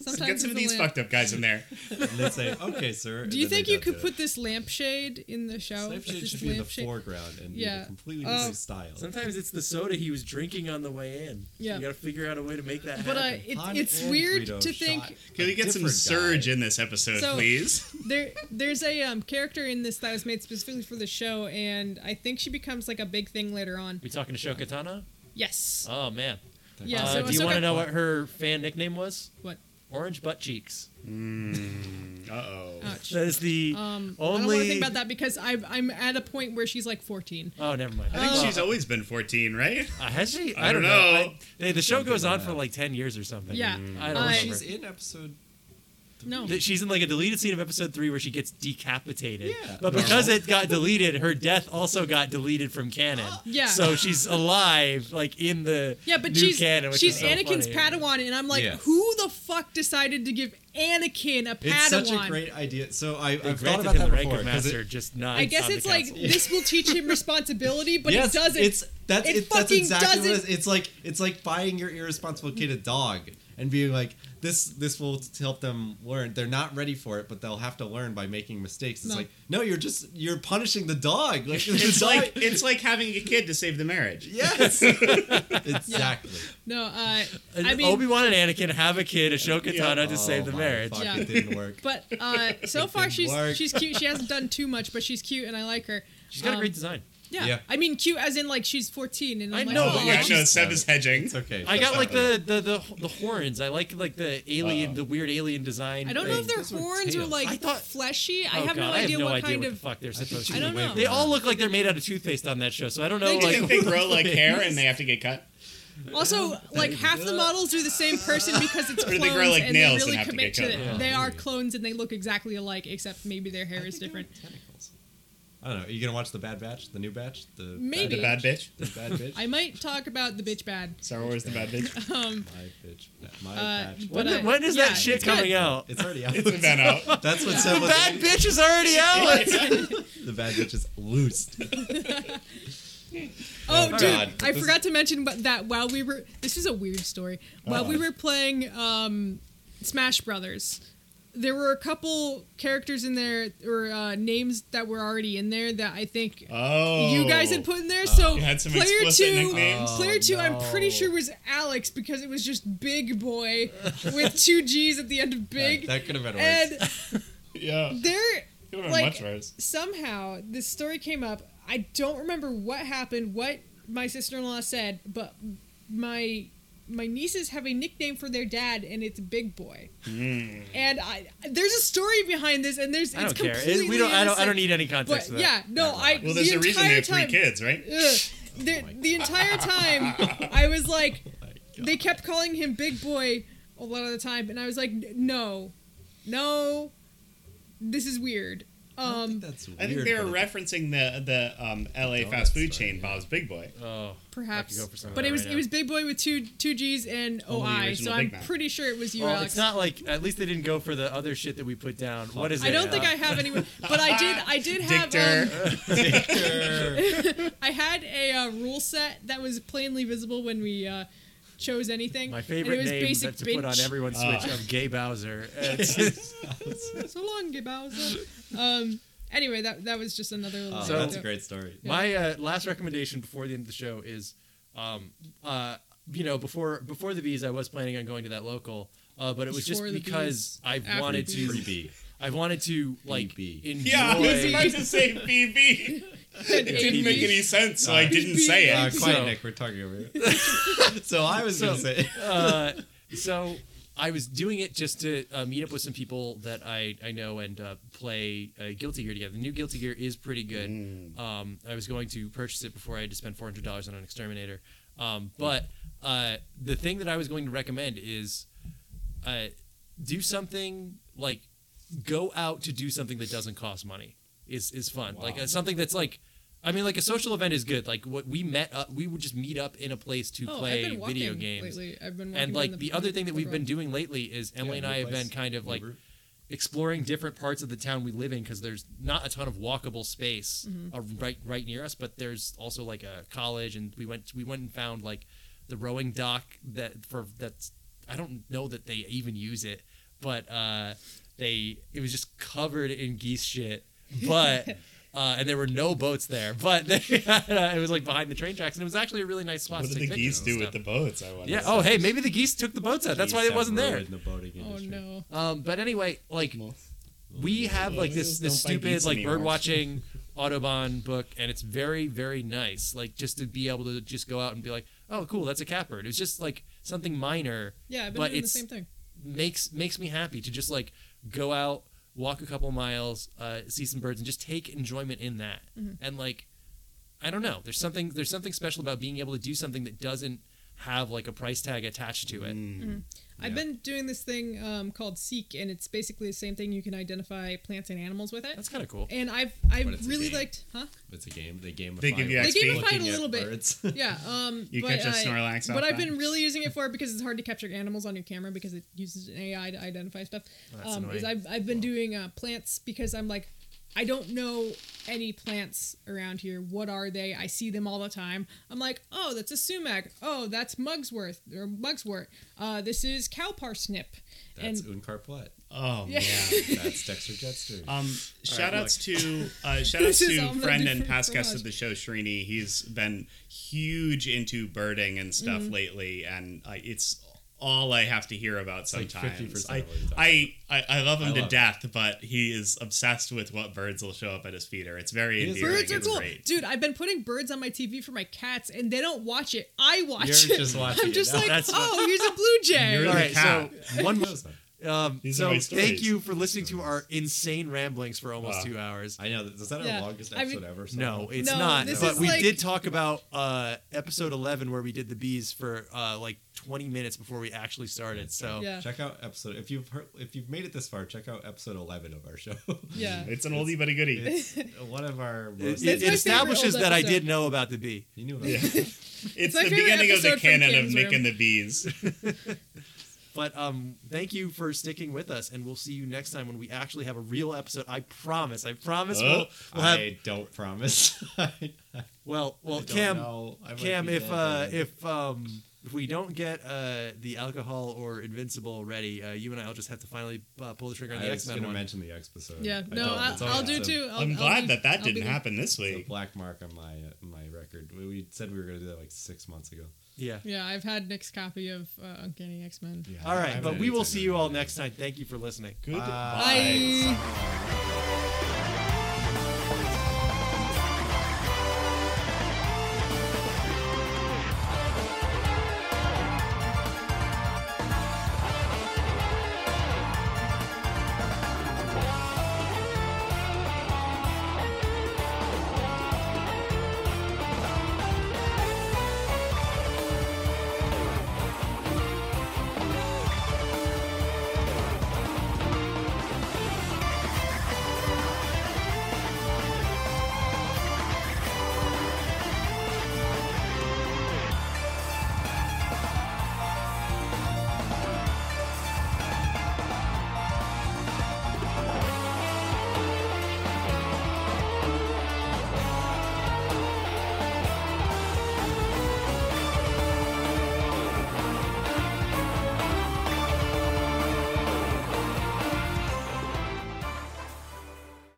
E: sometimes
C: Get some of
E: it's a
C: these
E: lamp.
C: fucked up guys in there.
B: And they say, okay, sir.
E: Do you think you could put this lampshade in the show?
B: Lampshade
E: This
B: should be in the
E: lampshade-
B: foreground and yeah.
E: Yeah.
B: a completely
E: Uh,
B: different style.
I: Sometimes it's the soda he was drinking on the way in.
E: Yeah.
I: You gotta figure out a way to make that
E: But uh,
I: happen.
E: it,
B: Hot
E: it's
B: and
E: weird
B: Greedo
E: to
B: shot.
E: think
C: Can we get some
B: Different
C: surge
B: guy.
C: in this episode,
E: So-
C: please?
E: <laughs> there there's a um, character in this that was made specifically for the show, and I think she becomes like a big thing later on.
F: We talking to Shokatana?
E: Yes.
F: Oh man.
E: yeah.
F: Uh,
E: so
F: do you
E: Ahsoka-
F: want to know what her fan nickname was?
E: What?
F: Orange butt cheeks.
C: Uh oh.
E: Ouch.
F: That is the
E: Um, I don't want to
F: only.
E: think about that because I, I'm at a point where she's like 14.
F: Oh, never mind.
C: I think she's always been 14, right?
F: Uh, has she?
C: I
F: I don't
C: don't
F: know.
C: know.
F: I, hey, the show goes on for like ten years or
D: Mm.
F: something.
E: Yeah.
F: I don't
E: Uh,
F: remember.
B: She's in episode.
E: No.
F: That She's in like a deleted scene of episode three where she gets decapitated.
B: Yeah.
F: But because it got deleted, her death also got deleted from canon.
E: <gasps> Yeah.
F: So she's alive, like in the
E: Yeah, but
F: new
E: she's
F: canon. Which
E: she's
F: is so
E: Anakin's
F: funny.
E: Padawan, and I'm like,
B: Yes.
E: who the fuck decided to give Anakin a Padawan?
B: It's such a great idea. So I,
F: They
B: I've thought
F: granted
B: about
F: him
B: that
F: the rank
B: before.
F: of
B: 'cause it-
F: master, just not.
E: I guess
F: on the
E: it's like
F: council.
E: this will teach him responsibility, but
B: yes,
E: it doesn't.
B: It's that's
E: It
B: it, that's
E: fucking
B: exactly what it is.
E: doesn't.
B: It's like it's like buying your irresponsible kid a dog and being like this this will t- help them learn. They're not ready for it, but they'll have to learn by making mistakes. It's
E: No.
B: like no, you're just you're punishing the dog. Like <laughs> the
C: It's
B: dog-
C: like it's like having a kid to save the
B: <laughs>
C: marriage.
B: yes, exactly.
E: no, uh,
F: And
E: I mean,
F: Obi-Wan and Anakin have a kid, Ashoka Tano, to save
B: Oh
F: the
B: my
F: marriage.
B: Fuck,
E: Yeah.
B: it didn't work.
E: but uh, so far
B: didn't
E: she's
B: work.
E: she's cute. She hasn't done too much, but she's cute, and I like her.
F: She's got
E: Um,
F: a great design.
E: Yeah.
B: Yeah.
E: I mean, cute as in like she's 14, and I'm
F: I
E: like,
F: know,
E: oh,
F: but
C: Yeah, I
E: she's-
C: know. Seb is hedging.
E: <laughs>
B: it's okay.
F: I got like the the the, the horns. I like like the alien, the weird alien design.
E: I don't know if
F: thing.
E: they're
B: Those were
E: horns or
B: tails.
E: like
F: I thought-
E: fleshy. I
F: Oh,
E: have
F: God,
E: no
F: I have
E: idea
F: no
E: what
F: idea
E: kind
F: what
E: of.
F: the fuck they're
B: I think
F: supposed
B: she
E: I
F: to.
E: don't
B: went
E: know.
B: with
F: They
B: it.
F: all look like they're made out of toothpaste on that show, so I don't know.
C: <laughs>
E: They
C: Do you
E: <laughs>
F: like,
C: think they grow like hair and they have to get cut?
E: Also, like half the models are the same person because it's
C: Or
E: clones,
C: they grow like
E: and
C: nails
E: they
C: and
E: really
C: have to get
E: commit to
C: cut
E: it.
C: off.
E: They are clones and they look exactly alike, except maybe their hair is different.
B: Tentacles. I don't know. Are you gonna watch the Bad Batch, the new batch, the Bad-
E: Maybe.
C: The bad bitch.
B: the bad
E: <laughs>
B: bitch,
E: I might talk about the bitch bad.
C: Star Wars, the bad
E: <laughs>
C: bitch.
E: Um,
B: my bitch, my
E: uh,
B: batch.
E: but
F: when,
E: I-
F: when is
E: yeah,
F: that shit
E: it's good.
F: coming out?
B: It's
F: <laughs>
B: already out.
C: It's been out.
B: That's what Seb
F: The
B: was.
F: bad bitch is already out.
B: The bad bitch is
E: <laughs>
B: loose.
E: Oh, dude,
B: God.
E: I forgot to mention but that while we were this is a weird story. While
C: Uh-huh.
E: we were playing um, Smash Brothers, there were a couple characters in there or uh, names that were already in there that I think
C: Oh.
E: you guys had put in there. So
C: You had some
E: player
C: explicit
E: two,
C: nicknames?
E: player two, I'm pretty sure was Alex because it was just Big Boy with two G's at the end of Big.
B: That could have been worse.
E: and
C: Yeah.
E: there,
C: It would have
E: like-
C: much worse.
E: somehow this story came up. I don't remember what happened, what my sister-in-law said, but my my nieces have a nickname for their dad, and it's Big Boy. And I there's a story behind this, and there's
F: Hmm. I don't
E: it's
F: care.
E: completely.
F: It- we don't. I don't. I
E: innocent.
F: don't need any context.
E: But
F: for that.
E: yeah, no, I.
C: Well,
E: the
C: there's a reason they
E: entire
C: have three
E: time-
C: kids, right?
E: Ugh.
F: Oh
E: the, the
F: <laughs>
E: entire time I was like, they kept calling him Big Boy a lot of the time, and I was like, "N- no, no, this is weird. Um,
B: That's weird.
C: I think they were
B: but it-
C: referencing the the um, L.A.
B: Donut
C: fast food
B: store,
C: chain,
B: yeah.
C: Bob's Big Boy.
J: Oh,
E: perhaps,
D: go for some
E: but
D: of
E: it
D: that
E: was
D: right
E: it
D: now.
E: was Big Boy with two two G's and
C: Only
E: OI,
C: original
E: so I'm
C: Big Mac.
E: pretty sure it was you,
D: Well,
E: Alex.
D: it's not like at least they didn't go for the other shit that we put down. What is it?
E: I don't think
D: Uh,
E: I have any, but I did. I
D: <laughs>
E: did have. Um,
C: Dictor.
E: I had a uh, rule set that was plainly visible when we uh, chose anything.
D: My
E: and it
D: favorite
E: was
D: name
E: basic
D: that to put on
E: bitch.
D: everyone's
F: Uh.
D: switch of Gay
E: <laughs>
D: Bowser. It's-
E: So long, Gibauza. Um. Anyway, that that was just another little.
B: Oh,
D: So-
B: that's a
E: anecdote. <laughs>
B: great story.
D: My uh, last recommendation before the end of the show is, um, uh, you know, before before the bees, I was planning on going to that local, uh, but it was
E: Before
D: just
E: the
D: because
E: Bees.
D: I
E: After
D: wanted
E: the
D: to,
E: Bees.
F: <laughs>
B: Freebie.
D: I wanted to like
B: BB.
D: enjoy.
C: <laughs> Yeah, I was
E: Boy.
C: about to say BB.
E: Good
C: It didn't
E: evening.
C: make any sense, so I didn't
E: BB.
C: say
B: Uh,
C: it.
B: quiet,
D: So-
B: Nick. We're talking over here.
F: <laughs>
B: so I was gonna say.
D: uh, so I was doing it just to uh, meet up with some people that I, I know and uh, play uh, Guilty Gear together. The new Guilty Gear is pretty good. Um, I was going to purchase it before I had to spend four hundred dollars on an exterminator. Um, but uh, the thing that I was going to recommend is uh, do something like go out to do something that doesn't cost money is is fun. Like uh, something that's like. I mean, like a social event is good. Like what we met up, we would just meet up in a place to
E: Oh, I've
D: play
E: been walking
D: video games
E: lately. I've been walking
D: and
E: down
D: like the other thing that we've been
E: Broadway.
D: doing lately is Emily and
B: new
D: I have
B: place,
D: been kind of like
B: neighbor.
D: exploring different parts of the town we live in because there's not a ton of walkable space uh, right right near us, but there's also like a college, and we went we went and found like the rowing dock that for that's I don't know that they even use it, but uh, they it was just covered in geese shit, but. Uh, and there were no boats there, but <laughs> they had, uh, it was like behind the train tracks, and it was actually a really nice spot.
C: What
D: to
C: did
D: take
C: the geese
D: pictures and
C: do with
D: stuff.
C: the boats? I wonder.
D: Yeah. Oh, hey, maybe the geese took the boats out. That's why
B: Geese
D: it
B: have
E: wasn't
D: wasn't there.
B: ruined The boating
E: Oh
B: industry.
E: no!
D: Um, but anyway, like we have like this
C: Don't
D: this
C: buy geese
D: stupid like
C: anymore.
D: bird watching
E: <laughs>
D: autobahn book, and it's very very nice. Like just to be able to just go out and be like, oh cool, that's a catbird. It's just like something minor.
E: Yeah, I've been
D: but
E: doing the
D: it's-
E: same thing.
D: makes makes me happy to just like go out, walk a couple miles, uh, see some birds, and just take enjoyment in that.
E: Mm-hmm.
D: And like, I don't know. There's something there's something special about being able to do something that doesn't have like a price tag attached to it.
E: I've been doing this thing um, called Seek, and it's basically the same thing. You can identify plants and animals with it.
D: That's kind of cool.
E: and I've I
B: But it's a
E: really
B: game.
E: liked, huh?
B: It's a game. They gamify.
C: They give you
E: They
C: XP.
E: gave it a
B: looking at
E: little bit.
B: birds.
E: <laughs>
B: <laughs>
E: Yeah. Um,
C: You
E: but
C: catch a
E: I-
C: Snorlax off
E: But I've
C: that?
E: been really using it for because it's hard to capture animals on your camera because it uses an AI to identify stuff.
D: that's
E: um, is
D: annoying.
E: I've, I've been doing uh, plants because I'm like, I don't know any plants around here. What are they? I see them all the time. I'm like, oh, that's a sumac. Oh, that's Mugsworth or Mugswort. Uh, this is cow parsnip.
B: That's
E: and
B: Unkar Plutt.
C: Oh
E: Yeah.
C: man.
B: That's Dexter
E: <laughs>
B: Jetster.
C: Um, shout outs to
B: <laughs>
C: uh, shout outs
E: This is
C: to
E: all
C: friend
E: different
C: and past
E: from
C: guest
E: us.
C: of the show, Srini. He's been huge into birding and stuff
E: Mm-hmm.
C: lately, and I, it's all I have to hear about
B: like
C: sometimes.
B: 50% of what he talks
C: I, I, I I love him
B: I
C: to
B: love it.
C: death, but he is obsessed with what birds will show up at his feeder. It's very
B: is-
C: endearing.
E: Birds are
C: it's
E: cool,
C: great.
E: dude. I've been putting birds on my TV for my cats, and they don't watch it. I watch
B: You're
E: it. <laughs>
B: just watching
E: I'm
B: it
E: just
B: now.
E: like,
D: That's what-
E: oh, here's a
B: <laughs>
E: blue jay.
C: You're
D: All
C: the
D: right, so <laughs> one. mo- Um,
C: These are
D: so
C: my stories.
D: thank you for listening to our insane ramblings for almost
C: Wow.
D: two hours.
B: I know. Is that our
E: Yeah.
B: longest
E: I
B: episode
E: mean-
B: ever? somehow?
D: No, it's
E: No,
D: not.
E: this
D: But
E: is
D: we
E: like-
D: did talk about uh, episode eleven where we did the bees for uh, like twenty minutes before we actually started. So
E: Yeah.
B: oh, Check out episode if you've heard if you've made it this far. Check out episode eleven of our show.
E: <laughs> Yeah.
C: It's an oldie but a goodie.
E: <laughs>
B: it's one of our.
D: it,
B: Most,
D: it-
E: my
D: it
E: favorite
D: establishes
E: old
D: that I
E: episode.
D: did know about the bee.
B: you knew about
C: Yeah.
B: it.
C: It's
E: my
C: the
E: favorite
C: beginning of the
E: episode from
C: canon of
E: Kim's
C: Nick
E: room.
C: and the Bees.
D: But um, thank you for sticking with us, and we'll see you next time when we actually have a real episode. I promise. I promise. we'll,
C: Oh,
D: we'll have
B: I don't promise. <laughs> I,
D: Well, well,
B: don't
D: Cam,
B: know. I might
D: Cam,
B: be
D: if
B: dead
D: uh,
B: by then.
D: if um, if we don't get uh, the alcohol or invincible ready, uh, you and I will just have to finally uh, pull the trigger on the
B: I was
D: X
B: going
D: Men
B: to
D: one.
B: mention the episode.
E: Yeah,
B: I
E: no,
B: don't.
E: I'll,
B: It's all
E: I'll
B: right.
E: do
B: It's a-
E: too. <laughs> I'll,
C: I'm
E: I'll
C: glad
E: be-
C: that that
E: I'll be
C: didn't
E: there.
C: happen this
B: It's a
C: week.
B: black mark on my uh, my record. We- We said we were going to do that like six months ago.
D: Yeah.
E: Yeah, I've had Nick's copy of uh, Uncanny X Men.
B: Yeah,
D: All
B: I
D: right,
B: haven't
D: but
B: had
D: we
B: any
D: will
B: time
D: see
B: in
D: you
B: a
D: all
B: minute.
D: next time. Thank you for listening.
C: Good.
E: Bye.